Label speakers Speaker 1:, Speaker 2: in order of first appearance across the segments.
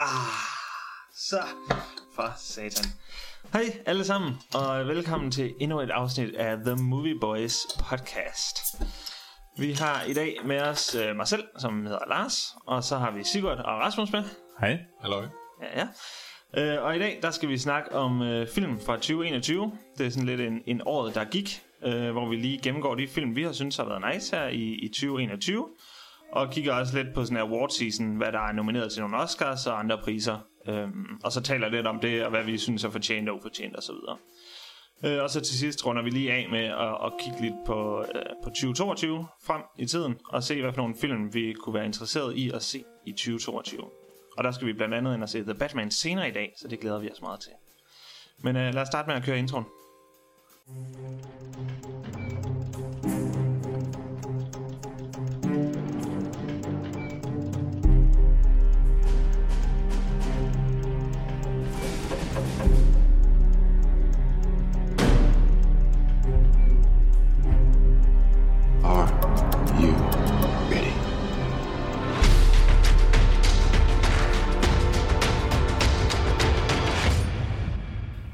Speaker 1: Ah, så for satan. Hej alle sammen, og velkommen til endnu et afsnit af The Movie Boys podcast. Vi har i dag med os øh, mig selv, som hedder Lars, og så har vi Sigurd og Rasmus med.
Speaker 2: Hej.
Speaker 3: Halløj.
Speaker 1: Ja, ja. Øh, og i dag, der skal vi snakke om øh, film fra 2021. Det er sådan lidt en, en året, der gik, øh, hvor vi lige gennemgår de film, vi har synes har været nice her i, i 2021. Og kigger også lidt på sådan her award season, hvad der er nomineret til nogle Oscars og andre priser. Øhm, og så taler lidt om det, og hvad vi synes er fortjent og ufortjent osv. Øh, og så til sidst runder vi lige af med at, at kigge lidt på, øh, på 2022 frem i tiden, og se hvad for nogle film vi kunne være interesseret i at se i 2022. Og der skal vi blandt andet ind og se The Batman senere i dag, så det glæder vi os meget til. Men øh, lad os starte med at køre introen.
Speaker 4: Are you ready?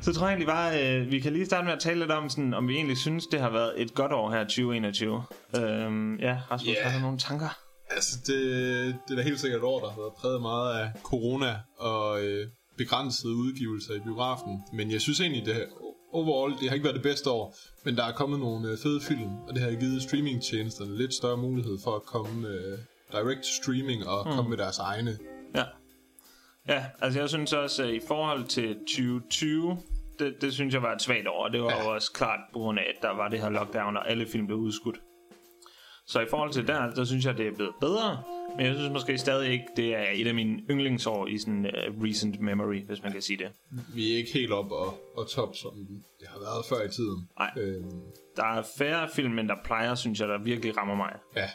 Speaker 1: Så tror jeg egentlig bare, øh, vi kan lige starte med at tale lidt om, sådan, om vi egentlig synes, det har været et godt år her 2021. Øhm, ja, Rasmus, yeah.
Speaker 3: Ja.
Speaker 1: har du nogle tanker?
Speaker 3: Altså, det, det er da helt sikkert et år, der har været præget meget af corona og øh, begrænsede udgivelser i biografen. Men jeg synes egentlig, det her, overall, det har ikke været det bedste år. Men der er kommet nogle øh, fede film, og det har givet streamingtjenesterne lidt større mulighed for at komme øh, direct to streaming og mm. komme med deres egne.
Speaker 1: Ja. Ja, altså jeg synes også, at i forhold til 2020, det, det synes jeg var et svagt år. Det var ja.
Speaker 3: Ja.
Speaker 1: jo også klart på grund af, at der var det her lockdown, og alle film blev udskudt. Så i forhold til der, der synes jeg, det er blevet bedre. Men jeg synes måske stadig ikke, det er et af mine yndlingsår i sådan uh, recent memory, hvis man kan sige det.
Speaker 3: Vi er ikke helt op og, og top, som det har været før i tiden.
Speaker 1: Nej.
Speaker 3: Øh,
Speaker 1: Der er færre film, end der plejer, synes jeg, der virkelig rammer mig.
Speaker 3: ja.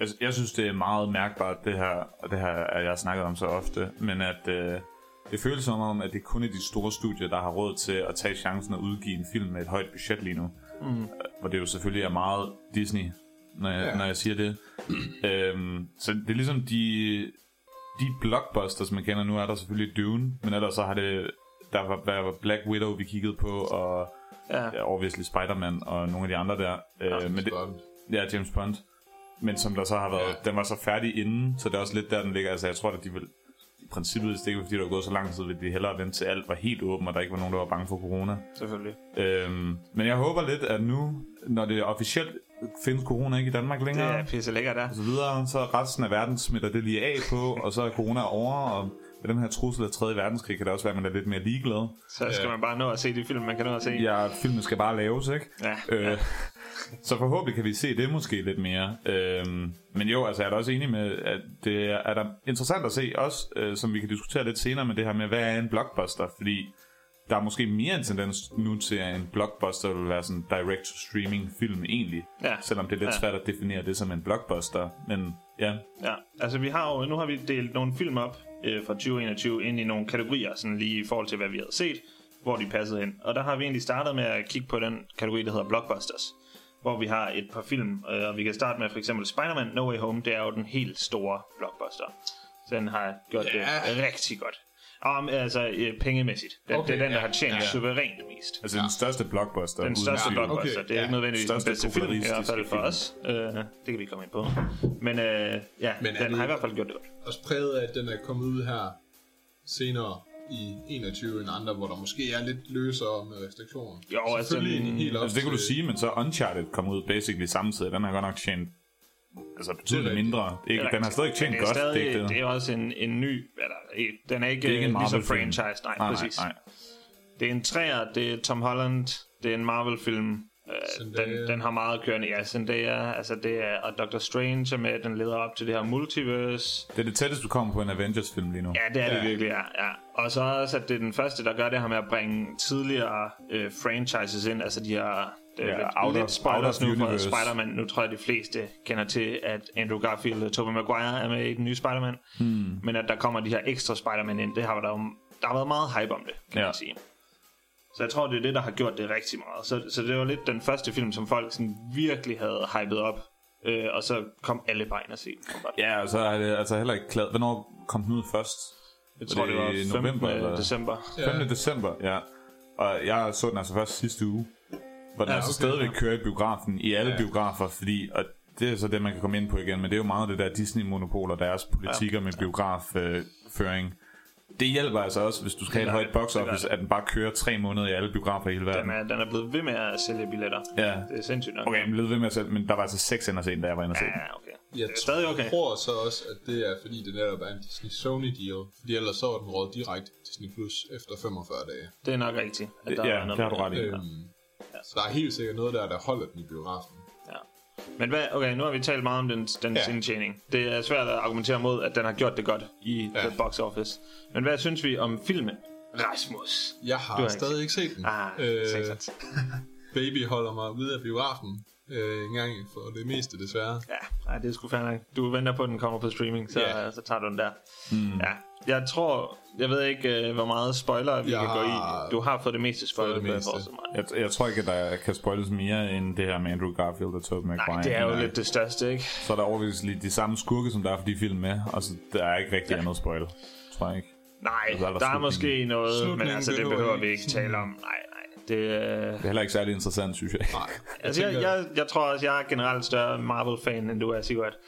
Speaker 2: Jeg, jeg synes, det er meget mærkbart, det her, og det her, at jeg har snakket om så ofte, men at øh, det føles som om, at det kun er de store studier, der har råd til at tage chancen og udgive en film med et højt budget lige nu. Mm. Hvor det jo selvfølgelig er meget Disney, når jeg, ja.
Speaker 3: Ja.
Speaker 2: når jeg siger det. øhm, så det er ligesom de, de blockbusters, man kender nu, er der selvfølgelig Dune, men ellers så har det, der var, der var Black Widow, vi kiggede på, og
Speaker 1: Ja.
Speaker 2: ja. obviously Spider-Man og nogle af de andre der. Ja, øh, men det,
Speaker 3: Bond.
Speaker 2: Ja, James Bond. Men som der så har været, ja. den var så færdig inden, så det er også lidt der, den ligger. Altså, jeg tror, at de vil i princippet, hvis det ikke var, fordi der var gået så lang tid, ville de hellere vente til alt var helt åbent, og der ikke var nogen, der var bange for corona.
Speaker 1: Selvfølgelig.
Speaker 2: Øhm, men jeg håber lidt, at nu, når det officielt findes corona ikke i Danmark
Speaker 1: Det
Speaker 2: længere,
Speaker 1: er pisse lækker der.
Speaker 2: og så videre, så resten af verden smitter det lige af på, og så er corona over, og med den her trussel af 3. verdenskrig, kan det også være, at man er lidt mere ligeglad.
Speaker 1: Så skal man bare nå at se de film, man kan nå at se.
Speaker 2: Ja, filmen skal bare laves, ikke?
Speaker 1: Ja,
Speaker 2: Øh, Så forhåbentlig kan vi se det måske lidt mere. Øhm, men jo, altså jeg er da også enig med, at det er, er der interessant at se også, øh, som vi kan diskutere lidt senere med det her med, hvad er en blockbuster? Fordi der er måske mere en tendens nu til, at en blockbuster vil være sådan en direct-to-streaming film egentlig.
Speaker 1: Ja.
Speaker 2: Selvom det er lidt
Speaker 1: Ja.
Speaker 2: svært at definere det som en blockbuster. Men ja,
Speaker 1: Ja, altså vi har jo, nu har vi delt nogle film op øh, fra 2021 ind i nogle kategorier, sådan lige i forhold til, hvad vi havde set, hvor de passede hen. Og der har vi egentlig startet med at kigge på den kategori, der hedder Blockbusters, hvor vi har et par film, øh, og vi kan starte med for eksempel Spider-Man No Way Home, det er jo den helt store blockbuster. Så den har gjort
Speaker 3: Ja.
Speaker 1: det rigtig godt. Om, altså øh, pengemæssigt. Den, okay,
Speaker 3: Okay,
Speaker 1: det er den, der
Speaker 3: ja,
Speaker 1: har tjent ja.
Speaker 3: ja.
Speaker 1: suverænt mest.
Speaker 2: altså ja. den største blockbuster.
Speaker 1: Den
Speaker 2: uden
Speaker 1: største
Speaker 2: tvivl.
Speaker 1: blockbuster.
Speaker 3: Okay,
Speaker 1: Det er
Speaker 3: ja.
Speaker 1: ikke nødvendigvis den
Speaker 2: Største
Speaker 1: bedste film, i hvert fald
Speaker 2: popularistiske
Speaker 1: for os. Øh, det kan vi komme ind på. Men øh, ja,
Speaker 3: Men er
Speaker 1: den
Speaker 3: det-
Speaker 1: har i hvert fald gjort det godt.
Speaker 3: også præget af, at den er kommet ud her senere i 21 end andre, hvor der måske er lidt løsere med restriktioner.
Speaker 1: Jo, altså,
Speaker 3: Selvfølgelig
Speaker 1: mm,
Speaker 3: helt op
Speaker 2: Altså det kan du
Speaker 3: til-
Speaker 2: sige, men så Uncharted kom ud basically samtidig. Den har godt nok tjent altså betydeligt
Speaker 3: rigtigt.
Speaker 2: mindre. Ikke,
Speaker 1: Eller-
Speaker 2: den har stadig ikke tjent
Speaker 1: men det er
Speaker 2: godt.
Speaker 1: Stadig,
Speaker 2: ikke
Speaker 1: det er også en, en ny... Eller, ikke- den er ikke,
Speaker 2: Det er ikke en
Speaker 1: ligesom
Speaker 2: Marvel-film.
Speaker 1: franchise. Nej,
Speaker 2: nej,
Speaker 1: præcis.
Speaker 2: Nej, nej.
Speaker 1: Det er en træer, det er Tom Holland, det er en Marvel-film. Øh,
Speaker 3: Zendaya.
Speaker 1: den, den har meget kørende. Ja, Zendaya, altså det er... Og Doctor Strange er med, den leder op til det her multiverse.
Speaker 2: Det er det tætteste, du kommer på en Avengers-film lige nu.
Speaker 1: Ja, det er det
Speaker 3: Ja.
Speaker 1: virkelig, ja, ja. Og så også, at det er den første, der gør det her med at bringe tidligere øh, franchises ind. Altså de her... Det er
Speaker 2: Ja,
Speaker 1: lidt,
Speaker 2: Outer-
Speaker 1: lidt spoilers
Speaker 2: Outer
Speaker 1: nu for
Speaker 2: Universe.
Speaker 1: Spider-Man. Nu tror jeg, de fleste kender til, at Andrew Garfield og Tobey Maguire er med i den nye Spider-Man. Hmm. Men at der kommer de her ekstra Spider-Man ind, det har der jo, der har været meget hype om det, kan ja.
Speaker 2: Ja.
Speaker 1: man sige. Så jeg tror, det er det, der har gjort det rigtig meget. Så, så det var lidt den første film, som folk sådan virkelig havde hypet op. Øh, og så kom alle bare ind og se den.
Speaker 2: ja og så er det altså heller ikke klart. Hvornår kom den ud først?
Speaker 1: Jeg tror, det, det var 15. November, eller? december.
Speaker 2: 5. december, ja. Og jeg så den altså først sidste uge, hvor den ja,
Speaker 3: Ja,
Speaker 2: altså
Speaker 3: okay,
Speaker 2: stadigvæk
Speaker 3: ja.
Speaker 2: kører i biografen, i alle ja. biografer, fordi, og det er så det, man kan komme ind på igen, men det er jo meget det der Disney-monopol og deres politikker ja. med biografføring. det hjælper altså også, hvis du skal have
Speaker 1: gør
Speaker 2: et højt
Speaker 1: det.
Speaker 2: box
Speaker 1: Det gør
Speaker 2: office,
Speaker 1: det.
Speaker 2: at den bare kører tre måneder i alle biografer i hele verden.
Speaker 1: Den er, den er blevet ved med at sælge billetter.
Speaker 2: Ja.
Speaker 1: Det er sindssygt nok.
Speaker 2: Okay, men lød ved med at selv, men der var altså seks ender sen, da jeg var inde og se den.
Speaker 1: Ja, okay.
Speaker 3: Jeg
Speaker 1: det er stadig okay.
Speaker 3: tror så også, at det er fordi, det netop er en Disney-Sony-deal. Fordi ellers så var den råd direkte til Disney Plus efter 45 dage.
Speaker 1: Det er nok rigtigt. At
Speaker 2: Ja,
Speaker 1: er noget
Speaker 2: det har du
Speaker 1: med
Speaker 2: ret i. Ja.
Speaker 3: Øhm, så der er helt sikkert noget der, der holder den i biografen.
Speaker 1: Ja. Men hvad, okay, nu har vi talt meget om den, den
Speaker 3: Ja.
Speaker 1: ja. indtjening. Det er svært at argumentere mod, at den har gjort det godt i
Speaker 3: Ja.
Speaker 1: ja. the box office. Men hvad synes vi om filmen? Rasmus.
Speaker 3: Jeg har,
Speaker 1: Du har ikke
Speaker 3: stadig ikke set den.
Speaker 1: Ah, øh,
Speaker 3: baby holder mig ude af biografen øh, en gang for det meste desværre.
Speaker 1: Ja, nej, det er sgu fair nok. Du venter på, at den kommer på streaming, så,
Speaker 3: Ja.
Speaker 1: yeah. så tager du den der.
Speaker 2: Hmm.
Speaker 1: Mm. Ja. Jeg tror, jeg ved ikke, øh, hvor meget spoiler vi
Speaker 3: Jeg
Speaker 1: kan gå
Speaker 3: har-
Speaker 1: i. Du har fået det meste spoiler,
Speaker 3: Fået det
Speaker 1: det meste.
Speaker 3: meste.
Speaker 1: for mig.
Speaker 2: Jeg, jeg, tror ikke, at der kan spoiles mere end det her med Andrew Garfield og Tobey Maguire.
Speaker 1: Nej, det er jo
Speaker 2: Nej.
Speaker 1: lidt det største, ikke?
Speaker 2: Så er der overvist lige de samme skurke, som der er for de film med, og så der er ikke rigtig ja. andet spoil, tror jeg ikke.
Speaker 1: Nej,
Speaker 2: er der
Speaker 1: der er
Speaker 2: slutningen.
Speaker 1: måske noget, men
Speaker 3: Slutningen
Speaker 1: altså, det
Speaker 3: behøver
Speaker 1: behøver
Speaker 3: vi
Speaker 1: vi ikke tale om. Nej, nej. Det, øh,
Speaker 2: Det er heller ikke særlig interessant, synes jeg.
Speaker 3: Nej,
Speaker 1: altså, jeg,
Speaker 3: tænker-
Speaker 1: jeg, jeg tror også, jeg er generelt større Marvel-fan, end du er, Sigurd.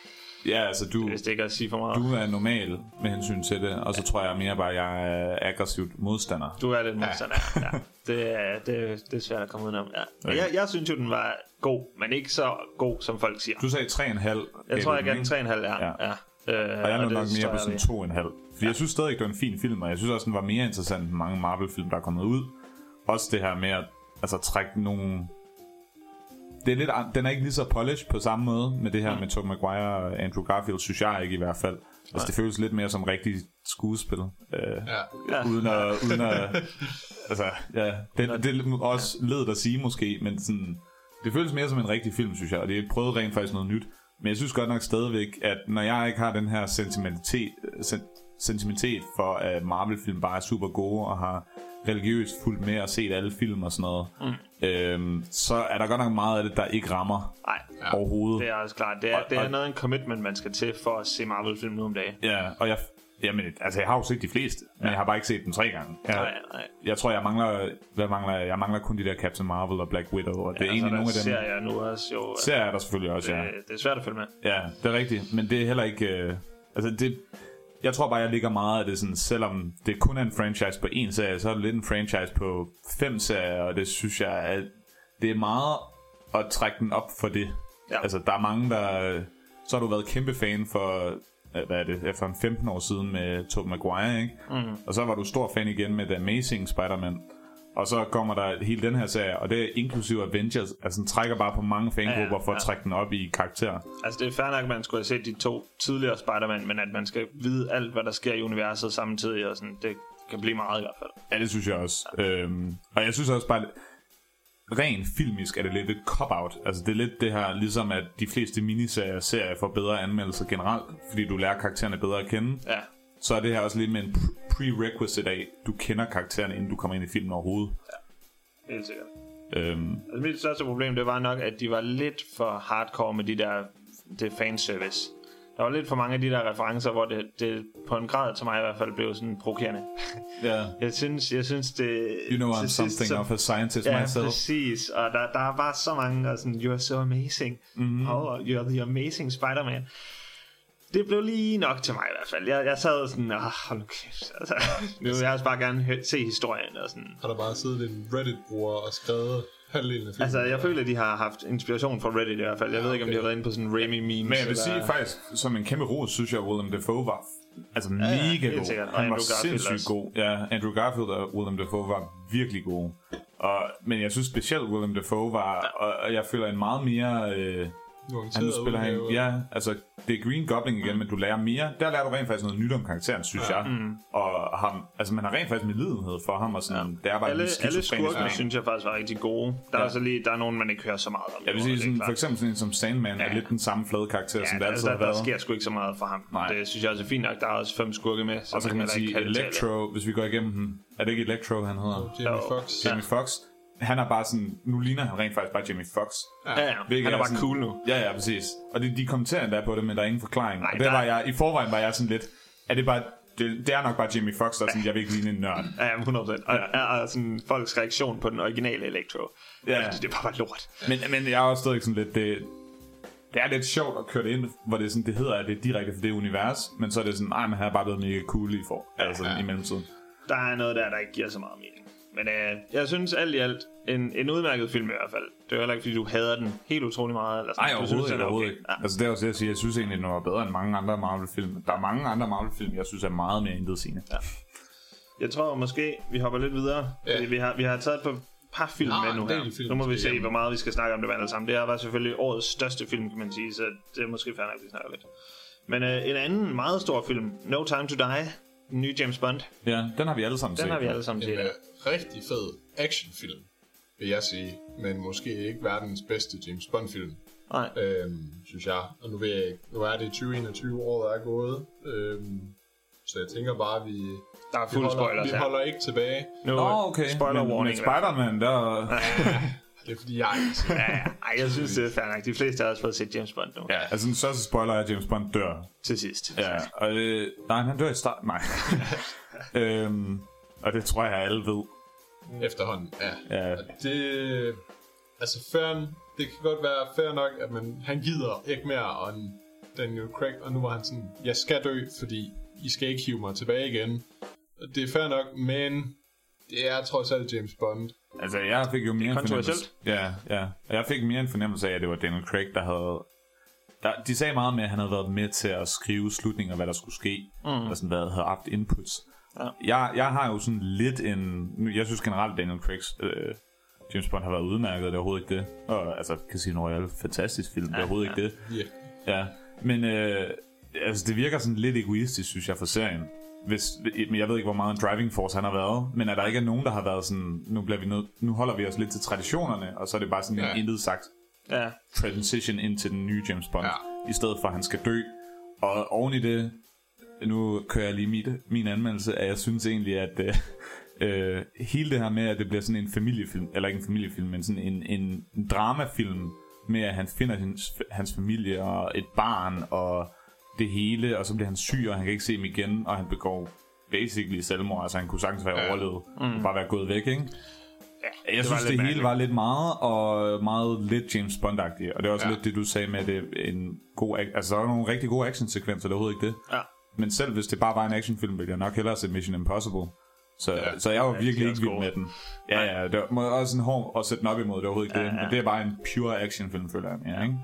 Speaker 2: ja, altså du,
Speaker 1: Hvis det ikke er at sige for meget.
Speaker 2: du er normal med hensyn til det, og så tror jeg mere bare, at jeg er aggressivt modstander.
Speaker 1: Du er lidt modstander. Ja. ja. Det, er, det, det er svært at komme udenom. Ja. Men jeg, jeg synes jo, den var god, men ikke så god, som folk siger.
Speaker 2: Du sagde 3,5.
Speaker 1: Jeg tror, jeg gav den 3,5 er.
Speaker 2: Ja.
Speaker 1: Ja. ja. Øh,
Speaker 2: Og jeg
Speaker 1: det
Speaker 2: nåede nok
Speaker 1: står
Speaker 2: mere på
Speaker 1: jeg
Speaker 2: sådan
Speaker 1: ved.
Speaker 2: 2,5. Fordi jeg synes stadig, det var en fin film, og jeg synes også, den var mere interessant end mange Marvel-film, der er kommet ud. Også det her med at altså, trække nogle... Det er lidt, an- den er ikke lige så polished på samme måde med det her mm. med Tobey Maguire og Andrew Garfield, synes jeg ikke i hvert fald. Altså, det føles lidt mere som rigtig skuespil. Øh,
Speaker 3: Ja.
Speaker 1: Ja.
Speaker 2: uden at, uden at altså, ja, det, det er lidt også ledet at sige måske, men sådan, det føles mere som en rigtig film, synes jeg, og det prøvede rent faktisk noget nyt. Men jeg synes godt nok stadigvæk, at når jeg ikke har den her sentimentalitet, sen, sentimentalitet for, at Marvel-film bare er super gode og har religiøst fulgt med og set alle film og sådan noget, mm. øhm, så er der godt nok meget af det, der ikke rammer
Speaker 1: Nej,
Speaker 2: ja. overhovedet.
Speaker 1: det er også klart. Det er,
Speaker 2: Og-
Speaker 1: det
Speaker 2: og-
Speaker 1: er noget af en commitment, man skal til for at se Marvel-film nu om dagen.
Speaker 2: Ja, og jeg, jamen, altså, jeg har jo set de fleste, men jeg har bare ikke set dem tre gange. Jeg,
Speaker 1: Nej, nej.
Speaker 2: jeg tror, jeg mangler, hvad mangler jeg? jeg mangler kun de der Captain Marvel og Black Widow, og det er
Speaker 1: Altså,
Speaker 2: egentlig
Speaker 1: der
Speaker 2: nogle af dem.
Speaker 1: ser jeg nu også jo, at
Speaker 2: Serier er der selvfølgelig også, ja.
Speaker 1: det, det er svært at følge med.
Speaker 2: Ja, det er rigtigt, men det er heller ikke... Øh, altså, det, jeg tror bare, jeg ligger meget af det sådan, selvom det kun er en franchise på én serie, så er det lidt en franchise på fem serier, og det synes jeg, at det er meget at trække den op for det. Ja.
Speaker 1: Ja.
Speaker 2: Altså, der er mange, der... øh, Så har du været kæmpe fan for, øh, hvad er det, efter en 15 år siden med Tobey Maguire, ikke? Mm. Og så var du stor fan igen med The Amazing Spider-Man. Og så kommer der hele den her serie, og det er inklusive Avengers, altså den trækker bare på mange fangrupper ja, ja. for at
Speaker 1: ja.
Speaker 2: trække den op i karakter.
Speaker 1: Altså, det er fair nok, at man skulle have set de to tidligere Spider-Man, men at man skal vide alt, hvad der sker i universet samtidig, og sådan, det kan blive meget i hvert fald.
Speaker 2: Ja, det synes jeg også. Øhm, og jeg synes også bare, rent filmisk er det lidt et cop-out. Altså det er lidt det her, ligesom at de fleste miniserier og serier får bedre anmeldelser generelt, fordi du lærer karaktererne bedre at kende.
Speaker 1: Ja,
Speaker 2: Så er det her også lidt med en pre- prerequisite af, du kender karaktererne, inden du kommer ind i filmen overhovedet.
Speaker 1: helt sikkert.
Speaker 2: Øhm,
Speaker 1: Altså, mit største problem, det var nok, at de var lidt for hardcore med de der, det fanservice. Der var lidt for mange af de der referencer, hvor det, det på en grad til mig i hvert fald blev sådan provokerende.
Speaker 2: yeah.
Speaker 1: Jeg synes, jeg synes det...
Speaker 2: You know I'm
Speaker 1: til sidst,
Speaker 2: something
Speaker 1: så-
Speaker 2: of a scientist
Speaker 1: Ja,
Speaker 2: myself.
Speaker 1: præcis. Og der, der er bare så mange, og sådan, you're so amazing.
Speaker 2: Mhm.
Speaker 1: Mm-hmm. Oh, you're the amazing Spider-Man. Det blev lige nok til mig i hvert fald. Jeg, jeg sad sådan, ah, hold nu kæft. Altså, nu vil jeg også bare gerne hø- se historien. Og sådan.
Speaker 3: Har der bare siddet en Reddit-bruger og skrevet halvdelen af filmen?
Speaker 1: Altså, jeg føler, at de har haft inspiration fra Reddit i hvert fald. Jeg ved ikke, om de har været inde på sådan Remy memes.
Speaker 2: Men jeg vil
Speaker 1: eller-
Speaker 2: sige faktisk, som en kæmpe ros, synes jeg, at William Dafoe var altså mega
Speaker 1: helt
Speaker 2: god.
Speaker 1: sikkert. Og
Speaker 2: Han var
Speaker 1: Andrew Garfield
Speaker 2: sindssygt
Speaker 1: også.
Speaker 2: god. Ja, Andrew Garfield og William Dafoe var virkelig gode. Og, men jeg synes specielt, William Dafoe var, og, og jeg føler en meget mere... Øh, han, nu spiller han, ja, altså det er Green Goblin igen, mm. men du lærer mere. Der lærer du rent faktisk noget nyt om karakteren, synes ja. jeg. Mm. Og ham, altså man har rent faktisk medlidenhed for ham, og sådan, ja. det er bare
Speaker 1: Alle, alle
Speaker 2: en skizofrenisk
Speaker 1: skurkene
Speaker 2: mand.
Speaker 1: synes jeg faktisk var rigtig gode. Der ja. er så lige, der er nogen, man ikke hører så meget om.
Speaker 2: Jeg vil
Speaker 1: Det
Speaker 2: sige,
Speaker 1: er
Speaker 2: sådan,
Speaker 1: klart.
Speaker 2: for eksempel sådan en som Sandman ja. er lidt den samme flade karakter, ja, som det
Speaker 1: der,
Speaker 2: altid
Speaker 1: der,
Speaker 2: har været.
Speaker 1: der sker sgu ikke så meget for ham.
Speaker 2: Nej.
Speaker 1: Det synes jeg også er fint nok. Der er også fem skurke med,
Speaker 2: Og så kan man
Speaker 1: da ikke
Speaker 2: sige
Speaker 1: kalde det
Speaker 2: Electro, hvis vi går igennem den. Er det ikke Electro, han hedder?
Speaker 3: Jamie
Speaker 1: Jo.
Speaker 3: Fox.
Speaker 1: Ja.
Speaker 2: Jamie Fox. Han er bare sådan, nu ligner han rent faktisk bare Jamie Fox.
Speaker 1: tale. Ja, ja. Han er bare
Speaker 2: sådan,
Speaker 1: cool nu.
Speaker 2: Ja, ja, præcis. Og de, de kommenterer endda på det, men der er ingen forklaring. Nej,
Speaker 1: Nej,
Speaker 2: og det
Speaker 1: der-
Speaker 2: var jeg, i forvejen var jeg sådan lidt, er det bare det, det er nok bare Jimmy Fox, der er sådan, jeg vil ikke ligne en nørd.
Speaker 1: Ja, 100%. Og, ja. og, og sådan, folks reaktion på den originale Electro.
Speaker 2: Ja.
Speaker 1: Ja. Det var bare lort.
Speaker 2: Men, men jeg er også stadig sådan lidt, det, det er lidt sjovt at køre det ind, hvor det, er sådan, det hedder, at det er direkte fra det univers, men så er det sådan, nej, man har bare blevet mega cool i for, altså i mellemtiden.
Speaker 1: Der er noget der, der ikke giver så meget mening. Men øh, jeg synes alt i alt, en, en udmærket film i hvert fald. Det er jo heller ikke, fordi du hader den helt utrolig meget. Eller sådan.
Speaker 2: Nej,
Speaker 1: Du
Speaker 2: overhovedet
Speaker 1: den
Speaker 2: ikke.
Speaker 1: er
Speaker 2: Overhovedet
Speaker 1: okay.
Speaker 2: ikke. Altså, det er også det, jeg siger. Jeg synes egentlig, den var bedre end mange andre Marvel-film. Der er mange andre Marvel-film, jeg synes er meget mere intetsigende. Ja.
Speaker 1: Jeg tror måske, vi hopper lidt videre.
Speaker 3: Ja.
Speaker 1: Ja. Vi, har, vi har taget et par, par film
Speaker 3: Nå,
Speaker 1: med nu
Speaker 3: en
Speaker 1: her.
Speaker 3: del film
Speaker 1: nu må vi
Speaker 3: skal
Speaker 1: se,
Speaker 3: igennem.
Speaker 1: hvor meget vi skal snakke om det alle sammen. Det her var selvfølgelig årets største film, kan man sige, så det er måske fair nok, at vi snakker lidt. Men øh, en anden meget stor film, No Time to Die, den nye James Bond, den
Speaker 2: ja, den har vi alle sammen set.
Speaker 1: har vi alle sammen
Speaker 3: En
Speaker 1: set.
Speaker 3: øh, rigtig fed actionfilm, vil jeg sige. Men måske ikke verdens bedste James Bond-film,
Speaker 1: Nej,
Speaker 3: øhm, synes jeg. Og nu, ved jeg, ikke- nu er det 2021 år, der er gået. Øhm, så jeg tænker bare, vi,
Speaker 1: der er
Speaker 3: vi,
Speaker 1: fuld
Speaker 3: holder,
Speaker 1: spoilers
Speaker 3: vi
Speaker 1: her.
Speaker 3: holder ikke tilbage.
Speaker 1: Nu,
Speaker 2: Nå, okay.
Speaker 1: Spoiler
Speaker 2: men,
Speaker 1: warning. altså.
Speaker 2: Men Spider-Man, der...
Speaker 3: Det er fordi, jeg ikke har set den.
Speaker 1: Ja, ja. Ej, jeg synes, det er fair nok. De fleste har også fået set James Bond nu, ja.
Speaker 2: Ja, altså den største spoiler er, at James Bond dør.
Speaker 1: til sidst.
Speaker 2: Ja, og det, nej, han dør i start. Nej. øhm, og det tror jeg, alle ved.
Speaker 3: efterhånden. Ja.
Speaker 2: Mm. Ja.
Speaker 3: Og det... Altså, før, det kan godt være fair nok, at man, han gider ikke mere, og en- Daniel Craig, og nu var han sådan, jeg skal dø, fordi I skal ikke hive mig tilbage igen. Og det er fair nok, men det er trods alt James Bond.
Speaker 2: Altså, jeg fik jo mere en fornemmelse...
Speaker 1: kontroversielt.
Speaker 2: Ja, ja. Og jeg fik mere en fornemmelse af, at det var Daniel Craig, der havde... Der, de sagde meget med, at han havde været med til at skrive slutninger, hvad der skulle ske, mm. og sådan, hvad havde haft inputs.
Speaker 1: Ja.
Speaker 2: Jeg, jeg har jo sådan lidt en... nu, Jeg synes generelt, Daniel Craigs øh, James Bond har været udmærket, det er overhovedet ikke det. Og, altså, Casino Royale, fantastisk film, det er overhovedet ikke det.
Speaker 3: Yeah.
Speaker 2: Ja, men øh, altså, det virker sådan lidt egoistisk, synes jeg, for serien. Hvis, men jeg ved ikke, hvor meget en driving force han har været, men at der ikke er nogen, der har været sådan, nu, bliver vi nød, nu holder vi os lidt til traditionerne, og så er det bare sådan ja.
Speaker 3: Ja.
Speaker 2: en intet sagt
Speaker 1: Ja.
Speaker 2: transition ind til den nye James Bond, ja.
Speaker 3: Ja.
Speaker 2: i stedet for, at han skal dø. Og oven i det, nu kører jeg lige mit, min anmeldelse, at jeg synes egentlig, at øh, øh, hele det her med, at det bliver sådan en familiefilm, eller ikke en familiefilm, men sådan en, en, en dramafilm, med at han finder hans, hans familie og et barn og det hele, og så bliver han syg, og han kan ikke se dem igen, og han begår basically selvmord, altså han kunne sagtens være ja. overlevet, mm. bare være gået væk, ikke? Ja, jeg
Speaker 1: det
Speaker 2: det
Speaker 1: var lidt
Speaker 2: synes, det hele
Speaker 1: mærkeligt.
Speaker 2: var lidt meget, og meget lidt James bond -agtigt. Og det er også ja.
Speaker 3: Ja.
Speaker 2: lidt det, du sagde med, at det er en god... ac- Altså, der er nogle rigtig gode actionsekvenser, det er overhovedet ikke det.
Speaker 1: Ja.
Speaker 2: Men selv hvis det bare var en actionfilm, ville jeg nok hellere se Mission Impossible. Så, ja.
Speaker 3: Ja.
Speaker 2: så jeg var virkelig
Speaker 1: er
Speaker 2: ikke
Speaker 1: også
Speaker 2: vild
Speaker 1: gode.
Speaker 2: med den. Ja, ja, det var også en hård at sætte den op imod, det er overhovedet ikke ja, det. Men det er bare en pure actionfilm, føler jeg. Ja, ikke?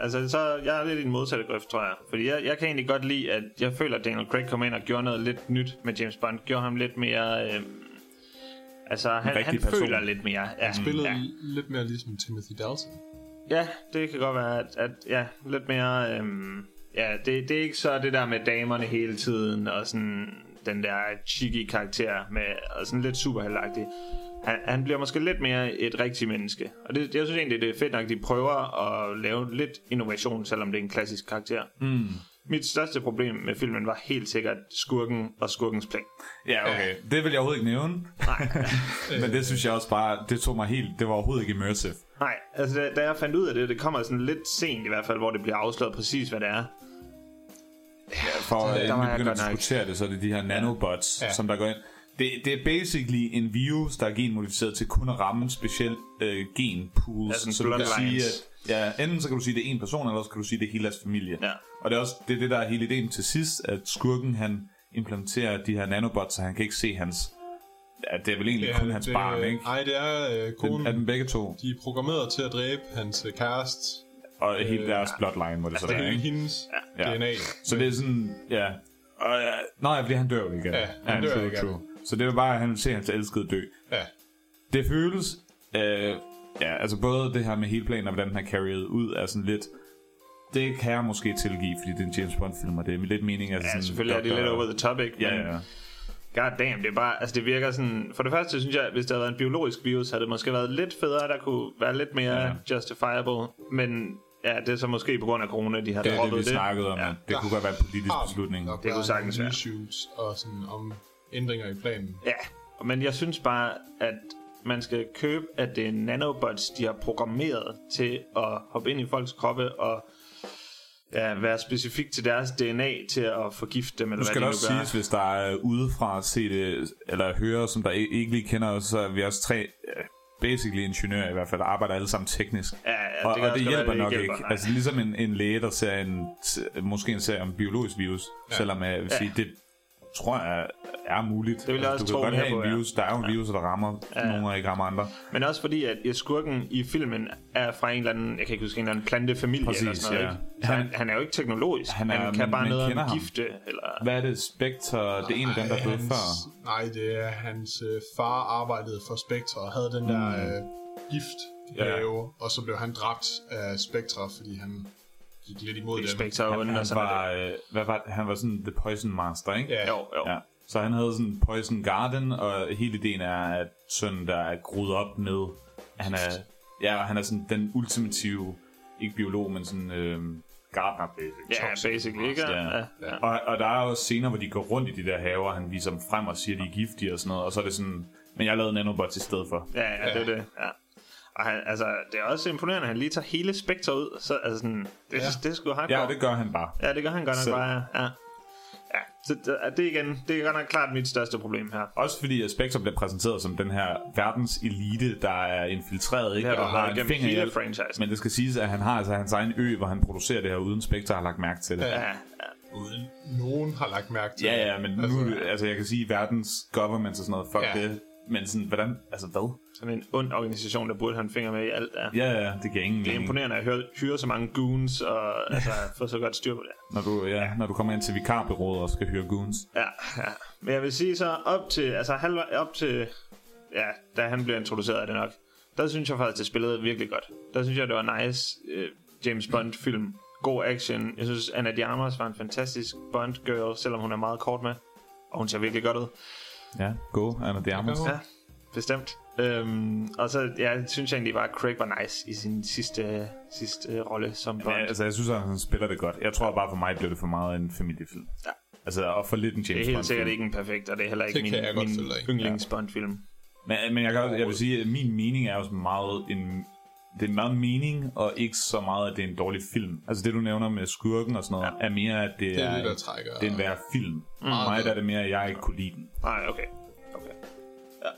Speaker 1: Altså, så jeg er lidt i en modsatte grøft, tror jeg. Fordi jeg, jeg kan egentlig godt lide, at jeg føler, at Daniel Craig kom ind og gjorde noget lidt nyt med James Bond. Gjorde ham lidt mere... Øh, altså, han,
Speaker 2: rigtig
Speaker 1: han
Speaker 2: person.
Speaker 1: føler lidt mere. Ja,
Speaker 3: Spillede
Speaker 1: ja.
Speaker 3: ja. lidt mere ligesom Timothy Dalton.
Speaker 1: ja, det kan godt være, at, at ja, lidt mere... Øh, ja, det, det er ikke så det der med damerne hele tiden, og sådan den der cheeky karakter, med, og sådan lidt superheldagtig. Han, han bliver måske lidt mere et rigtigt menneske. Og det, jeg synes egentlig, det er fedt nok, at de prøver at lave lidt innovation, selvom det er en klassisk karakter.
Speaker 2: Mm.
Speaker 1: Mit største problem med filmen var helt sikkert skurken og skurkens plan.
Speaker 2: Ja, okay. Det vil jeg overhovedet ikke nævne. men det synes jeg også bare, det tog mig helt... Det var overhovedet ikke immersive.
Speaker 1: Nej, altså da, da jeg fandt ud af det, det kommer sådan lidt sent i hvert fald, hvor det bliver afsløret præcis, hvad det er.
Speaker 2: for at
Speaker 1: var
Speaker 2: inden vi
Speaker 1: jeg
Speaker 2: begynder
Speaker 1: godt
Speaker 2: at
Speaker 1: nok-
Speaker 2: diskutere det, så er det de her nanobots, ja.
Speaker 3: Ja.
Speaker 2: som der går ind. Det, det er basically en virus, der er genmodificeret til kun at ramme en speciel øh, genpool.
Speaker 1: Ja, sådan
Speaker 2: så du kan sige,
Speaker 1: bloodlines.
Speaker 2: at, ja, enten så kan du sige, at det er en person, eller så kan du sige, at det er hele deres familie.
Speaker 1: Ja.
Speaker 2: Og det er også det, er det, der er hele ideen til sidst, at skurken han implementerer de her nanobots, så han kan ikke se hans... Ja, det er vel egentlig kun hans
Speaker 3: det,
Speaker 2: barn, ikke?
Speaker 3: Nej, det er øh, konen.
Speaker 2: Den, er dem begge to?
Speaker 3: De er programmeret til at dræbe hans øh, kæreste.
Speaker 2: Og
Speaker 1: Øh,
Speaker 2: hele deres bloodline, må det
Speaker 1: Altså,
Speaker 2: så
Speaker 3: Det
Speaker 2: være,
Speaker 3: er
Speaker 2: ikke?
Speaker 3: hendes
Speaker 2: Ja.
Speaker 3: ja. DNA.
Speaker 2: Så det er sådan, ja. Og, ja. Nej, fordi han dør jo ikke.
Speaker 3: Ja, han dør
Speaker 2: true,
Speaker 3: ikke.
Speaker 2: true. Så det er bare, at han ser hans elskede dø.
Speaker 3: Ja.
Speaker 2: Det føles, øh, ja, altså både det her med hele planen og hvordan den er carried ud, er sådan lidt, det kan jeg måske tilgive, fordi det er en James Bond-film, og det er lidt meningen. Altså
Speaker 1: Ja,
Speaker 2: sådan,
Speaker 1: selvfølgelig er det lidt over the top, ikke?
Speaker 2: Ja,
Speaker 1: Men
Speaker 2: ja, ja.
Speaker 1: God damn, det er bare, altså det virker sådan, for det første synes jeg, at hvis det havde været en biologisk virus, havde det måske været lidt federe, der kunne være lidt mere
Speaker 2: Ja.
Speaker 1: ja. justifiable, men ja, det er så måske på grund af corona, de har
Speaker 2: Det er det,
Speaker 1: droppet
Speaker 2: vi
Speaker 1: det.
Speaker 2: snakkede om. Ja.
Speaker 1: Ja. Ah,
Speaker 2: Det kunne godt være en politisk
Speaker 3: Har
Speaker 2: beslutning.
Speaker 3: nok
Speaker 1: Det kunne
Speaker 3: været
Speaker 1: sagtens
Speaker 3: nogle
Speaker 1: være.
Speaker 3: Issues og sådan om ændringer i planen.
Speaker 1: Ja, men jeg synes bare, at man skal købe, at det er nanobots, de har programmeret til at hoppe ind i folks kroppe og ja, være specifik til deres DNA til at forgifte dem, eller
Speaker 2: Nu skal det
Speaker 1: hvad de
Speaker 2: også
Speaker 1: nu gør.
Speaker 2: siges, hvis der er udefra set øh, eller hører, som der ikke ikke lige kender os, så er vi også tre øh, basically ingeniører i hvert fald, der arbejder alle sammen teknisk.
Speaker 1: Ja, ja, det
Speaker 2: og,
Speaker 1: kan
Speaker 2: og
Speaker 1: også
Speaker 2: det
Speaker 1: godt være,
Speaker 2: hjælper
Speaker 1: det
Speaker 2: nok
Speaker 1: ikke hjælper,
Speaker 2: ikke.
Speaker 1: nej.
Speaker 2: Altså ligesom en, en læge, der ser en, t- måske en serie om biologisk virus, ja. selvom øh, jeg vil sige, det tror jeg er muligt.
Speaker 1: vil jeg
Speaker 2: altså,
Speaker 1: også
Speaker 2: du
Speaker 1: tro
Speaker 2: kan godt
Speaker 1: mere
Speaker 2: have
Speaker 1: på, ja.
Speaker 2: en virus, der er jo en virus, der rammer ja. nogen og ikke rammer andre.
Speaker 1: Men også fordi, at ja, skurken i filmen er fra en eller anden, jeg kan ikke huske, en eller anden plantefamilie
Speaker 2: Præcis,
Speaker 1: eller sådan noget.
Speaker 2: ja.
Speaker 1: Ikke? Så han, han, er jo ikke teknologisk. Han,
Speaker 2: Han
Speaker 1: er,
Speaker 2: er-
Speaker 1: han kan
Speaker 2: men-
Speaker 1: bare
Speaker 2: men
Speaker 1: noget
Speaker 2: kender
Speaker 1: om
Speaker 2: ham.
Speaker 1: gifte. Eller,
Speaker 2: Hvad er det? Spectre? Det er en af dem, der er blevet
Speaker 3: hans,
Speaker 2: før.
Speaker 3: Nej, det er hans øh, far arbejdede for Spectre og havde den der øh, gift
Speaker 2: Mm. Ja.
Speaker 3: have, og så blev han dræbt af Spectre, fordi han gik lidt imod dem.
Speaker 1: Spectre og
Speaker 2: Han,
Speaker 1: Onden og
Speaker 2: han,
Speaker 1: sådan noget.
Speaker 2: var, øh, hvad var, det? han var sådan The Poison Master, ikke?
Speaker 3: Ja.
Speaker 1: Jo, jo.
Speaker 2: Ja. Så han havde sådan Poison Garden, og hele ideen er, at sønnen, der er groet op med, han er, ja, og han er sådan den ultimative, ikke biolog, men sådan øh, gardener, basically.
Speaker 1: Ja, basically, ikke?
Speaker 2: Ja.
Speaker 1: Ja.
Speaker 2: Ja. Og, og der er jo scener, hvor de går rundt i de der haver, og han viser dem frem og siger, at de er giftige og sådan noget, og så er det sådan, men jeg lavede en nanobot i stedet for.
Speaker 1: Ja, ja, det er det. Ja. Og han, altså, det er også imponerende, at han lige tager hele spektret ud. Så, altså, sådan, det, ja. det, det er sgu hardcore.
Speaker 2: Ja, og det gør han bare.
Speaker 1: ja, det gør han godt nok
Speaker 2: Selv.
Speaker 1: bare. Ja. ja. Så det, er det igen, det er godt nok klart mit største problem her.
Speaker 2: Også fordi at Spectre bliver præsenteret som den her verdens elite, der er infiltreret, ikke?
Speaker 1: Ja,
Speaker 2: og
Speaker 1: og
Speaker 2: har en
Speaker 1: gennem
Speaker 2: finger i
Speaker 1: hele
Speaker 2: alt.
Speaker 1: franchisen.
Speaker 2: Men det skal siges, at han har altså hans egen ø, hvor han producerer det her, uden Spectre har lagt mærke til det.
Speaker 3: Ja.
Speaker 1: Ja,
Speaker 3: Uden nogen har lagt mærke til
Speaker 2: Ja,
Speaker 3: det.
Speaker 2: ja, men nu, altså, altså jeg kan sige, verdens government og sådan noget, fuck
Speaker 3: Ja.
Speaker 2: ja. det. Men sådan, hvordan, altså hvad?
Speaker 1: sådan en ond organisation, der burde have en finger med i alt. Ja.
Speaker 2: Ja, ja, det giver ingen
Speaker 1: Det er
Speaker 2: mening.
Speaker 1: imponerende at hyre, hyre så mange goons og altså, få så godt styr på det.
Speaker 2: Når du, ja, når du kommer ind til vikarbyrået og skal høre goons.
Speaker 1: Ja, ja. Men jeg vil sige så, op til, altså halv, op til, ja, da han bliver introduceret, er det nok, der synes jeg faktisk, det spillede virkelig godt. Der synes jeg, det var nice øh, James Bond-film. God action. Jeg synes, Anna de Armas var en fantastisk Bond-girl, selvom hun er meget kort med. Og hun ser virkelig godt ud.
Speaker 2: Ja, go, Anna de Armas.
Speaker 1: Ja, bestemt. Øhm, og så ja, synes jeg egentlig bare, at Craig var nice i sin sidste, sidste øh, rolle som Bond.
Speaker 2: Ja, altså jeg synes, at han spiller det godt. Jeg tror bare for mig, blev det for meget en familiefilm.
Speaker 1: Ja.
Speaker 2: Altså, og for lidt en
Speaker 1: Det
Speaker 2: James
Speaker 1: er helt
Speaker 2: Bond
Speaker 1: sikkert ikke en perfekt, og det er heller ikke
Speaker 3: Det kan jeg godt
Speaker 1: min,
Speaker 3: følge dig i.
Speaker 1: min yndlings-Bond-film.
Speaker 2: Men, men jeg, kan også, jeg vil sige, at min mening er også meget en... Det er meget mening, og ikke så meget, at det er en dårlig film. Altså det, du nævner med skurken og sådan noget, ja. er mere, at det,
Speaker 3: Det er
Speaker 2: er,
Speaker 3: det, der
Speaker 2: en,
Speaker 3: trækker.
Speaker 2: det er en værre film. Mm. For mig der er det mere, at jeg ikke kunne lide den.
Speaker 1: Nej, okay. okay. Ja.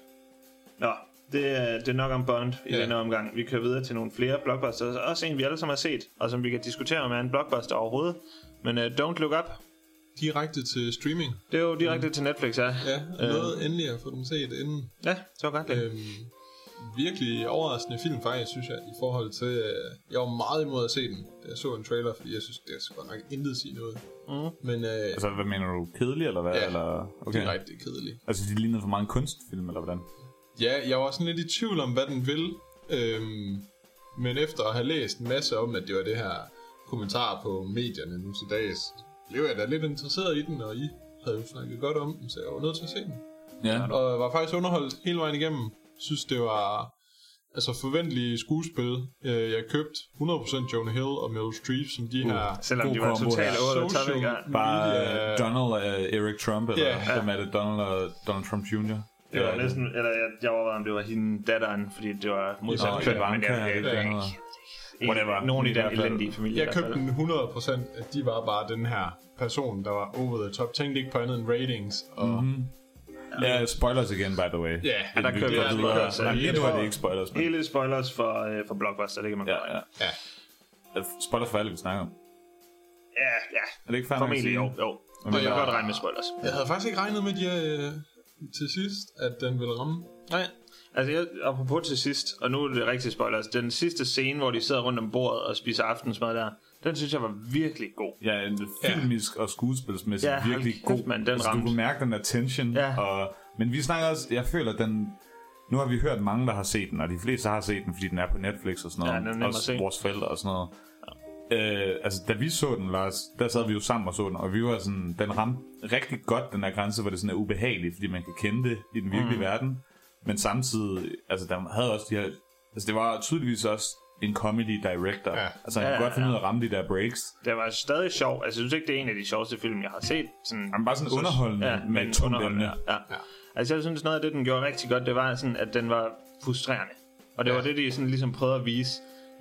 Speaker 1: Nå, det, er- det er nok om Bond i
Speaker 3: Ja.
Speaker 1: ja. denne omgang. Vi kører videre til nogle flere blockbusters. Også en, vi alle sammen har set, og som vi kan diskutere, om er en blockbuster overhovedet. Men uh, Don't Look Up,
Speaker 3: Direkte til streaming.
Speaker 1: det er jo direkte mm. til Netflix, ja.
Speaker 3: Ja,
Speaker 2: Øh.
Speaker 3: noget endelig at få dem set inden.
Speaker 1: Ja, så godt. det.
Speaker 3: Øhm, virkelig overraskende film faktisk, synes jeg, i forhold til... Øh, jeg var meget imod at se den, da jeg så en trailer, fordi jeg synes, det skal godt nok intet sige noget. Mm. Men øh, altså,
Speaker 2: Altså, hvad mener du? Kedelig, eller hvad?
Speaker 3: Ja.
Speaker 2: Eller,
Speaker 3: okay.
Speaker 2: okay.
Speaker 3: direkte kedeligt.
Speaker 2: Altså, de lignede for meget en kunstfilm, eller hvordan?
Speaker 3: Ja, jeg var sådan lidt i tvivl om, hvad den vil. Øhm, men efter at have læst en masse om, at det var det her kommentar på medierne nu til dags, blev jeg da lidt interesseret i den, og I havde jo snakket godt om den, så jeg var nødt til at se den.
Speaker 2: Ja.
Speaker 3: Og jeg var faktisk underholdt hele vejen igennem. Synes, det var altså forventelige skuespil. Øh, Jeg købte 100% Jonah Hill og Meryl Streep, som de her...
Speaker 1: Selvom
Speaker 2: god
Speaker 1: de var
Speaker 2: combo
Speaker 1: totalt
Speaker 2: der.
Speaker 1: over the top,
Speaker 3: Social
Speaker 1: ikke? Ja.
Speaker 2: Bare
Speaker 3: media-
Speaker 2: uh, Donald og uh, Eric Trump, eller
Speaker 3: øh, Ja.
Speaker 2: yeah. hvem er det? Donald og Donald Trump Jr.?
Speaker 1: Det var næsten, eller jeg, jeg overvejede, om det var hende datteren, fordi det var modsat
Speaker 2: Nå,
Speaker 1: køn,
Speaker 2: Ivanka,
Speaker 1: men jeg, jeg,
Speaker 2: eller
Speaker 1: jeg,
Speaker 2: sådan
Speaker 1: jeg,
Speaker 2: noget.
Speaker 1: Whatever.
Speaker 2: Whatever.
Speaker 1: Nogen i
Speaker 2: I
Speaker 1: den
Speaker 2: hvert fald.
Speaker 1: elendige familie. i
Speaker 3: Jeg
Speaker 1: hvert
Speaker 3: købte
Speaker 1: fald.
Speaker 3: den 100%, at de var bare den her person, der var over the top. Tænkte ikke på andet end ratings. Og mm-hmm.
Speaker 2: Ja, spoilers igen, by the way.
Speaker 3: Ja,
Speaker 2: ja
Speaker 3: der
Speaker 1: kører vi også videre. Så
Speaker 2: Nej,
Speaker 1: hele
Speaker 2: det var
Speaker 1: for-
Speaker 2: det ikke spoilers, men...
Speaker 1: Hele spoilers for, øh, for Blockbuster, det kan man godt
Speaker 2: Ja, ja.
Speaker 3: ja.
Speaker 2: Øh, Spoilers for alt, vi snakker om.
Speaker 1: ja, ja.
Speaker 2: Er det ikke fair nok at
Speaker 1: Formentlig,
Speaker 2: sige?
Speaker 1: jo. jo. Man kan godt regne med spoilers.
Speaker 3: Jeg havde faktisk ikke regnet med, de her, øh, til sidst, at den ville ramme.
Speaker 1: Nej. Altså, jeg, apropos til sidst, og nu er det rigtig spoilers, den sidste scene, hvor de sidder rundt om bordet og spiser aftensmad der, den synes jeg var virkelig god.
Speaker 2: Ja, en filmisk og skuespilsmæssigt
Speaker 1: Ja,
Speaker 2: ja,
Speaker 1: hold
Speaker 2: virkelig
Speaker 1: kæft,
Speaker 2: god.
Speaker 1: mand, den
Speaker 2: altså, du
Speaker 1: ramte.
Speaker 2: kunne mærke den der tension.
Speaker 1: Ja.
Speaker 2: Og, men vi snakker også, jeg føler, den... Nu har vi hørt mange, der har set den, og de fleste har set den, fordi den er på Netflix og sådan
Speaker 1: Ja,
Speaker 2: noget.
Speaker 1: den er nem at
Speaker 2: også
Speaker 1: se.
Speaker 2: vores forældre og sådan noget. Øh, altså, da vi så den, Lars, der sad vi jo sammen og så den, og vi var sådan, den ramte rigtig godt den der grænse, hvor det sådan er ubehageligt, fordi man kan kende det i den virkelige mm. verden. Men samtidig, altså, der havde også de her... Altså, det var tydeligvis også en comedy director.
Speaker 3: Ja.
Speaker 2: Altså, han ja,
Speaker 1: ja,
Speaker 2: kunne godt finde ud af at ramme de der breaks.
Speaker 1: Det var stadig sjov. Altså, jeg synes ikke, det er en af de sjoveste film, jeg har set. Sådan, Altså,
Speaker 2: Jamen, bare sådan underholdende med et tungt
Speaker 1: underholdende,
Speaker 2: emne.
Speaker 1: Ja. ja. Altså, jeg synes, noget af det, den gjorde rigtig godt, det var sådan, at den var frustrerende. Og det ja. var det, de sådan ligesom prøvede at vise.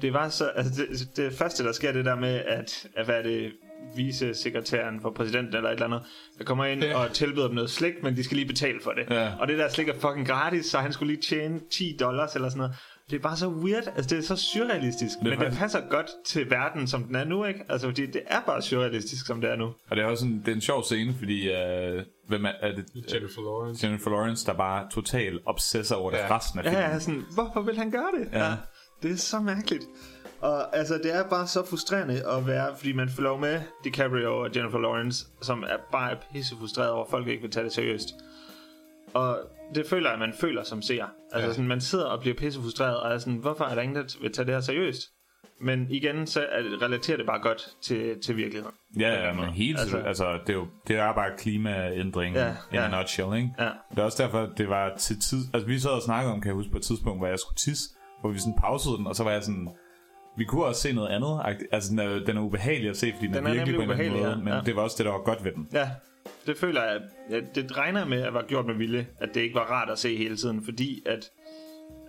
Speaker 1: det var så, altså det, det første, der sker, det der med, at, at hvad er det, vicesekretæren for præsidenten eller et eller andet, der kommer ind
Speaker 3: Ja.
Speaker 1: yeah. og tilbyder dem noget slik, men de skal lige betale for det.
Speaker 2: Ja.
Speaker 1: Og det der slik er fucking gratis, så han skulle lige tjene 10 dollars eller sådan noget. Det er bare så weird, altså det er så surrealistisk, men det
Speaker 2: faktisk-
Speaker 1: passer godt til verden, som den er nu, ikke? Altså fordi det er bare surrealistisk, som det er nu.
Speaker 2: Og det er også en, det er en sjov scene, fordi øh, hvem er, er det? øh,
Speaker 3: Jennifer Lawrence.
Speaker 2: Jennifer Lawrence, der bare totalt obsesser over det
Speaker 3: Ja.
Speaker 2: resten af
Speaker 1: Ja,
Speaker 2: filmen.
Speaker 1: ja, sådan, hvorfor vil han gøre det? Ah,
Speaker 2: Ja.
Speaker 1: Det er så mærkeligt. Og altså, det er bare så frustrerende at være, fordi man følger med DiCaprio og Jennifer Lawrence, som er bare er pisse frustreret over, at folk ikke vil tage det seriøst. Og det føler jeg, at man føler som seer. Altså,
Speaker 3: Ja.
Speaker 1: ja. sådan, man sidder og bliver pisse frustreret, og er sådan, hvorfor er der ingen, der vil tage det her seriøst? Men igen, så er det- relaterer det bare godt til, til virkeligheden.
Speaker 2: Ja, ja, men helt altså,
Speaker 1: Altså-
Speaker 2: altså det, er jo, det er bare klimaændring ja,
Speaker 1: Ja,
Speaker 2: in ja.
Speaker 1: ja.
Speaker 2: a nutshell, ikke?
Speaker 1: Ja.
Speaker 2: Det er også derfor, at det var til tid... Altså, vi sad og snakkede om, kan jeg huske, på et tidspunkt, hvor jeg skulle tisse, hvor vi sådan pausede den, og så var jeg sådan... Vi kunne også se noget andet. agtigt. Altså, den er, den er ubehagelig at se, fordi den,
Speaker 1: Den
Speaker 2: er
Speaker 1: er
Speaker 2: virkelig
Speaker 1: nemlig
Speaker 2: på en eller anden måde.
Speaker 1: ubehagelig,
Speaker 2: Ja.
Speaker 1: ja. Ja.
Speaker 2: Men det var også det, der var godt ved den.
Speaker 1: Ja, det føler jeg, at det regner med, at var gjort med vilje, at det ikke var rart at se hele tiden, fordi at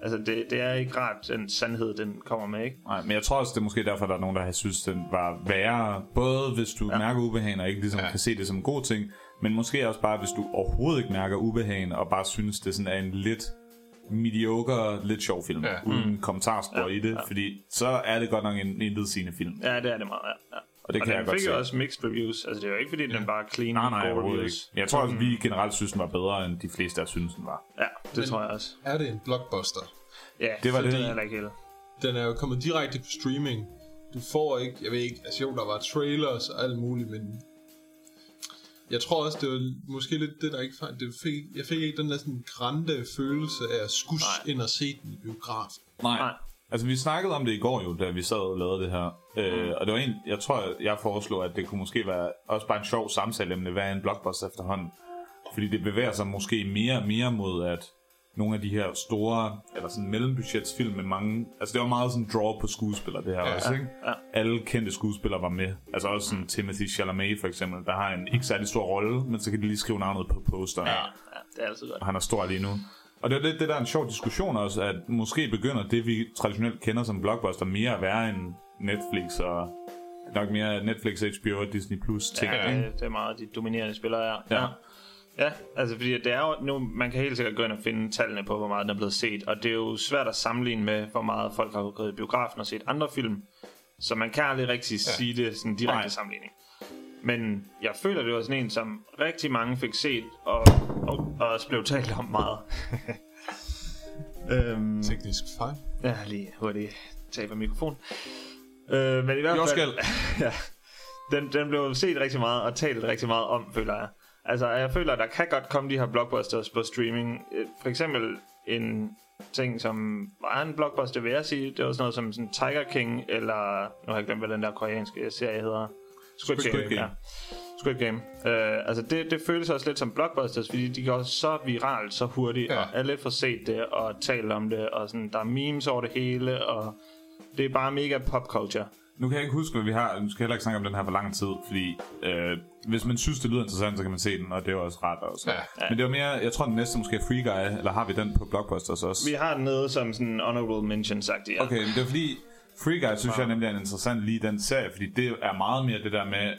Speaker 1: altså det, det er ikke rart, den sandhed, den kommer med, ikke?
Speaker 2: Nej, men jeg tror også, det er måske derfor, der er nogen, der har synes, den var værre. Både hvis du ja. mærker ubehagen og ikke ligesom ja. kan se det som en god ting, men måske også bare, hvis du overhovedet ikke mærker ubehagen og bare synes, det sådan er en lidt mediocre, lidt sjov film, ja.
Speaker 3: Ja.
Speaker 2: uden mm. kommentarspor ja. i det, fordi så er det godt nok en intetsigende film.
Speaker 1: Ja, det er det meget, ja. ja.
Speaker 2: Og det kan
Speaker 1: den
Speaker 2: jeg godt
Speaker 1: fik jo
Speaker 2: se.
Speaker 1: også mixed reviews, altså det er jo ikke fordi, den bare er clean
Speaker 2: Nej, nej,
Speaker 1: gode
Speaker 2: overhovedet ikke.
Speaker 1: reviews.
Speaker 2: Jeg tror også, Mm. vi generelt synes, den var bedre, end de fleste, der synes, den var.
Speaker 1: Ja, det tror jeg også.
Speaker 3: Er det en blockbuster?
Speaker 1: Ja,
Speaker 2: Det var
Speaker 1: så
Speaker 2: det.
Speaker 1: er heller ikke helt.
Speaker 3: Den er jo kommet direkte på streaming. Du får ikke, jeg ved ikke, altså jo, der var trailers og alt muligt, men jeg tror også, det var måske lidt det, der ikke fang. Det fik, jeg fik ikke den der sådan grande følelse af at skus
Speaker 1: Nej.
Speaker 3: ind og se den i biografen.
Speaker 2: Nej. Nej.
Speaker 1: Nej.
Speaker 2: Altså, vi snakkede om det i går jo, da vi sad og lavede det her. Øh, og det var en, jeg tror, jeg foreslog, at det kunne måske være også bare en sjov samtale, om det hvad er en blockbuster efterhånden. Fordi det bevæger sig måske mere og mere mod, at nogle af de her store, eller sådan mellembudgetsfilm med mange... Altså, det var meget sådan draw på skuespillere, det her ja, også, ikke? Ja. Alle kendte skuespillere var med. Altså også sådan Timothy Chalamet, for eksempel, der har en ikke særlig stor rolle, men så kan de lige skrive navnet på posteren
Speaker 1: Ja, ja, det er altid godt.
Speaker 2: og han er stor lige nu. Og det er lidt det, der er en sjov diskussion også, at måske begynder det, vi traditionelt kender som blockbuster, mere at være en Netflix og nok mere Netflix, HBO og Disney Plus ting.
Speaker 1: Ja,
Speaker 2: ikke?
Speaker 1: det, det er meget de dominerende spillere, ja.
Speaker 2: Ja.
Speaker 1: Ja, altså fordi det er jo, nu, man kan helt sikkert gå ind og finde tallene på, hvor meget den er blevet set, og det er jo svært at sammenligne med, hvor meget folk har gået i biografen og set andre film, så man kan aldrig rigtig ja. sige det sådan en direkte
Speaker 2: Nej.
Speaker 1: Nej. sammenligning. Men jeg føler, det var sådan en, som rigtig mange fik set, og, og, og også blev talt om meget. øhm,
Speaker 3: Teknisk fejl.
Speaker 1: jeg har lige hurtigt taber mikrofon. Øh, men i hvert fald...
Speaker 2: Jordskælv.
Speaker 1: ja, den, den blev set rigtig meget og talt rigtig meget om, føler jeg. Altså, jeg føler, der kan godt komme de her blockbusters på streaming. Øh, For eksempel en ting, som var en blockbuster, vil jeg sige. Det var sådan noget som sådan Tiger King, eller... Nu har jeg glemt, hvad den der koreanske serie hedder. Squid,
Speaker 2: Squid
Speaker 1: Squid Game.
Speaker 2: Game.
Speaker 1: Ja. Squid Game. Øh, altså, det, det føles også lidt som blockbusters, fordi de går så viralt så hurtigt,
Speaker 3: Ja.
Speaker 1: ja. og alle får set det og talt om det, og sådan, der er memes over det hele, og det er bare mega pop culture.
Speaker 2: Nu kan jeg ikke huske, hvad vi har. Nu skal jeg heller ikke snakke om den her for lang tid, fordi øh, hvis man synes, det lyder interessant, så kan man se den, og det er jo også ret også.
Speaker 3: Ja.
Speaker 2: Men det var mere, jeg tror, den næste måske er Free Guy, eller har vi den på Blockbusters også?
Speaker 1: Vi har den nede som sådan honorable mention sagt, ja.
Speaker 2: Okay, men det er fordi, Free Guy synes jeg nemlig er en interessant lige den serie, fordi det er meget mere det der med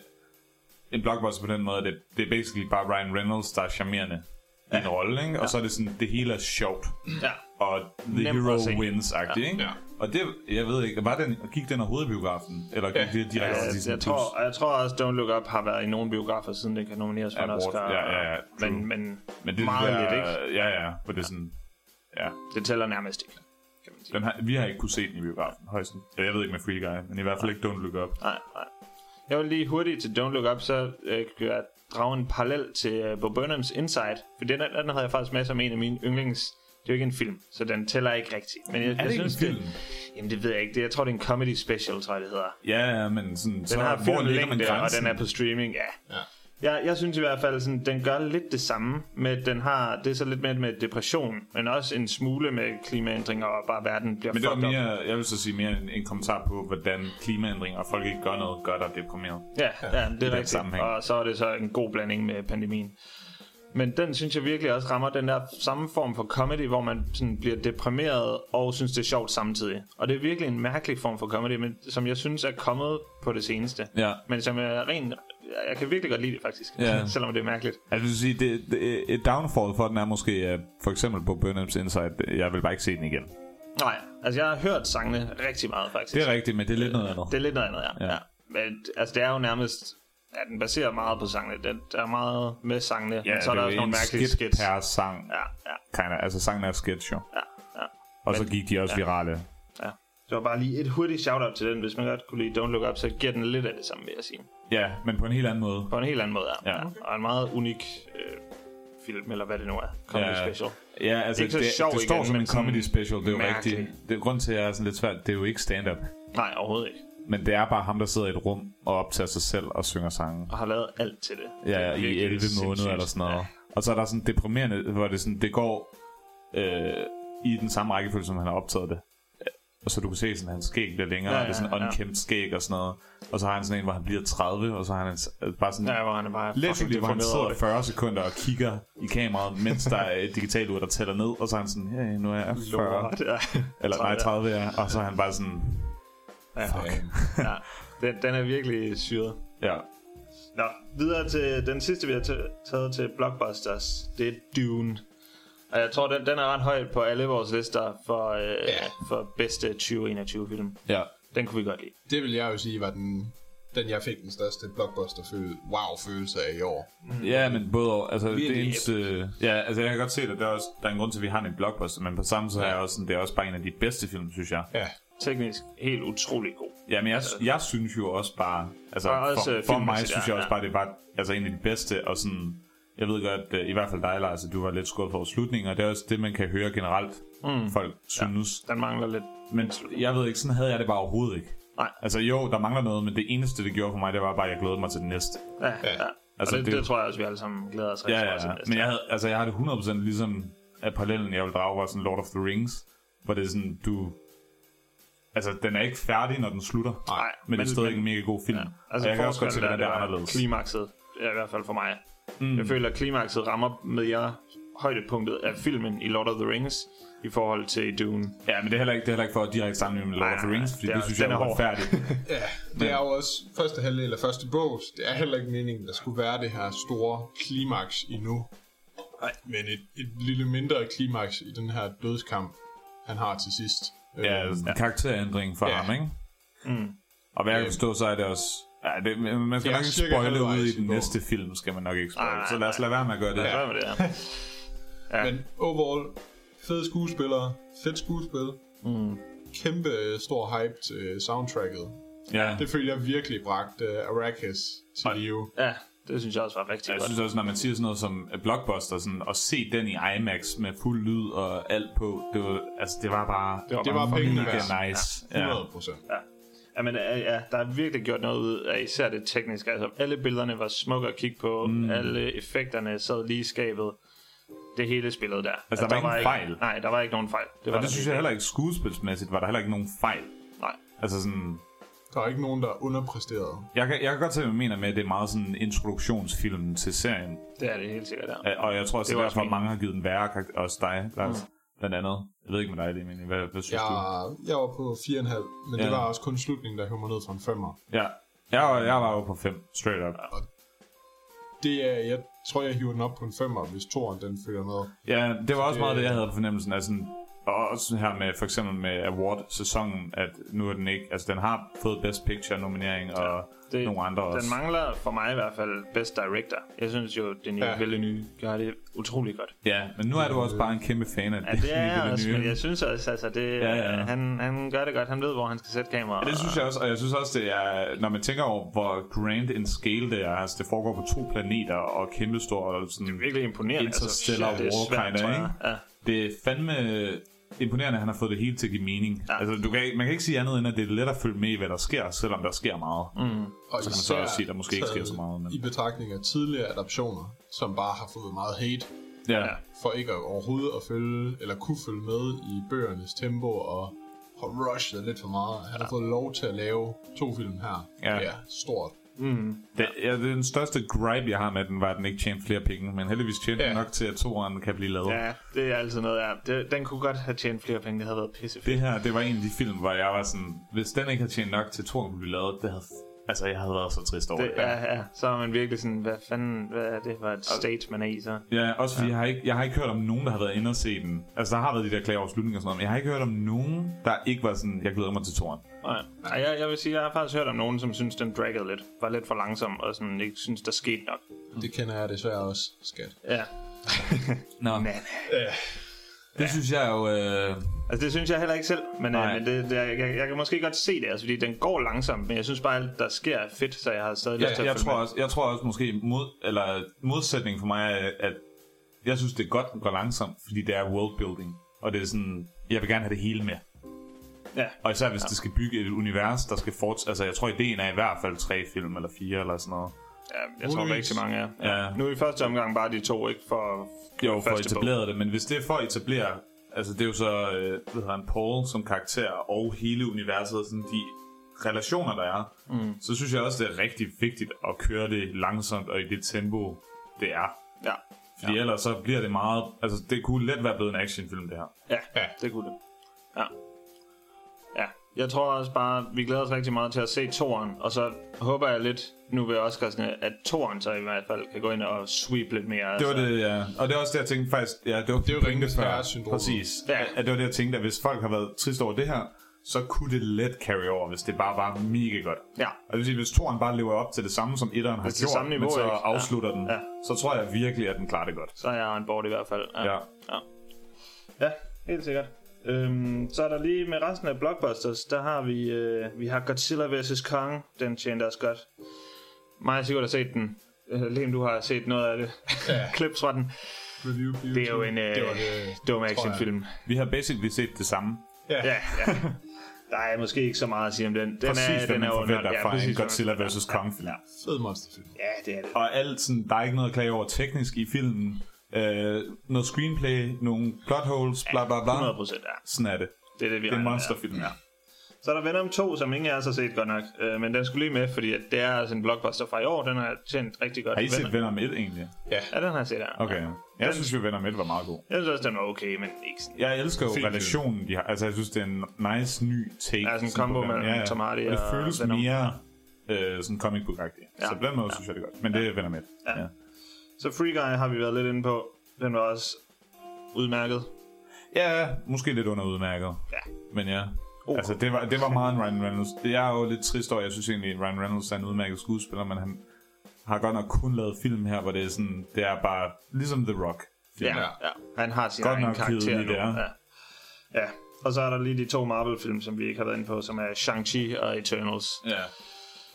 Speaker 2: en blockbuster på den måde, det, det er basically bare Ryan Reynolds, der er charmerende ja. i en rolle, ikke? og ja. så er det sådan, det hele er sjovt,
Speaker 1: Ja.
Speaker 2: og the
Speaker 1: Nemt
Speaker 2: hero
Speaker 1: at se.
Speaker 2: wins-agtigt, ja. ikke?
Speaker 3: Ja.
Speaker 2: Og det, jeg ved ikke, var den, gik den overhovedet i biografen, eller gik
Speaker 3: Ja.
Speaker 2: det direkte til
Speaker 1: Jeg,
Speaker 2: Disney+.
Speaker 1: Øh, jeg, tror, og jeg tror også, Don't Look Up har været i nogle biografer, siden den kan nomineres for en
Speaker 2: Award.
Speaker 1: Oscar.
Speaker 2: Ja, ja, ja. True.
Speaker 1: Men, men,
Speaker 2: Men det
Speaker 1: meget
Speaker 2: der,
Speaker 1: lidt, ikke?
Speaker 2: Ja, ja, hvor det er sådan, ja,
Speaker 1: Det tæller nærmest ikke. Kan man sige.
Speaker 2: den har, vi har ikke kunne se den i biografen, højst. Jeg ved ikke med Free Guy, men i hvert fald ikke Don't Look Up.
Speaker 1: Nej, nej. Jeg vil lige hurtigt til Don't Look Up, så øh, kan jeg drage en parallel til øh, Bob Burnhams Inside. For den, den havde jeg faktisk med som en af mine yndlings... Det er jo ikke en film, så den tæller ikke rigtigt. Men jeg, er jeg
Speaker 2: ikke en
Speaker 1: synes,
Speaker 2: film?
Speaker 1: Det, jamen det ved jeg ikke. Det, jeg tror, det er en comedy special, tror jeg det hedder.
Speaker 2: Ja, ja, men sådan, den så
Speaker 1: Den har
Speaker 2: hvor
Speaker 1: fuld
Speaker 2: ligger man
Speaker 1: længde, og
Speaker 2: grænsen?
Speaker 1: den er på streaming, ja.
Speaker 3: Ja.
Speaker 1: Jeg, jeg synes i hvert fald, sådan, den gør lidt det samme. Med, at den har, det er så lidt mere med depression, men også en smule med klimaændringer, og bare verden bliver
Speaker 2: Men det var
Speaker 1: fucked up.
Speaker 2: mere, jeg vil så sige mere en, en kommentar på, hvordan klimaændringer og folk ikke gør noget, gør dig deprimeret.
Speaker 1: Ja, ja, det er rigtigt.
Speaker 2: sammenhæng.
Speaker 1: Og så er det så en god blanding med pandemien. Men den synes jeg virkelig også rammer den der samme form for comedy, hvor man sådan bliver deprimeret og synes, det er sjovt samtidig. Og det er virkelig en mærkelig form for comedy, men, som jeg synes er kommet på det seneste.
Speaker 2: Ja.
Speaker 1: Men som er ren... Jeg kan virkelig godt lide det faktisk,
Speaker 2: Ja.
Speaker 1: selvom det er mærkeligt.
Speaker 2: Altså, jeg vil sige, det, det, et downfall for den er måske, at for eksempel på Burnham's Insight, jeg vil bare ikke se den igen.
Speaker 1: Nej, altså jeg har hørt sangene rigtig meget faktisk.
Speaker 2: Det er rigtigt, men det er lidt noget andet.
Speaker 1: Det er lidt noget andet, ja.
Speaker 2: Ja.
Speaker 1: ja. ja. Men altså, det er jo nærmest... Ja, den baserer meget på sangene. Den der er meget med sangene, ja, men så er der
Speaker 2: jo
Speaker 1: også nogle
Speaker 2: en
Speaker 1: mærkelige
Speaker 2: skit
Speaker 1: skits. Ja,
Speaker 2: per sang.
Speaker 1: ja, ja,
Speaker 2: Kinda. Altså, sangen er et sketch, jo.
Speaker 1: ja.
Speaker 2: Og så gik de også virale.
Speaker 1: ja. Så bare lige et hurtigt shout-out til den. Hvis man godt kunne lide Don't Look Up, så giver den lidt af det samme, vil jeg sige.
Speaker 2: Ja, men på en helt anden måde.
Speaker 1: På en helt anden måde, ja.
Speaker 2: Ja.
Speaker 1: Og en meget unik øh, film, eller hvad det nu er. Comedy
Speaker 2: Ja.
Speaker 1: special.
Speaker 2: Ja, altså,
Speaker 1: Ikke så
Speaker 2: det,
Speaker 1: sjov
Speaker 2: det står
Speaker 1: igen,
Speaker 2: som
Speaker 1: men
Speaker 2: en comedy
Speaker 1: sådan
Speaker 2: special, det er jo
Speaker 1: mærkelig.
Speaker 2: rigtigt. Det er grund til, at jeg er sådan lidt svært, det er jo ikke stand-up.
Speaker 1: Nej, overhovedet ikke.
Speaker 2: Men det er bare ham, der sidder i et rum og optager sig selv og synger sange.
Speaker 1: Og har lavet alt til det. Det
Speaker 2: Ja,
Speaker 1: er
Speaker 2: i
Speaker 1: virkelig
Speaker 2: 11 måneder
Speaker 1: sindssygt.
Speaker 2: eller sådan noget. Og så er der sådan deprimerende, hvor det, sådan, det går øh, i den samme rækkefølge, som han har optaget det. Og så du kan se, sådan, at hans skæg bliver længere, ja,
Speaker 1: Ja,
Speaker 2: ja, og det er sådan
Speaker 1: ja, ja.
Speaker 2: unkæmt skæg og sådan noget. Og så har han sådan en, hvor han bliver 30, og så har han øh, bare sådan...
Speaker 1: Ja, hvor han er bare
Speaker 2: Literally, hvor han
Speaker 1: deprimeret over
Speaker 2: sidder
Speaker 1: det.
Speaker 2: 40 sekunder og kigger i kameraet, mens der er et digitalt ur, der tæller ned, og så er han sådan, hey, nu er jeg 40,
Speaker 1: Lort, ja.
Speaker 2: eller nej,
Speaker 1: 30.
Speaker 2: 30 er, og så er han bare sådan,
Speaker 1: Ja, ja. Den, den er virkelig syret.
Speaker 2: ja,
Speaker 1: Nå, videre til den sidste, vi har t- taget til Blockbusters. Det er Dune. Og jeg tror, den, den er ret højt på alle vores lister for, øh,
Speaker 3: Ja.
Speaker 1: ja. for bedste 2021-film.
Speaker 2: ja.
Speaker 1: Den kunne vi godt lide.
Speaker 3: Det vil jeg jo sige var den, den jeg fik den største blockbuster wow-følelse af i år.
Speaker 2: Ja, men både og, altså det
Speaker 1: Virkelig
Speaker 2: eneste, ja, altså jeg kan godt se det, der er, også, der er en grund til, at vi har den i blockbuster, men på samme tid er jeg også sådan, det er også bare en af de bedste film, synes jeg.
Speaker 3: Ja,
Speaker 1: Teknisk helt utrolig god.
Speaker 2: Ja, men jeg, jeg synes jo også bare, altså
Speaker 1: Og også,
Speaker 2: for,
Speaker 1: øh,
Speaker 2: for mig
Speaker 1: filmmæssigt,
Speaker 2: synes
Speaker 1: ja,
Speaker 2: jeg også
Speaker 1: ja.
Speaker 2: bare, det var altså en af de bedste, og sådan, jeg ved godt, øh, i hvert fald dig, Lars, at du var lidt skuffet over slutningen, og det er også det, man kan høre generelt, mm. folk synes.
Speaker 1: Den mangler lidt.
Speaker 2: Men jeg ved ikke, sådan havde jeg det bare overhovedet ikke.
Speaker 1: Nej.
Speaker 2: Altså jo, der mangler noget, men det eneste, det gjorde for mig, det var bare, at jeg glædede mig til den næste.
Speaker 1: Ja, ja.
Speaker 2: Altså,
Speaker 1: Altså, det,
Speaker 2: det-
Speaker 1: det, tror jeg også, vi alle sammen glæder os rigtig
Speaker 2: Ja, ja,
Speaker 1: meget til
Speaker 2: ja.
Speaker 1: næste
Speaker 2: Men jeg,
Speaker 1: år.
Speaker 2: havde, altså, jeg har det 100% ligesom at parallellen, jeg vil drage, var sådan Lord of the Rings, hvor det er sådan, du... Altså, den er ikke færdig, når den slutter.
Speaker 1: Nej,
Speaker 2: men, det er
Speaker 1: men-
Speaker 2: stadig
Speaker 1: men-
Speaker 2: en mega god film. Ja. Altså,
Speaker 1: Altså,
Speaker 2: og jeg kan også godt se,
Speaker 1: forskellen
Speaker 2: hvordan det er
Speaker 1: der, det var
Speaker 2: anderledes.
Speaker 1: Klimakset, ja, i hvert fald for mig. Mm. Jeg føler, at klimakset rammer med jer højdepunktet af filmen i Lord of the Rings i forhold til Dune.
Speaker 2: Ja, men det er heller ikke, det er heller ikke for at direkte sammenligne med Lord
Speaker 1: Nej,
Speaker 2: of the
Speaker 1: nej,
Speaker 2: Rings,
Speaker 1: nej.
Speaker 2: fordi
Speaker 1: Det
Speaker 2: det,
Speaker 1: er-
Speaker 2: det synes jeg
Speaker 1: den
Speaker 2: er
Speaker 1: er hård.
Speaker 2: uretfærdigt.
Speaker 3: ja. Det er jo også første halvdel af første bog. Det er heller ikke meningen, der skulle være det her store klimaks endnu. Nej. Men et, et lille mindre klimaks i den her dødskamp, han har til sidst.
Speaker 2: ja,
Speaker 3: Øhm,
Speaker 2: altså, en karakterændring for
Speaker 3: Ja.
Speaker 2: ham, ikke? Mm. Og hvad jeg kan forstå, så er det også... Ja, det, man skal
Speaker 3: Ja,
Speaker 2: nok ikke
Speaker 3: cirka
Speaker 2: spoile ud i
Speaker 3: halvvejs i
Speaker 2: den
Speaker 3: bogen.
Speaker 2: næste film, skal man nok ikke spoile.
Speaker 1: Nej, nej,
Speaker 2: Så lad os lade være med at gøre det.
Speaker 1: Hvad ja. med det her?
Speaker 3: Men overall, fede skuespillere, fedt skuespil. Mm. Kæmpe øh, stor hype til øh, soundtracket.
Speaker 2: Ja.
Speaker 3: Det føler jeg virkelig bragt uh, Arrakis til live.
Speaker 1: Ja, det synes jeg også var rigtig
Speaker 2: Jeg
Speaker 1: godt.
Speaker 2: synes også, når man siger sådan noget som øh, Blockbuster, sådan, og se den i IMAX med fuld lyd og alt på, det var, altså, det var bare
Speaker 1: var
Speaker 3: Det var
Speaker 1: mange
Speaker 3: pengene
Speaker 2: mega
Speaker 3: værd.
Speaker 2: nice. Ja.
Speaker 3: 100 procent. Ja.
Speaker 1: Jamen, ja, ja, der er virkelig gjort noget ud af især det tekniske. Altså, alle billederne var smukke at kigge på. Mm. Alle effekterne sad lige i skabet. Det hele spillet der. Altså,
Speaker 2: der var ingen fejl.
Speaker 1: Nej, der var ikke nogen fejl. Det var
Speaker 2: Og det
Speaker 1: der
Speaker 2: synes jeg
Speaker 1: ikke.
Speaker 2: heller ikke skuespilsmæssigt, var der heller ikke nogen fejl.
Speaker 1: Nej.
Speaker 2: Altså sådan,
Speaker 3: Der er ikke nogen, der er underpræsteret.
Speaker 2: jeg kan, jeg kan godt se, hvad man mener med, at det er meget sådan en introduktionsfilm til serien.
Speaker 1: Det er det helt sikkert der.
Speaker 2: Øh, Og jeg tror
Speaker 1: Det
Speaker 2: også, det
Speaker 1: var
Speaker 2: er
Speaker 1: også
Speaker 2: derfor,
Speaker 1: min-
Speaker 2: mange har givet den værre karakter. Også dig, Lars, mm. blandt andet. Jeg ved ikke med dig, Lemini. Hvad, hvad synes
Speaker 3: Jeg,
Speaker 2: du?
Speaker 3: jeg var på 4,5, men ja.
Speaker 2: Ja.
Speaker 3: det var også kun slutningen, der høvde mig ned fra en 5'er.
Speaker 2: Ja. Jeg var, jeg var jo på 5, straight up.
Speaker 3: Det er, jeg tror, jeg hiver den op på en 5'er, hvis toren den følger med.
Speaker 2: Ja, det var også meget
Speaker 1: Øh.
Speaker 2: det, jeg havde på fornemmelsen af sådan, og også her med, for eksempel med Award-sæsonen, at nu er den ikke, altså den har fået Best Picture-nominering og det, nogle andre også.
Speaker 1: Den mangler for mig i hvert fald Best Director. Jeg synes jo, den
Speaker 3: Ja.
Speaker 1: ja. vældig nye gør det utrolig godt.
Speaker 2: Ja, men nu er du også bare en kæmpe fan af
Speaker 1: Ja, det er jeg
Speaker 2: nye,
Speaker 1: også,
Speaker 2: nye.
Speaker 1: men jeg synes også, altså, det, ja,
Speaker 2: ja.
Speaker 1: ja. Han, han gør det godt. Han ved, hvor han skal sætte kameraet.
Speaker 2: Ja, det synes jeg også, og jeg synes også, det er, når man tænker over, hvor grand en scale det er, altså det foregår på to planeter og kæmpestor, og sådan,
Speaker 1: er virkelig imponerende. altså,
Speaker 2: Interstellar
Speaker 1: shit, det er
Speaker 2: War
Speaker 1: svært,
Speaker 2: kinda,
Speaker 1: tror jeg.
Speaker 2: ikke?
Speaker 1: Ja.
Speaker 2: det er fandme imponerende, at han har fået det hele til at give mening. Ja.
Speaker 1: Ja.
Speaker 2: Altså, du kan, ikke- man kan ikke sige andet end, at det er let at følge med i, hvad der sker, selvom der sker meget. Mm.
Speaker 3: Og så
Speaker 2: kan man så også sige, der måske ikke sker så meget, men-
Speaker 3: I betragtning af tidligere adaptioner, som bare har fået meget hate,
Speaker 2: Ja.
Speaker 1: Ja.
Speaker 3: for ikke at overhovedet at følge, eller kunne følge med i bøgernes tempo, og har rushet lidt for meget. Han har fået lov til at lave to film her.
Speaker 2: Ja.
Speaker 3: Det er stort.
Speaker 1: Mm.
Speaker 2: Det, ja, det er den største gripe, jeg har med den, var, at den ikke tjente flere penge. Men heldigvis tjente ja.
Speaker 3: Ja.
Speaker 2: den nok til, at toeren kan blive lavet.
Speaker 1: Ja, det er altså noget, ja. Det, den kunne godt have tjent flere penge, det havde været pisse
Speaker 2: Det her, det var en af de film, hvor jeg var sådan... Hvis den ikke havde tjent nok til, at toeren kunne blive lavet, det havde... Altså, jeg havde været så trist over det.
Speaker 1: Det, ja, ja. Så er man virkelig sådan, hvad fanden, hvad er det for et state, man er i så?
Speaker 2: Ja, også fordi ja. Jeg, har ikke, jeg har ikke hørt om nogen, der har været inde og se den. Altså, der har været de der klager over slutningen og sådan noget, men jeg har ikke hørt om nogen, der ikke var sådan, jeg glæder mig til toren.
Speaker 1: Nej, Nej, jeg, jeg vil sige, jeg har faktisk hørt om nogen, som synes, den draggede lidt. Var lidt for langsom, og sådan ikke synes, der skete nok.
Speaker 3: Det kender jeg desværre også, skat.
Speaker 1: Ja.
Speaker 2: Nå,
Speaker 1: Men,
Speaker 2: det synes jeg jo... Øh...
Speaker 1: altså det synes jeg heller ikke selv, men, øh,
Speaker 2: Nej.
Speaker 1: men det, det, jeg, jeg, jeg kan måske godt se det, altså, fordi den går langsomt, men jeg synes bare, alt der sker er fedt, så jeg har stadig lyst til
Speaker 2: Jeg,
Speaker 1: at
Speaker 2: jeg,
Speaker 1: følge
Speaker 2: tror
Speaker 1: med.
Speaker 2: også, jeg tror også måske, mod, eller modsætningen for mig er, at jeg synes, det er godt, den går langsomt, fordi det er worldbuilding. Og det er sådan, jeg vil gerne have det hele med.
Speaker 1: Ja.
Speaker 2: Og især hvis ja. det skal bygge et univers, der skal fortsætte... Altså, jeg tror, ideen er i hvert fald tre film eller fire eller sådan noget.
Speaker 1: ja, jeg tror
Speaker 3: Muligvis.
Speaker 1: rigtig mange er.
Speaker 2: Ja.
Speaker 1: Nu i første omgang bare de to, ikke? For
Speaker 2: Jo, for at
Speaker 1: første bog.
Speaker 2: etablere det, men hvis det er for at etablere, altså det er jo så, øh, hvad hedder han, Paul som karakter, og hele universet, og sådan de relationer, der er, mm. så synes jeg også, det er rigtig vigtigt at køre det langsomt og i det tempo, det er.
Speaker 1: Ja.
Speaker 2: Fordi ja. ellers så bliver det meget, altså det kunne let være blevet en actionfilm, det her.
Speaker 1: Ja, ja,
Speaker 3: Ja.
Speaker 1: det kunne det. Ja. Ja, jeg tror også bare, vi glæder os rigtig meget til at se toren, og så håber jeg lidt, nu ved Oscarsne, at toren så i hvert fald kan gå ind og sweep lidt mere. Altså,
Speaker 2: Det var det, ja. Og det er også det, jeg tænkte faktisk, ja, det var det
Speaker 3: jo
Speaker 2: pointe
Speaker 3: ringenes
Speaker 2: før.
Speaker 3: herre-syndromet.
Speaker 2: Præcis.
Speaker 1: Ja.
Speaker 2: Ja. At det var det, jeg tænkte, at hvis folk har været trist over det her, så kunne det let carry over, hvis det bare var mega godt.
Speaker 1: Ja.
Speaker 2: Og det vil sige, hvis toren bare lever op til det samme, som etteren har
Speaker 1: Hvis det er
Speaker 2: gjort,
Speaker 1: samme niveau,
Speaker 2: men så
Speaker 1: ikke? Ja.
Speaker 2: afslutter den,
Speaker 1: Ja.
Speaker 2: så tror jeg virkelig, at den klarer det godt.
Speaker 1: Så er jeg on board i hvert fald.
Speaker 2: Ja.
Speaker 1: Ja, ja helt sikkert. Øhm, så er der lige med resten af blockbusters, der har vi, øh, vi har Godzilla vs. Kong. Den tjente også godt. Mig og Sigurd har set den. Øh, Lem, du har set noget af det. Ja. Clips fra den.
Speaker 3: Review på
Speaker 1: Det er jo
Speaker 3: YouTube.
Speaker 1: en øh,
Speaker 3: Det var det,
Speaker 1: dum
Speaker 3: tror jeg.
Speaker 1: actionfilm.
Speaker 2: Vi har basically set det samme.
Speaker 1: Ja, ja. Der er måske ikke så meget at sige om den. Den
Speaker 2: Præcis,
Speaker 1: er,
Speaker 2: hvad
Speaker 1: den
Speaker 2: man
Speaker 1: er
Speaker 2: forventer
Speaker 1: underholdende.
Speaker 2: fra en
Speaker 1: præcis, hvad man
Speaker 2: Godzilla
Speaker 1: forventer.
Speaker 2: vs. Kong film.
Speaker 3: Fed monsterfilm.
Speaker 1: Ja, det er det.
Speaker 2: Og alt sådan, der er ikke noget at klage over teknisk i filmen. Øh, noget screenplay, nogle plot holes, bla bla bla.
Speaker 1: 100 procent, ja.
Speaker 2: Sådan er det.
Speaker 1: Det er det, vi
Speaker 2: Det er en
Speaker 1: regner med.
Speaker 2: monsterfilm, ja.
Speaker 1: Så er der Venom 2, som ingen af os har set godt nok. Øh, men den skulle lige med, fordi at det er altså en blockbuster fra i år. Den har tjent rigtig godt.
Speaker 2: Har I
Speaker 1: Venom-
Speaker 2: set Venom 1 egentlig?
Speaker 1: Ja, den har jeg set, ja.
Speaker 2: Okay. Jeg synes jo, Venom 1 var meget god.
Speaker 1: Jeg synes også, den var okay, men ikke sådan.
Speaker 2: Jeg elsker jo
Speaker 3: Sindssygt.
Speaker 2: relationen, de har. Altså, jeg synes, det er en nice ny take.
Speaker 1: Ja, sådan en
Speaker 2: sådan
Speaker 1: combo
Speaker 2: på Venom.
Speaker 1: mellem Tom Hardy
Speaker 2: og det
Speaker 1: og
Speaker 2: føles
Speaker 1: Venom.
Speaker 2: mere øh, sådan comic book -agtigt.
Speaker 1: Ja.
Speaker 2: Så på den måde synes jeg, det er godt. Men det er Venom 1. Ja. ja.
Speaker 1: Så Free Guy har vi været lidt inde på. Den var også udmærket.
Speaker 2: Ja, måske lidt under udmærket.
Speaker 1: Ja.
Speaker 2: Men ja. Altså, det var, det var meget en Ryan Reynolds. Jeg er jo lidt trist over, jeg synes egentlig, at Ryan Reynolds er en udmærket skuespiller, men han har godt nok kun lavet film her, hvor det er sådan, det er bare ligesom The Rock.
Speaker 1: Ja, ja. Han har sin
Speaker 2: Godt
Speaker 1: egen
Speaker 2: nok
Speaker 1: karakter
Speaker 2: kedeligt,
Speaker 1: nu.
Speaker 2: det er.
Speaker 1: Ja. ja. Og så er der lige de to Marvel-film, som vi ikke har været inde på, som er Shang-Chi og Eternals.
Speaker 2: ja.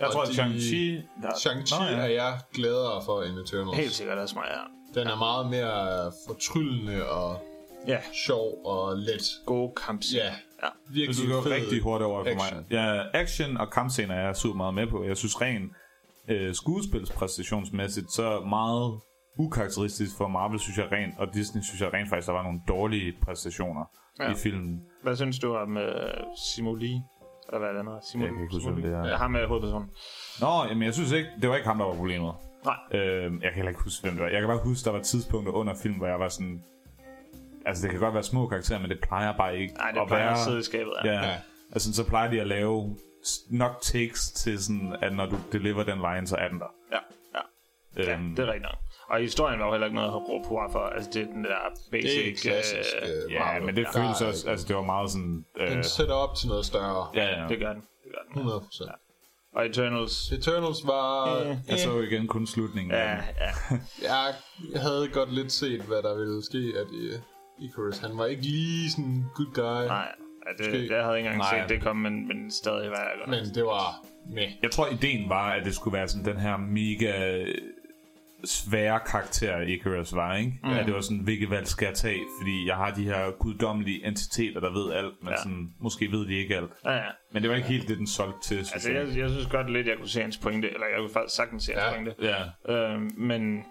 Speaker 2: Jeg
Speaker 3: Og
Speaker 2: tror, at
Speaker 3: de-
Speaker 2: Shang-Chi...
Speaker 3: Shang-Chi
Speaker 2: Nå, ja.
Speaker 3: er jeg gladere for end Eternals.
Speaker 1: Helt sikkert også mig, ja.
Speaker 3: Den er meget mere fortryllende og
Speaker 1: Ja,
Speaker 3: sjov og let.
Speaker 1: gode kampscener.
Speaker 3: Ja,
Speaker 1: Ja.
Speaker 2: Jeg
Speaker 3: virkelig
Speaker 2: synes, det går
Speaker 3: fed
Speaker 2: rigtig hurtigt over for
Speaker 3: action.
Speaker 2: mig. Ja, action og kampscener er jeg super meget med på. Jeg synes ren øh, skuespilspræstationsmæssigt, så meget ukarakteristisk for Marvel, synes jeg rent, og Disney synes jeg rent faktisk, der var nogle dårlige præstationer
Speaker 1: Ja.
Speaker 2: ja. i filmen.
Speaker 1: Hvad synes du om øh, Simoli? Eller hvad er det andet? Simon,
Speaker 2: Jeg kan ikke huske, hvem det er.
Speaker 1: Ja. Ham med hovedpersonen.
Speaker 2: Nå, jamen jeg synes ikke, det var ikke ham, der var problemet.
Speaker 1: Nej.
Speaker 2: Øh, jeg kan heller ikke huske, hvem det var. Jeg kan bare huske, der var tidspunkter under film, hvor jeg var sådan... Altså, det kan godt være små karakterer, men det plejer bare ikke
Speaker 1: Nej, det plejer at sidde i skabet. Ja.
Speaker 2: Ja. ja.
Speaker 3: Ja.
Speaker 2: Altså, så plejer de at lave s- nok takes til sådan, at når du deliver den line, så er den der.
Speaker 1: ja. ja. ja
Speaker 2: Øhm,
Speaker 1: det er rigtigt nok. Og historien var jo heller ikke noget at råbe hurra for. Altså, det er den der basic...
Speaker 3: Det er klassisk
Speaker 1: øh,
Speaker 3: øh,
Speaker 2: ja,
Speaker 3: Marvel.
Speaker 2: men det
Speaker 3: Der
Speaker 2: føles
Speaker 3: er-
Speaker 2: også, altså det var meget sådan... Øh,
Speaker 3: Den sætter op til noget større.
Speaker 2: ja, ja.
Speaker 1: Det gør den. Det gør den.
Speaker 3: 100%.
Speaker 1: Og Eternals...
Speaker 3: Eternals var... altså,
Speaker 2: Jeg så jo igen kun slutningen.
Speaker 1: Ja, ja.
Speaker 3: Jeg havde godt lidt set, hvad der ville ske, at øh, Icarus, han var ikke lige sådan en good guy,
Speaker 1: Nej, ja, det,
Speaker 3: Måske.
Speaker 1: jeg havde ikke engang
Speaker 2: Nej.
Speaker 1: set det komme, men, men stadig var jeg godt.
Speaker 3: men det var med.
Speaker 2: Jeg tror, ideen var, at det skulle være sådan den her mega øh, svære karakter, Icarus var, ikke? Mm. At det var sådan, hvilket valg skal jeg tage? Fordi jeg har de her guddommelige entiteter, der ved alt, men
Speaker 1: Ja.
Speaker 2: ja. sådan, måske ved de ikke alt.
Speaker 1: Ja, ja.
Speaker 2: Men det var ikke helt det, den solgte til, synes
Speaker 1: Altså,
Speaker 2: jeg.
Speaker 1: jeg, jeg synes godt lidt, jeg kunne se hans pointe, eller jeg kunne faktisk sagtens se hans
Speaker 3: Ja.
Speaker 1: pointe.
Speaker 2: Ja.
Speaker 1: Øh, men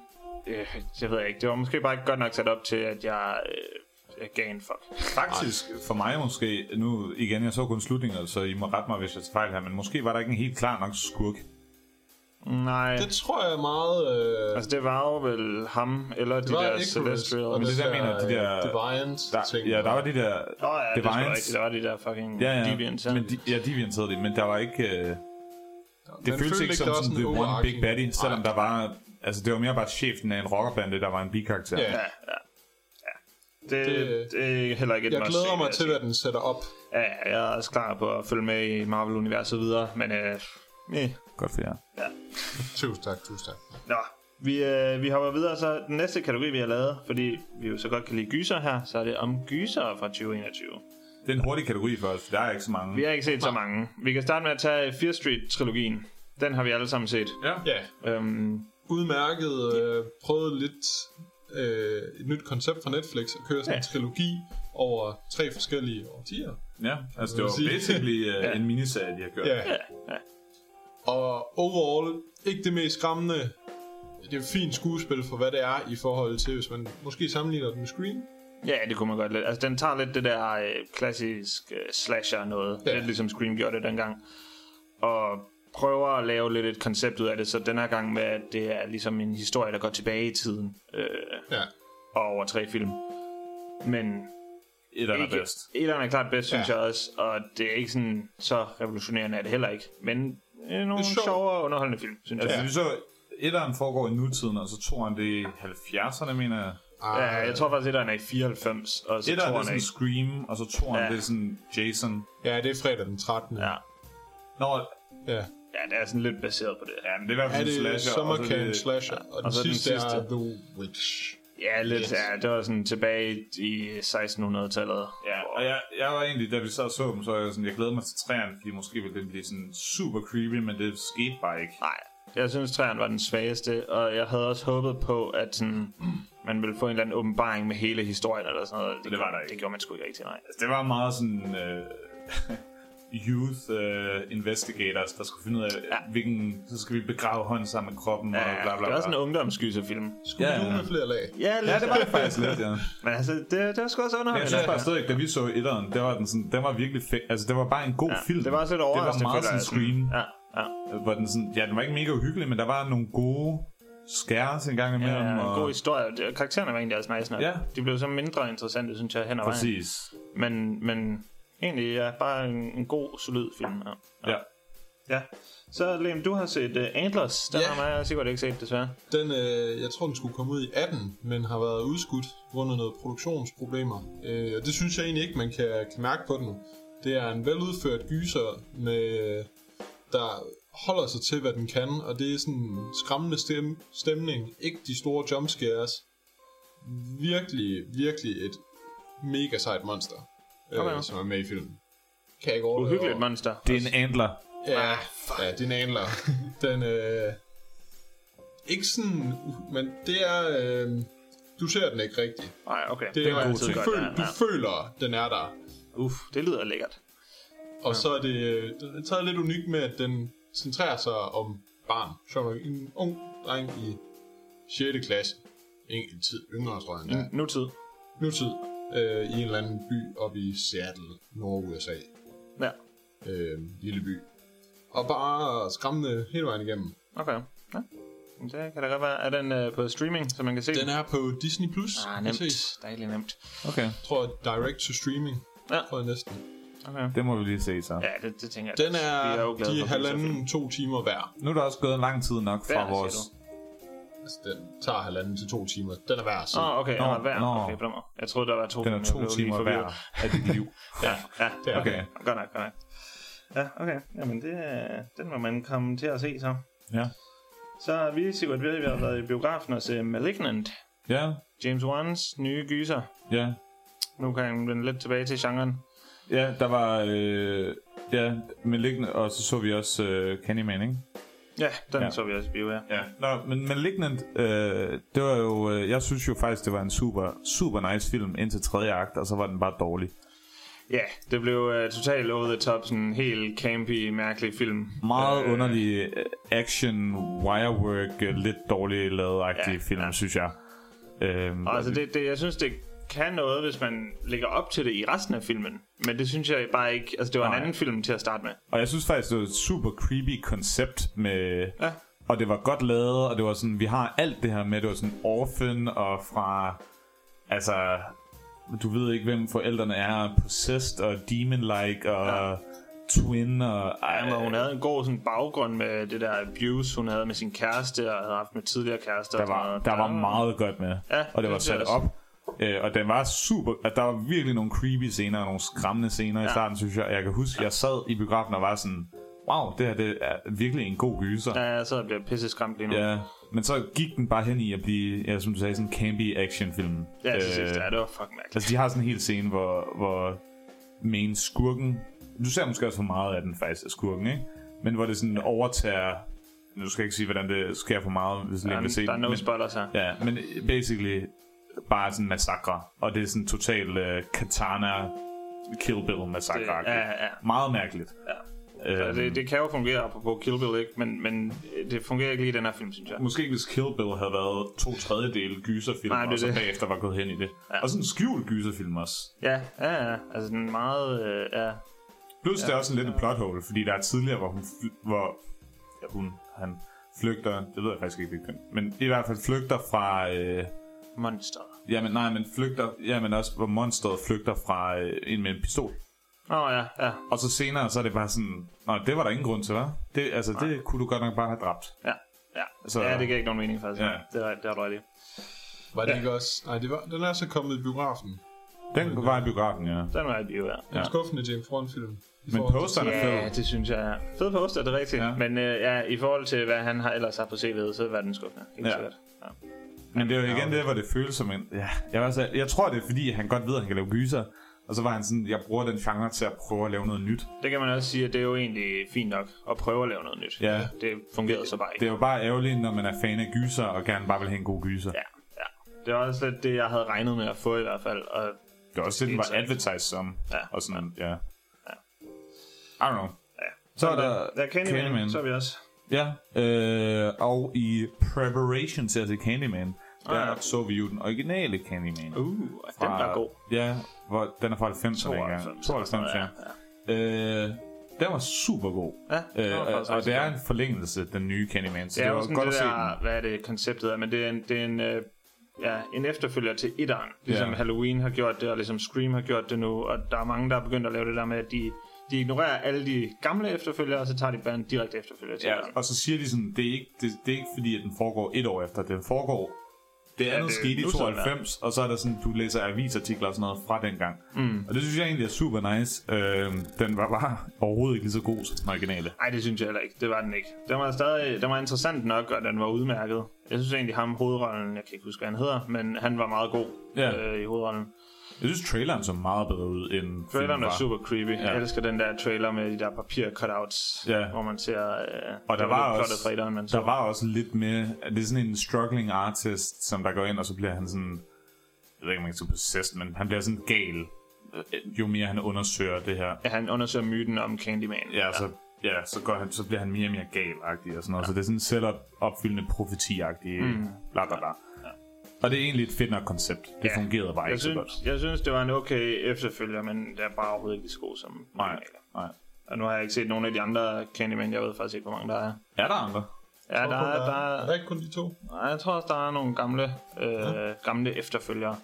Speaker 1: øh, jeg ved ikke, det var måske bare ikke godt nok sat op til, at jeg, øh, jeg gav en fuck.
Speaker 2: Faktisk, for mig måske, nu igen, jeg så kun slutninger, så I må rette mig, hvis jeg tager fejl her, men måske var der ikke en helt klar nok skurk.
Speaker 1: Nej.
Speaker 3: Det tror jeg er meget... Øh,
Speaker 1: Altså, det var jo vel ham, eller de
Speaker 3: det var
Speaker 1: der
Speaker 3: Icarus
Speaker 1: Celestial.
Speaker 3: og
Speaker 1: Men
Speaker 2: det
Speaker 1: det,
Speaker 2: er der, jeg mener, de
Speaker 3: øh,
Speaker 2: der-
Speaker 3: Deviant
Speaker 2: Der,
Speaker 3: ting.
Speaker 2: ja, der var de der
Speaker 1: Nå, ja, det, var
Speaker 2: Deviants.
Speaker 1: rigtigt. Der var de der fucking
Speaker 2: Ja, ja.
Speaker 1: Deviants.
Speaker 2: Men de, ja, Deviants hed det, men der var ikke... Øh, det
Speaker 3: Man
Speaker 2: føltes
Speaker 3: følte
Speaker 2: ikke som
Speaker 3: der var
Speaker 2: sådan
Speaker 3: sådan
Speaker 2: The
Speaker 3: en
Speaker 2: One Big
Speaker 3: overarching-
Speaker 2: Daddy, selvom
Speaker 3: Nej.
Speaker 2: der var... Altså, det var mere bare chefen af en rockerbande, der var en bikarakter.
Speaker 3: Ja.
Speaker 1: ja, ja. ja. Det,
Speaker 3: Det-
Speaker 1: det, er heller ikke et
Speaker 3: Jeg
Speaker 1: must
Speaker 3: glæder
Speaker 1: se, vil
Speaker 3: mig
Speaker 1: jeg
Speaker 3: til,
Speaker 1: sige.
Speaker 3: hvad den sætter op.
Speaker 1: Ja, jeg er også klar på at følge med i Marvel-universet videre, men øh, eh.
Speaker 2: Godt for jer.
Speaker 3: Tusind tak, tusind tak.
Speaker 1: Nå, vi, øh, vi hopper videre, så den næste kategori, vi har lavet, fordi vi jo så godt kan lide gyser her, så er det om gyser fra 2021.
Speaker 2: Det er en hurtig kategori for os, for der er ikke så mange.
Speaker 1: Vi har ikke set så mange. Vi kan starte med at tage Fear Street-trilogien. Den har vi alle sammen set.
Speaker 3: Ja,
Speaker 1: Øhm,
Speaker 3: udmærket øh, prøvet lidt øh, et nyt koncept fra Netflix at køre sådan en trilogi over tre forskellige årtier.
Speaker 2: Ja, altså det
Speaker 3: vil
Speaker 2: var
Speaker 3: sige.
Speaker 2: basically uh, en miniserie, de har gjort.
Speaker 3: Ja. ja. Og overall, ikke det mest skræmmende. Det er et fint skuespil for, hvad det er i forhold til, hvis man måske sammenligner den med Scream.
Speaker 1: ja, det kunne man godt lidt. Altså, den tager lidt det der øh, klassisk øh, slasher noget. Ja.
Speaker 3: Ja.
Speaker 1: Lidt ligesom Scream gjorde det dengang. Og prøver at lave lidt et koncept ud af det, så den her gang med, at det er ligesom en historie, der går tilbage i tiden. Øh,
Speaker 3: Ja.
Speaker 1: og over tre film. Men
Speaker 2: Et af
Speaker 1: ikke-
Speaker 2: bedst.
Speaker 1: Etteren er klart bedst, synes
Speaker 3: Ja.
Speaker 1: jeg også, og det er ikke sådan, så revolutionerende er det heller ikke. Men øh, nogle
Speaker 3: sjovt.
Speaker 1: sjovere og underholdende film, synes
Speaker 2: Altså,
Speaker 1: jeg.
Speaker 2: vi så, etteren foregår i nutiden, og så toeren det er i 70'erne, mener jeg.
Speaker 3: Ah,
Speaker 1: Ja, jeg tror faktisk, etteren er i 94, og så
Speaker 2: Etteren det er
Speaker 1: toeren er
Speaker 2: sådan
Speaker 1: i...
Speaker 2: Scream, og så toeren
Speaker 1: Ja.
Speaker 2: det er sådan Jason.
Speaker 3: ja, det er fredag den 13.
Speaker 1: Ja.
Speaker 2: Nå,
Speaker 3: ja.
Speaker 1: ja, det er sådan lidt baseret på det.
Speaker 2: ja, men det er i hvert
Speaker 3: Er
Speaker 2: fald en
Speaker 3: det
Speaker 2: slasher. og så er
Speaker 3: Summercamp
Speaker 2: det-
Speaker 3: Slasher, og den
Speaker 1: så den
Speaker 3: sidste
Speaker 1: sidste.
Speaker 3: er The Witch.
Speaker 1: Ja, lidt.
Speaker 3: Yes.
Speaker 1: Ja, det var sådan tilbage i 1600-tallet.
Speaker 2: Ja, og jeg, jeg var egentlig, da vi så så dem, så var jeg sådan, jeg glæder mig til træerne, fordi måske ville den blive sådan super creepy, men det skete bare ikke.
Speaker 1: Nej, jeg synes, træerne var den svageste, og jeg havde også håbet på, at sådan, man ville få en eller anden åbenbaring med hele historien eller sådan noget. Det,
Speaker 2: det var
Speaker 1: gjorde-
Speaker 2: der ikke.
Speaker 1: Det gjorde man sgu ikke rigtig, nej.
Speaker 2: Altså, det var meget sådan øh, youth øh, investigators, der skulle finde ud af, ja. hvilken, så skal vi begrave hånden sammen med kroppen, ja, og bla bla bla.
Speaker 1: det var sådan en ungdomsgyserfilm.
Speaker 3: Skulle
Speaker 2: Ja,
Speaker 3: ja,
Speaker 2: ja.
Speaker 3: ja. med flere lag?
Speaker 1: Ja, lidt.
Speaker 2: Ja, det var det faktisk lidt, ja.
Speaker 1: Men altså, det, det var sgu også
Speaker 2: Jeg
Speaker 1: underholdende.
Speaker 2: synes bare stadig, da vi så etteren, der var den, sådan, den var virkelig fed. Altså, det var bare en god
Speaker 1: Ja,
Speaker 2: film.
Speaker 1: Det var også lidt overraskende.
Speaker 2: Det var meget
Speaker 1: føler
Speaker 2: sådan
Speaker 1: jeg.
Speaker 2: Scream.
Speaker 1: Ja, ja.
Speaker 2: Hvor den sådan, ja, den var ikke mega uhyggelig, men der var nogle gode skæres en gang imellem.
Speaker 1: ja en
Speaker 2: og...
Speaker 1: god historie. Det- Karaktererne var egentlig også nice nok.
Speaker 2: Ja.
Speaker 1: De blev så mindre interessante, synes jeg, hen ad vejen.
Speaker 2: Præcis.
Speaker 1: Men, men egentlig ja, bare en, en god, solid film. Ja.
Speaker 2: Ja.
Speaker 1: ja. Så Liam, du har set uh, Antlers. Den
Speaker 3: Ja.
Speaker 1: har mig sikkert ikke set, desværre.
Speaker 3: Den, øh, jeg tror, den skulle komme ud i 18, men har været udskudt grundet noget produktionsproblemer. Øh, og det synes jeg egentlig ikke, man kan, kan mærke på den. Det er en veludført gyser, med, øh, der holder sig til, hvad den kan, og det er sådan skræmmende stem, stemning, ikke de store jumpscares. Virkelig, virkelig et mega sejt monster, øh,
Speaker 1: Okay.
Speaker 3: okay. som er med i filmen. Kan jeg ikke overleve
Speaker 1: Uhyggeligt
Speaker 3: over.
Speaker 1: monster.
Speaker 2: Det er en antler.
Speaker 3: Ja, ja din anler. Den, øh, ikke sådan, uh, men det er, øh, du ser den ikke rigtigt.
Speaker 1: Nej, okay.
Speaker 3: Det,
Speaker 1: Det var
Speaker 3: er,
Speaker 1: altid
Speaker 3: du,
Speaker 1: godt.
Speaker 3: føl,
Speaker 1: ja,
Speaker 3: du
Speaker 1: ja.
Speaker 3: føler, den er der.
Speaker 1: Uff, det lyder lækkert.
Speaker 3: Og så er det, øh, den er taget lidt unikt med, at den centrerer sig om barn. Sjovt nok, en ung dreng i 6. klasse. En tid yngre, tror jeg, han er.
Speaker 1: Nu tid.
Speaker 3: Nutid. Øh, I en eller anden by oppe i Seattle, Nord-USA.
Speaker 1: Ja,
Speaker 3: Øh, lille by. Og bare skræmmende hele vejen igennem.
Speaker 1: okay. Ja. Men Det kan da godt være. Er den øh, på streaming, så man kan se
Speaker 3: Den er på Disney+. Plus.
Speaker 1: Ah, nemt. Dejligt nemt.
Speaker 2: Okay.
Speaker 3: Jeg tror, direct to streaming.
Speaker 1: Ja.
Speaker 3: Tror jeg næsten.
Speaker 1: Okay.
Speaker 2: Det må vi lige se så. Ja.
Speaker 1: Ja, det, det tænker jeg.
Speaker 3: Den er,
Speaker 1: vi er jo glade for
Speaker 3: de er
Speaker 1: gyserfilm.
Speaker 3: halvanden, to timer hver.
Speaker 2: Nu er der også gået lang tid nok fra
Speaker 1: Hver,
Speaker 2: vores...
Speaker 1: siger
Speaker 3: Altså, den tager halvanden til to timer. Den er hver så.
Speaker 1: Åh, oh, okay,
Speaker 2: Nå,
Speaker 1: nå, hver.
Speaker 2: nå.
Speaker 1: Okay, blommer. Jeg troede, der var to.
Speaker 2: Den er
Speaker 1: men
Speaker 2: to
Speaker 1: jeg blev lige
Speaker 2: timer hver
Speaker 1: forvirret.
Speaker 2: af dit liv.
Speaker 1: Ja, ja,
Speaker 3: Ja.
Speaker 1: okay.
Speaker 2: Okay.
Speaker 1: Godt nok, godt nok. Ja, okay. Jamen, det, øh, den må man komme til at se så.
Speaker 2: Ja.
Speaker 1: Så er vi sikkert ved, at vi har været i biografen og se Malignant.
Speaker 2: Ja.
Speaker 1: James Wans nye gyser.
Speaker 2: Ja.
Speaker 1: Nu kan jeg vende lidt tilbage til genren.
Speaker 2: Ja, der var... Øh, ja, Malignant, og så så vi også øh, Candyman, ikke?
Speaker 1: Ja, den
Speaker 2: Ja.
Speaker 1: ja. så vi også i bio, ja.
Speaker 2: Ja. Nå, men Malignant, øh, det var jo... Øh, jeg synes jo faktisk, det var en super, super nice film indtil tredje akt, og så var den bare dårlig.
Speaker 1: Ja, det blev øh, totalt over the top, sådan en helt campy, mærkelig film.
Speaker 2: Meget øh, underlig øh, action, wirework, øh, lidt dårlig lavet-agtig
Speaker 1: Ja,
Speaker 2: ja, film,
Speaker 1: ja.
Speaker 2: ja. synes jeg. Øhm,
Speaker 1: Og altså, det, det, jeg synes, det kan noget, hvis man lægger op til det i resten af filmen. Men det synes jeg bare ikke... Altså, det var Nej.
Speaker 2: Nej.
Speaker 1: en anden film til at starte med.
Speaker 2: Og jeg synes faktisk, det var et super creepy koncept med...
Speaker 1: Ja.
Speaker 2: Og det var godt lavet, og det var sådan, vi har alt det her med, det var sådan Orphan og fra, altså, du ved ikke, hvem forældrene er, Possessed og Demon-like og ja. Twin og...
Speaker 1: Ej, men hun havde en god sådan, baggrund med det der abuse, hun havde med sin kæreste, og havde haft med tidligere kærester.
Speaker 2: Der
Speaker 1: og sådan
Speaker 2: var,
Speaker 1: noget.
Speaker 2: der var meget godt med,
Speaker 1: Ja,
Speaker 2: og det
Speaker 1: det
Speaker 2: var
Speaker 1: synes jeg
Speaker 2: sat
Speaker 1: også.
Speaker 2: op. Øh, og den var super... At der var virkelig nogle creepy scener, og nogle skræmmende scener ja. i starten, synes jeg. Jeg kan huske, jeg sad i biografen og var sådan... Wow, det her det er virkelig en god gyser.
Speaker 1: Ja, jeg sidder og bliver pisse skræmt lige nu.
Speaker 2: Ja, men så gik den bare hen i at blive, ja, som du sagde, sådan en campy actionfilm.
Speaker 1: Ja, til
Speaker 2: øh,
Speaker 1: sidst. Ja, det var fucking mærkeligt.
Speaker 2: Altså, de har sådan en hel scene, hvor, hvor main skurken... Du ser måske også for meget af den faktisk, af skurken, ikke? Men hvor det sådan overtager... Nu skal jeg ikke sige, hvordan det sker for meget, hvis du
Speaker 1: Der,
Speaker 2: lige vil se
Speaker 1: er- der er
Speaker 2: den,
Speaker 1: no
Speaker 2: men,
Speaker 1: spoilers her.
Speaker 2: Ja, men basically bare sådan massakre. Og det er sådan total uh, katana Kill Bill massakre.
Speaker 1: Det- ja, ja.
Speaker 2: Meget mærkeligt. Ja. Øhm,
Speaker 1: Altså, det, det kan jo fungere apropos Kill Bill, ikke? Men, men øh, det fungerer ikke lige i den her film, synes jeg.
Speaker 2: Måske ikke, hvis Kill Bill havde været to tredjedele gyserfilm,
Speaker 1: Nej, det er
Speaker 2: og så
Speaker 1: det.
Speaker 2: bagefter var gået hen i det. Ja. Og sådan en skjult gyserfilm også.
Speaker 1: Ja, ja, ja. Altså, den er meget... Øh, ja.
Speaker 2: Plus ja. det er også en lidt et plot hole, fordi der er tidligere, hvor hun, fly- hvor ja, hun han flygter, det ved jeg faktisk ikke, det er køn, men i hvert fald flygter fra, øh,
Speaker 1: Monster.
Speaker 2: jamen nej, men flygter, jamen også, hvor monsteret flygter fra øh, en med en pistol.
Speaker 1: Åh, oh, ja, ja,
Speaker 2: Og så senere, så er det bare sådan, nå, det var der ingen grund til, hva'? Det, altså, det kunne du godt nok bare have dræbt.
Speaker 1: ja. Ja,
Speaker 2: Så-
Speaker 1: så, ja, det giver ikke nogen mening, faktisk.
Speaker 2: Ja.
Speaker 1: Ja. Det, er- det har du ret i.
Speaker 3: Var det ikke også? Nej, det var, den er så kommet i biografen.
Speaker 2: Den
Speaker 1: øh,
Speaker 2: var i biografen, ja.
Speaker 1: Den var i bio, ja.
Speaker 3: Den skuffende James Bond-film. I
Speaker 2: Men
Speaker 3: forhold til-
Speaker 2: posteren er
Speaker 1: Ja,
Speaker 2: fed.
Speaker 1: det synes jeg er. Fed poster, det er rigtigt.
Speaker 2: Ja.
Speaker 1: Ja. Men øh, ja, i forhold til, hvad han har ellers har på CV'et, så var den skuffende. Helt
Speaker 2: Ja.
Speaker 1: ja. sikkert. Ja.
Speaker 2: Men det er jo igen det, hvor det føles som en... Ja, jeg, var så, jeg tror, det er fordi, han godt ved, at han kan lave gyser. Og så var han sådan, jeg bruger den genre til at prøve at lave noget nyt.
Speaker 1: Det kan man også sige, at det er jo egentlig fint nok at prøve at lave noget nyt.
Speaker 2: Ja.
Speaker 1: Det fungerede så bare ikke.
Speaker 2: Det er jo bare ærgerligt, når man er fan af gyser, og gerne bare vil have en god gyser. Ja.
Speaker 1: Ja, ja. Det var også lidt det, jeg havde regnet med at få i hvert fald. Og
Speaker 2: Det er også det, den var
Speaker 1: Helt sikkert.
Speaker 2: advertised som.
Speaker 1: Ja.
Speaker 2: Og sådan, ja. ja. I don't know. Ja. Så er der
Speaker 1: der er øh, Candyman, Candyman, så er vi også.
Speaker 2: Ja, øh, og i preparation til at se Candyman, der
Speaker 1: Ah,
Speaker 2: ja.
Speaker 1: ja.
Speaker 2: så vi jo den originale Candyman.
Speaker 1: Uh, den var god.
Speaker 2: Ja, hvor, den er fra 90'erne engang.
Speaker 1: 92,
Speaker 2: 92, ja. ja. Øh, den var super god.
Speaker 1: Ja, den var
Speaker 2: øh, og,
Speaker 1: faktisk
Speaker 2: og det er
Speaker 1: god.
Speaker 2: en forlængelse, den nye Candyman, så
Speaker 1: Det
Speaker 2: det,
Speaker 1: er
Speaker 2: det
Speaker 1: jo sådan
Speaker 2: var godt
Speaker 1: det
Speaker 2: at se den.
Speaker 1: der, hvad er det konceptet er, men det er en, det er en, øh, ja, en efterfølger til etteren. Ligesom
Speaker 2: Ja.
Speaker 1: yeah. Halloween har gjort det, og ligesom Scream har gjort det nu, og der er mange, der er begyndt at lave det der med, at de, de ignorerer alle de gamle efterfølgere, og så tager de bare en direkte efterfølger til etteren.
Speaker 2: Ja, og så siger de sådan, det er ikke, det, det er ikke fordi, at den foregår et år efter. Den foregår... Det andet ja,
Speaker 1: det er
Speaker 2: skete i
Speaker 1: nu sådan,
Speaker 2: 92, og så er der sådan, du læser avisartikler og sådan noget fra dengang. Mm. Og det synes jeg egentlig er super nice. Øh, den var bare overhovedet ikke lige så god som den originale.
Speaker 1: Nej, det synes jeg heller ikke. Det var den ikke. Den var stadig den var interessant nok, og den var udmærket. Jeg synes egentlig, ham hovedrollen, jeg kan ikke huske, hvad han hedder, men han var meget god
Speaker 2: Ja.
Speaker 1: øh, i hovedrollen.
Speaker 2: Jeg synes, traileren så meget bedre ud end
Speaker 1: Traileren
Speaker 2: filmen
Speaker 1: var
Speaker 2: var.
Speaker 1: super creepy. Ja. Jeg elsker den der trailer med de der papir-cutouts,
Speaker 2: Ja.
Speaker 1: hvor man ser... Øh,
Speaker 2: Og der
Speaker 1: det lidt
Speaker 2: var,
Speaker 1: plottet fra
Speaker 2: også,
Speaker 1: etteren, man så.
Speaker 2: der var også lidt med, at det er sådan en struggling artist, som der går ind, og så bliver han sådan, jeg ved ikke, om man kan sige possessed, men han bliver sådan gal, øh, jo mere han undersøger det her.
Speaker 1: Ja, han undersøger myten om Candyman.
Speaker 2: Ja, så, ja, så, går han, så bliver han mere og mere gal-agtig og sådan noget. Ja. Så det er sådan selv opfyldende profeti-agtig, mm. bla bla bla. Ja. Og det er egentlig et fedt nok koncept. Det ja. fungerede bare
Speaker 1: jeg
Speaker 2: ikke så
Speaker 1: synes,
Speaker 2: godt.
Speaker 1: Jeg synes, det var en okay efterfølger, men det er bare overhovedet ikke lige så god som
Speaker 2: Nej,
Speaker 1: originalen.
Speaker 2: nej.
Speaker 1: Og nu har jeg ikke set nogen af de andre Candyman, jeg ved faktisk ikke, hvor mange der er.
Speaker 2: Er der andre?
Speaker 1: Ja, der,
Speaker 3: Kun
Speaker 1: er, der,
Speaker 3: er der
Speaker 1: er,
Speaker 3: ikke kun de to?
Speaker 1: nej, jeg tror også, der er nogle gamle, øh, ja. gamle efterfølgere.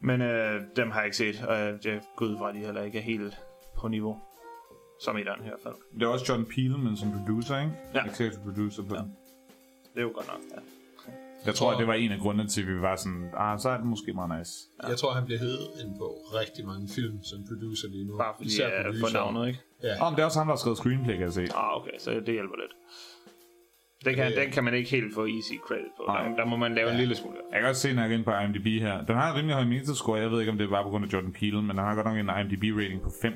Speaker 1: Men øh, dem har jeg ikke set, og øh, det går ud fra, at de heller ikke er helt på niveau. Som i den i hvert fald.
Speaker 2: Det er også John Peel, men som producer, ikke?
Speaker 1: Ja.
Speaker 2: Executive producer på ja. den.
Speaker 1: Det er jo godt nok. Ja.
Speaker 2: Jeg tror, at det var en af grundene til, at vi var sådan, ah, så er det måske meget nice.
Speaker 3: Jeg tror, han bliver hedet ind på rigtig mange film som producer lige nu.
Speaker 1: Bare fordi
Speaker 3: Især
Speaker 1: jeg øh, får
Speaker 3: producer.
Speaker 1: navnet, ikke?
Speaker 3: Ja.
Speaker 2: Om det er også ham, der har skrevet screenplay, kan jeg se.
Speaker 1: Ah, okay, så det hjælper lidt. Det kan,
Speaker 3: Øh.
Speaker 1: den kan man ikke helt få easy credit på.
Speaker 2: Nej.
Speaker 1: Der, der må man lave ja. en lille smule.
Speaker 2: Jeg kan også se, når jeg går ind på IMDb her. Den har en rimelig høj metascore. Jeg ved ikke, om det er bare på grund af Jordan Peele, men den har godt nok en IMDb-rating på 5,9. Altså,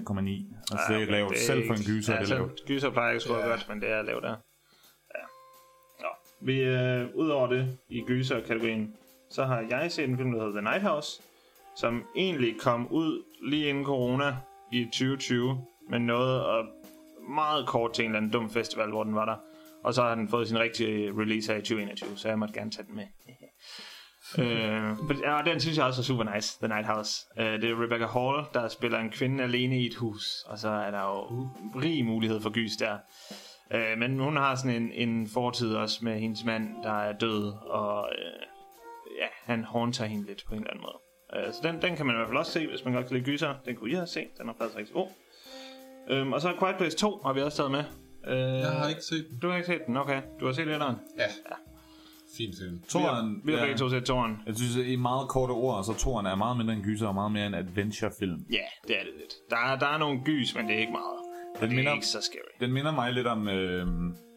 Speaker 2: ja, det er lavt. Selv for en gyser,
Speaker 1: ja,
Speaker 2: ja, det er
Speaker 1: selv
Speaker 2: lavt.
Speaker 1: Gyser plejer ikke at
Speaker 3: Ja.
Speaker 1: ja. godt, men det er lavt der. Ja. Nå. Vi, øh, Udover det, i gyser-kategorien, så har jeg set en film, der hedder The Night House, som egentlig kom ud lige inden corona i 2020, men nåede at meget kort til en eller anden dum festival, hvor den var der. Og så har den fået sin rigtige release her i 2021, så jeg måtte gerne tage den med. øh, but- ja, og den synes jeg også er super nice, The Night House. Øh, det er Rebecca Hall, der spiller en kvinde alene i et hus, og så er der jo rig mulighed for gys der. Øh, men hun har sådan en, en fortid også med hendes mand, der er død, og øh, ja, han håndtager hende lidt på en eller anden måde. Øh, så den, den kan man i hvert fald også se, hvis man godt kan lide gyser. Den kunne I have set, den er faktisk rigtig god. Øhm, og så Quiet Place 2 har vi også taget med. Øh,
Speaker 3: Jeg har ikke set den.
Speaker 1: Du har ikke set den, okay. Du har set etteren.
Speaker 3: Ja. Fin film.
Speaker 2: Toren,
Speaker 1: Vi har begge to set toeren.
Speaker 2: Jeg synes, at i meget korte ord, så toren er meget mindre en gyser og meget mere en adventurefilm.
Speaker 1: Ja, det er det lidt. Der er, der er nogle gys, men det er ikke meget. Den det
Speaker 2: minder-
Speaker 1: er ikke så scary.
Speaker 2: Den minder mig lidt om, øh,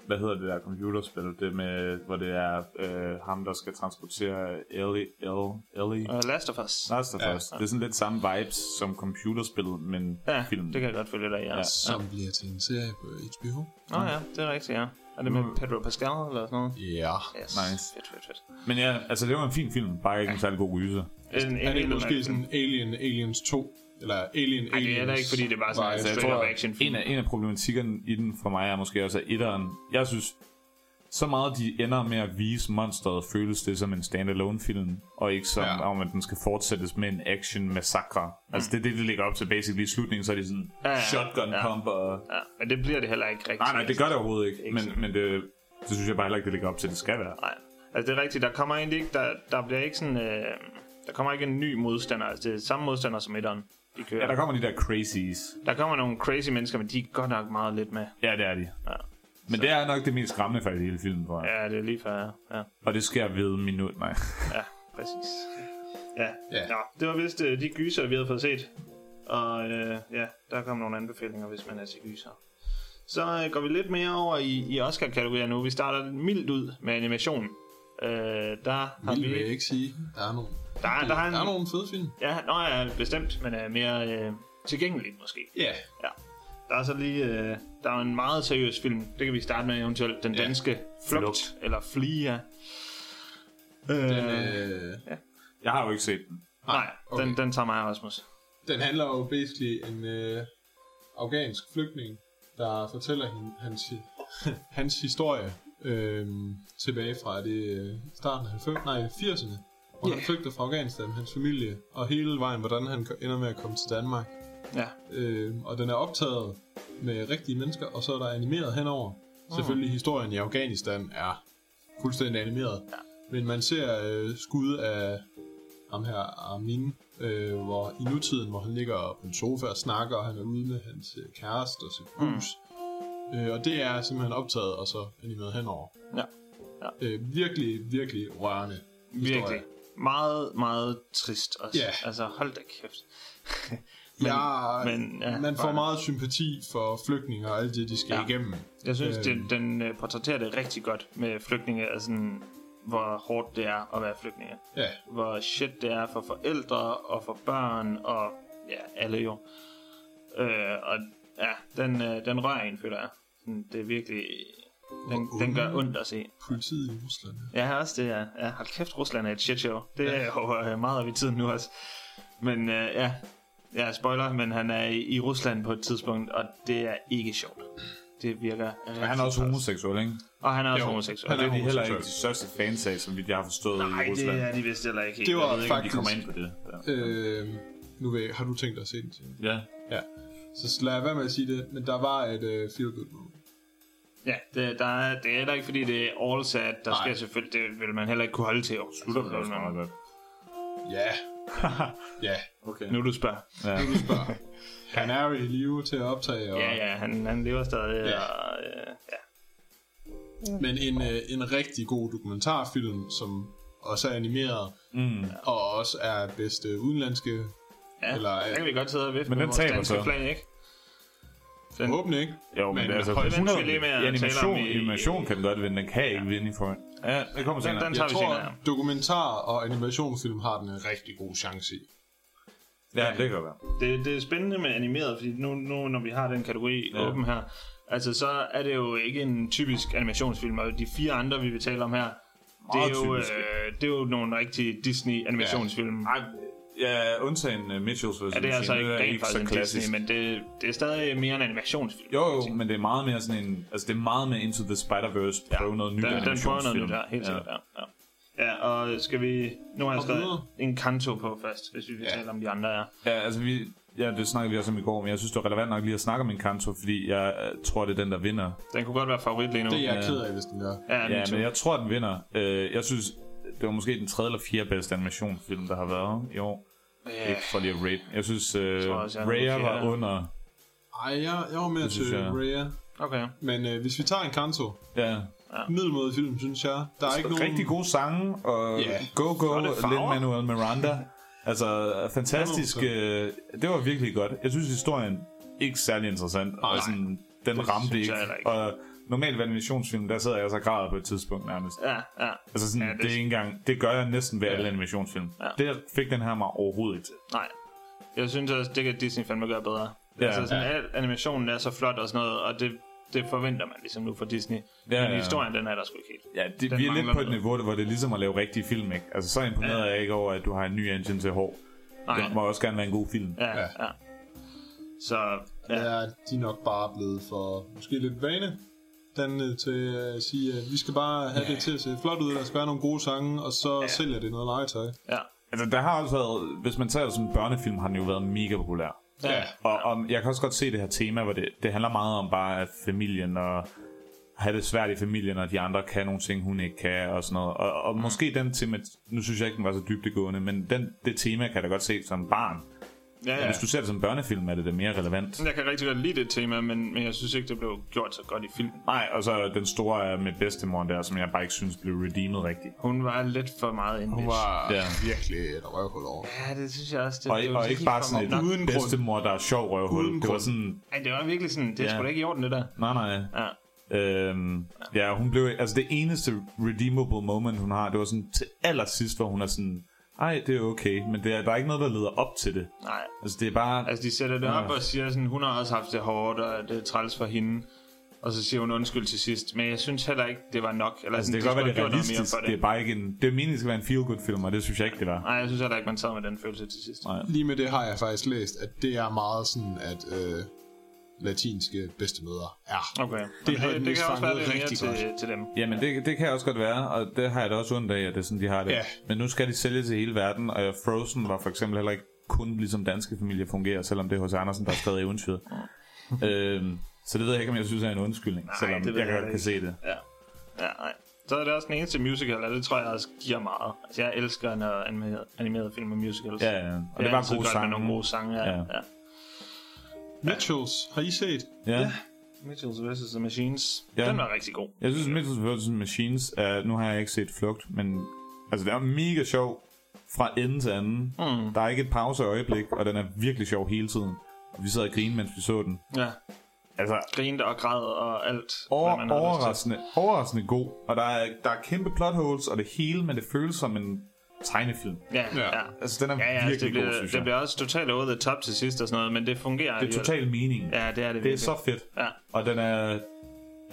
Speaker 2: hvad hedder det der computerspil, det med, hvor det er øh, ham, der skal transportere Ellie. Ellie, Ellie.
Speaker 1: Og Last of Us.
Speaker 2: Last of
Speaker 3: Ja.
Speaker 2: Us. Det er sådan lidt samme vibes som computerspillet, men
Speaker 1: Ja,
Speaker 2: film.
Speaker 1: det kan jeg godt følge dig i. Ja.
Speaker 2: Ja.
Speaker 3: Som bliver til en serie på HBO.
Speaker 1: Nå ja, det er rigtigt, ja. Er det med Pedro Pascal eller sådan noget?
Speaker 3: Ja.
Speaker 1: Yes.
Speaker 2: Mm. Nice.
Speaker 1: Fedt, fedt, fedt.
Speaker 2: Men ja, altså det var en fin film, bare ikke en særlig god gyser.
Speaker 1: En, en
Speaker 3: Er det
Speaker 1: lille
Speaker 3: måske
Speaker 1: mærkelig-
Speaker 3: sådan Alien Aliens 2? Eller Alien
Speaker 1: Ej,
Speaker 3: Aliens...
Speaker 1: det er da ikke, fordi det er bare sådan altså, en
Speaker 3: Nej,
Speaker 2: jeg
Speaker 1: straight
Speaker 2: tror,
Speaker 1: up action film.
Speaker 2: En af, en af problematikkerne i den for mig er måske også, at etteren, jeg synes, så meget de ender med at vise monsteret, føles det som en standalone film, og ikke som ja.
Speaker 3: Ja.
Speaker 2: om, at den skal fortsættes med en action massakre. Altså det er det, det ligger op til basically i slutningen, så er de sådan
Speaker 1: Ja,
Speaker 2: ja,
Speaker 1: ja.
Speaker 2: ja. shotgun
Speaker 1: Ja.
Speaker 2: pump og...
Speaker 1: Ja, men det bliver det heller ikke rigtigt.
Speaker 2: Nej, nej, det gør det overhovedet ikke,
Speaker 1: Ikke sådan.
Speaker 2: men, men det, det synes jeg bare heller ikke, det ligger op til, det skal være.
Speaker 1: Nej. Altså, det er rigtigt. Der kommer egentlig ikke... Der, der bliver ikke sådan... Øh, der kommer ikke en ny modstander. Altså, det er samme modstander som etteren. De kører.
Speaker 2: Ja, der kommer de der crazies.
Speaker 1: der kommer nogle crazy mennesker, men de er godt nok meget lidt med.
Speaker 2: Ja, det er de.
Speaker 1: Ja.
Speaker 2: Men det er nok det mest skræmmende faktisk i hele filmen, tror jeg. Ja.
Speaker 1: Ja, det er lige før, ja. ja.
Speaker 2: Og det sker ved minut, nej.
Speaker 1: Ja, præcis. Ja,
Speaker 3: Ja.
Speaker 1: Nå, det var vist øh, de gyser, vi havde fået set. Og øh, ja, der kom nogle anbefalinger, hvis man er til gyser. Så øh, går vi lidt mere over i, i Oscar-kategorier nu. Vi starter lidt mildt ud med animation. Øh, der har
Speaker 3: Vildt vil jeg
Speaker 1: vi...
Speaker 3: ikke sige. Der er nogle...
Speaker 1: Der, er- der, har
Speaker 3: Der er
Speaker 1: en,
Speaker 3: nogle fede film.
Speaker 1: ja, nå, ja, bestemt, men er mere øh, tilgængeligt måske.
Speaker 3: Ja.
Speaker 1: Ja. Der er så lige... Øh, der er jo en meget seriøs film. Det kan vi starte med eventuelt. Den
Speaker 3: Ja.
Speaker 1: danske Flugt,
Speaker 2: Flugt.
Speaker 1: eller Flia. Øh,
Speaker 3: Den, øh, ah,
Speaker 2: Jeg har jo ikke set den.
Speaker 1: nej,
Speaker 3: okay.
Speaker 1: den, den tager mig og Rasmus.
Speaker 3: den handler jo basically en øh, afghansk flygtning, der fortæller hende, hans, hans historie øh, tilbage fra det øh, starten af 90'erne, nej, 80'erne, hvor yeah.
Speaker 1: Ja.
Speaker 3: han flygter fra Afghanistan, hans familie, og hele vejen, hvordan han ko- ender med at komme til Danmark.
Speaker 1: Ja.
Speaker 3: Øh, og den er optaget med rigtige mennesker, og så er der animeret henover. Mm. Selvfølgelig historien i Afghanistan er fuldstændig animeret. Ja. Men man ser øh, skud af ham her Armin, øh, hvor i nutiden, hvor han ligger på en sofa og snakker, og han er ude med hans øh, kæreste og sit hus. Mm. Øh, og det er simpelthen optaget og så animeret henover.
Speaker 1: Ja.
Speaker 3: Øh, virkelig, virkelig rørende historie.
Speaker 1: Virkelig. Meget, meget trist også.
Speaker 3: Ja.
Speaker 1: Altså, hold da kæft.
Speaker 3: Men, ja,
Speaker 1: men,
Speaker 3: men,
Speaker 1: ja,
Speaker 3: ja, man får
Speaker 1: bare-
Speaker 3: meget sympati for flygtninge og alt det, de skal
Speaker 1: Ja.
Speaker 3: ja. igennem.
Speaker 1: Jeg synes, øh...
Speaker 3: Øhm.
Speaker 1: den, den øh, portrætterer det rigtig godt med flygtninge, altså sådan, hvor hårdt det er at være flygtninge.
Speaker 3: Øh, Ja,
Speaker 1: Hvor shit det er for forældre og for børn og ja, alle jo. Øh, og ja, den, øh, den rører en, føler jeg. Sådan, Det er virkelig... Den,
Speaker 3: Og
Speaker 1: den
Speaker 3: unge.
Speaker 1: gør ondt at se.
Speaker 3: politiet i Rusland.
Speaker 1: Ja, også det er. Ja, hold kæft, Rusland er et shit show. Det er jo øh, meget af i tiden nu også. Men øh, ja, ja, spoiler, men han er i, i Rusland på et tidspunkt, og det er ikke sjovt. Det virker
Speaker 2: Men han er også homoseksuel, ikke?
Speaker 1: Og han er også
Speaker 3: Jo,
Speaker 1: homoseksuel.
Speaker 2: Og
Speaker 3: han
Speaker 2: det er de heller ikke
Speaker 3: homoseksuel.
Speaker 2: de største fans af, som vi har forstået
Speaker 1: Nej,
Speaker 2: i
Speaker 1: det
Speaker 2: Rusland.
Speaker 1: er de vist heller ikke. helt.
Speaker 3: Det var-
Speaker 2: Jeg ved ikke, om de
Speaker 3: Faktisk.
Speaker 2: kommer ind på det. Ja.
Speaker 3: Øh, nu ved jeg, har du tænkt dig at se den? Signe?
Speaker 2: ja.
Speaker 3: Ja. Så lad være med at sige det, men der var et øh, feel good moment.
Speaker 1: Ja, det, der er, det er heller ikke, fordi det er all sad. Der
Speaker 3: Nej.
Speaker 1: skal selvfølgelig... Det vil man heller ikke kunne holde til. Jo,
Speaker 2: Slutter det også meget godt.
Speaker 3: Ja. ja.
Speaker 2: Okay.
Speaker 1: Nu du spørger.
Speaker 2: Ja.
Speaker 3: Nu spørger. Han er jo i live til at optage, og,
Speaker 1: Ja, ja, han, han lever stadig.
Speaker 3: Ja.
Speaker 1: Og, øh, ja.
Speaker 3: men en, øh, en rigtig god dokumentarfilm, som også er animeret,
Speaker 2: Mm.
Speaker 3: og også er bedste udenlandske.
Speaker 1: Ja,
Speaker 3: Eller,
Speaker 1: der
Speaker 3: øh,
Speaker 1: kan vi godt sidde og vifte med
Speaker 2: men den
Speaker 1: vores
Speaker 2: taber
Speaker 1: danske
Speaker 2: så.
Speaker 1: flag, ikke? Den-
Speaker 3: Forhåbentlig ikke.
Speaker 2: Jo, men,
Speaker 3: Men
Speaker 2: men altså,
Speaker 3: højst
Speaker 2: 100,
Speaker 1: sandsynligt med at
Speaker 2: i
Speaker 1: tale
Speaker 2: animation,
Speaker 1: om i-
Speaker 2: i, animation kan den godt vinde. Den kan ikke vinde i forhånd. Ja, det kommer senere.
Speaker 1: den
Speaker 3: Jeg
Speaker 1: tager vi
Speaker 3: tror,
Speaker 1: senere.
Speaker 3: dokumentar og animationsfilm har den en rigtig god chance i.
Speaker 2: Ja, det kan godt være.
Speaker 1: Det, det er spændende med animeret, fordi nu, nu når vi har den kategori ja.
Speaker 2: Ja.
Speaker 1: åben her, altså så er det jo ikke en typisk animationsfilm, og de fire andre, vi vil tale om her, det
Speaker 2: Meget
Speaker 1: er, jo, øh,
Speaker 2: typiske.
Speaker 1: det er jo nogle rigtige Disney-animationsfilm. Ja.
Speaker 2: Ej, ja, undtagen uh, Mitchells vs.
Speaker 1: Ja, det er altså ikke
Speaker 2: Machine,
Speaker 1: rent faktisk en Disney, men det, det er stadig mere en animationsfilm.
Speaker 2: Jo, jo, men det er meget mere sådan en... Altså, det er meget mere Into the Spider-Verse. Prøve noget nyt
Speaker 1: den, den prøver noget
Speaker 2: animationsfilm.
Speaker 1: nyt her, helt
Speaker 2: Ja.
Speaker 1: sikkert. Ja. Ja. Ja, og skal vi... Nu har jeg
Speaker 3: Hoppe
Speaker 1: skrevet
Speaker 3: videre?
Speaker 1: en kanto på først, hvis vi vil
Speaker 2: Ja.
Speaker 1: tale om de andre er.
Speaker 2: Ja, altså vi, ja, det snakkede vi også om i går, men jeg synes, det var relevant nok lige at snakke om en kanto, fordi jeg øh, tror, det er den, der vinder.
Speaker 1: Den kunne godt være favorit lige nu.
Speaker 3: Det er jeg
Speaker 2: Ja.
Speaker 3: ked af, hvis den gør.
Speaker 1: Ja,
Speaker 2: Ja,
Speaker 1: ja
Speaker 2: men jeg tror, den vinder. Øh, jeg synes, det var måske den tredje eller fjerde bedste animationsfilm, der har været i år. Yeah. Ikke for lige at rate. Jeg synes, øh,
Speaker 1: tror også, jeg er
Speaker 2: Raya
Speaker 1: nummer
Speaker 2: var
Speaker 1: fjerde.
Speaker 2: under...
Speaker 3: Ej, jeg, jeg var med
Speaker 2: synes
Speaker 3: til
Speaker 2: jeg.
Speaker 3: Raya.
Speaker 1: Okay.
Speaker 3: Men øh, hvis vi tager en kanto,
Speaker 2: Ja,
Speaker 3: middelmåde film, synes jeg. Der er ikke nogen...
Speaker 2: rigtig gode sange, og
Speaker 3: Ja.
Speaker 2: Go Go,
Speaker 1: Flotte farver.
Speaker 2: Lin-Manuel Miranda. Altså, fantastisk.
Speaker 3: Ja,
Speaker 2: Øh, det var virkelig godt. Jeg synes, historien ikke særlig interessant. og sådan, den ramte
Speaker 1: synes
Speaker 2: ikke.
Speaker 1: jeg heller ikke.
Speaker 2: Og normalt ved animationsfilm, der sidder jeg så og græder på et tidspunkt nærmest.
Speaker 1: Ja, ja.
Speaker 2: Altså sådan,
Speaker 1: Ja,
Speaker 2: ja,
Speaker 1: det-
Speaker 2: det, det, er ikke engang, det gør jeg næsten ved alle animationsfilm. Ja. Det fik den her mig overhovedet ikke til.
Speaker 1: Nej. Jeg synes også, det kan Disney fandme gøre bedre. Ja,
Speaker 2: Ja.
Speaker 1: altså sådan, ja. animationen er så flot og sådan noget, og det, det forventer man ligesom nu fra Disney. Ja,
Speaker 2: ja,
Speaker 1: men
Speaker 2: ja.
Speaker 1: historien, den er der sgu ikke helt.
Speaker 2: Ja, det,
Speaker 1: Den
Speaker 2: vi er lidt
Speaker 1: mangler
Speaker 2: på et
Speaker 1: noget.
Speaker 2: niveau, hvor det er ligesom at lave rigtig film, ikke? Altså, så imponeret ja. jeg ikke over, at du har en ny engine til hår.
Speaker 1: Nej.
Speaker 2: Det må også gerne være en god film.
Speaker 1: Ja, ja.
Speaker 3: Ja.
Speaker 1: ja. Så ja,
Speaker 3: Ja. Er de er nok bare blevet for måske lidt vane dannet til at sige, at vi skal bare have det til at se flot ud, der skal være nogle gode sange, og så ja. sælger det noget legetøj.
Speaker 1: ja.
Speaker 2: Altså, der har også været... Hvis man tager det som en børnefilm, har den jo været mega populær.
Speaker 1: Ja.
Speaker 2: Og om, jeg kan også godt se det her tema, hvor det, det handler meget om bare, at familien og have det svært i familien, og de andre kan nogle ting, hun ikke kan, og sådan noget. Og, og måske den tema, nu synes jeg ikke, den var så dybdegående, men den, det tema kan jeg da godt se som barn.
Speaker 1: ja,
Speaker 2: Ja.
Speaker 1: ja.
Speaker 2: Hvis du ser det som børnefilm, er det da mere relevant.
Speaker 1: Jeg kan rigtig godt lide det tema, men, men jeg synes ikke, det blev gjort så godt i filmen.
Speaker 2: Nej, og så den store er med bedstemoren der, som jeg bare ikke synes blev redeemed rigtigt.
Speaker 1: Hun var lidt for meget inde. Hun var...
Speaker 2: Ja.
Speaker 3: virkelig et røvhul over.
Speaker 1: Ja, det synes jeg også. Det
Speaker 2: Og,
Speaker 1: blev
Speaker 2: og
Speaker 1: lidt
Speaker 2: ikke bare
Speaker 1: for
Speaker 2: sådan
Speaker 1: meget
Speaker 2: et
Speaker 1: nok.
Speaker 2: uden bedstemor, der er sjov røvhul. det var sådan,
Speaker 1: Ej, det var virkelig sådan, det er
Speaker 2: Ja.
Speaker 1: sgu da ikke i orden, det der.
Speaker 2: nej nej.
Speaker 1: Ja.
Speaker 2: Øhm, ja, hun blev, altså det eneste redeemable moment, hun har, det var sådan til allersidst, hvor hun er sådan, ej, det er okay, men det er, der er ikke noget, der leder op til det.
Speaker 1: Nej.
Speaker 2: Altså det er bare,
Speaker 1: Altså, de sætter det op og siger sådan, hun har også haft det hårdt, og det er træls for hende. Og så siger hun undskyld til sidst. Men jeg synes heller ikke, det var nok. Eller
Speaker 2: altså
Speaker 1: sådan,
Speaker 2: det kan
Speaker 1: de
Speaker 2: godt
Speaker 1: skulle
Speaker 2: være, det
Speaker 1: have
Speaker 2: er
Speaker 1: gjort noget
Speaker 2: realistisk, det. det er bare ikke en, det er meningen, det skal være en feel-good film, og det synes jeg ikke, det var.
Speaker 1: Nej, jeg synes heller ikke, man sad med den følelse til sidst.
Speaker 2: Nej.
Speaker 3: Lige med det har jeg faktisk læst, at det er meget sådan, at øh, latinske bedstemødre er.
Speaker 1: Okay.
Speaker 3: Det
Speaker 1: Det,
Speaker 3: havde
Speaker 1: det,
Speaker 3: den
Speaker 1: det kan også være
Speaker 3: fanget
Speaker 1: lidt mere
Speaker 3: rigtig
Speaker 1: til, til dem.
Speaker 2: Jamen det, det kan også godt være, og det har jeg da også ondt af, at det er sådan, de har det.
Speaker 3: Ja.
Speaker 2: Men nu skal de sælge til hele verden, og Frozen var for eksempel heller ikke kun ligesom danske familier fungerer, selvom det er hos Andersen, der har skrevet eventyret. øhm, så det ved jeg ikke, om jeg synes er en undskyldning, Nej, selvom
Speaker 1: det ved
Speaker 2: jeg,
Speaker 1: jeg
Speaker 2: jeg godt kan
Speaker 1: ikke.
Speaker 2: se det.
Speaker 1: Ja. Ja, nej. Så er det også den eneste musical, og det tror jeg også giver meget. Altså, jeg elsker, når animerede, animerede film og musicals.
Speaker 2: Ja, ja. Og
Speaker 1: det,
Speaker 2: det
Speaker 1: er
Speaker 2: var
Speaker 1: altid
Speaker 2: gode
Speaker 1: godt
Speaker 2: sange.
Speaker 1: med nogle gode sange. Ja.
Speaker 2: Ja.
Speaker 1: ja.
Speaker 3: Mitchells, har I set?
Speaker 2: Ja.
Speaker 1: Mitchells vs. The Machines.
Speaker 2: Ja.
Speaker 1: Den var rigtig god.
Speaker 2: Jeg synes, Mitchells vs. Machines, er, nu har jeg ikke set Flugt, men altså, det er mega sjov fra ende til anden. Mm. Der er ikke et pause øjeblik, og den er virkelig sjov hele tiden. Vi sad og grinede, mens vi så den.
Speaker 1: Ja.
Speaker 2: Altså,
Speaker 1: Grinte og græd og alt. hvad
Speaker 2: over,
Speaker 1: man har lyst til.
Speaker 2: overraskende, overraskende god, og der er, der er kæmpe plot holes og det hele, men det føles som en tegnefilm.
Speaker 1: Ja, ja. ja.
Speaker 2: Altså, den er
Speaker 1: Ja, ja, altså,
Speaker 2: virkelig
Speaker 1: det, bliver,
Speaker 2: god, synes jeg.
Speaker 1: det bliver også totalt over the top til sidst og sådan noget, men det fungerer.
Speaker 2: det er
Speaker 1: alligevel.
Speaker 2: total mening.
Speaker 1: Ja, det er det
Speaker 2: Det er
Speaker 1: virkelig.
Speaker 2: så fedt.
Speaker 1: Ja.
Speaker 2: Og den er...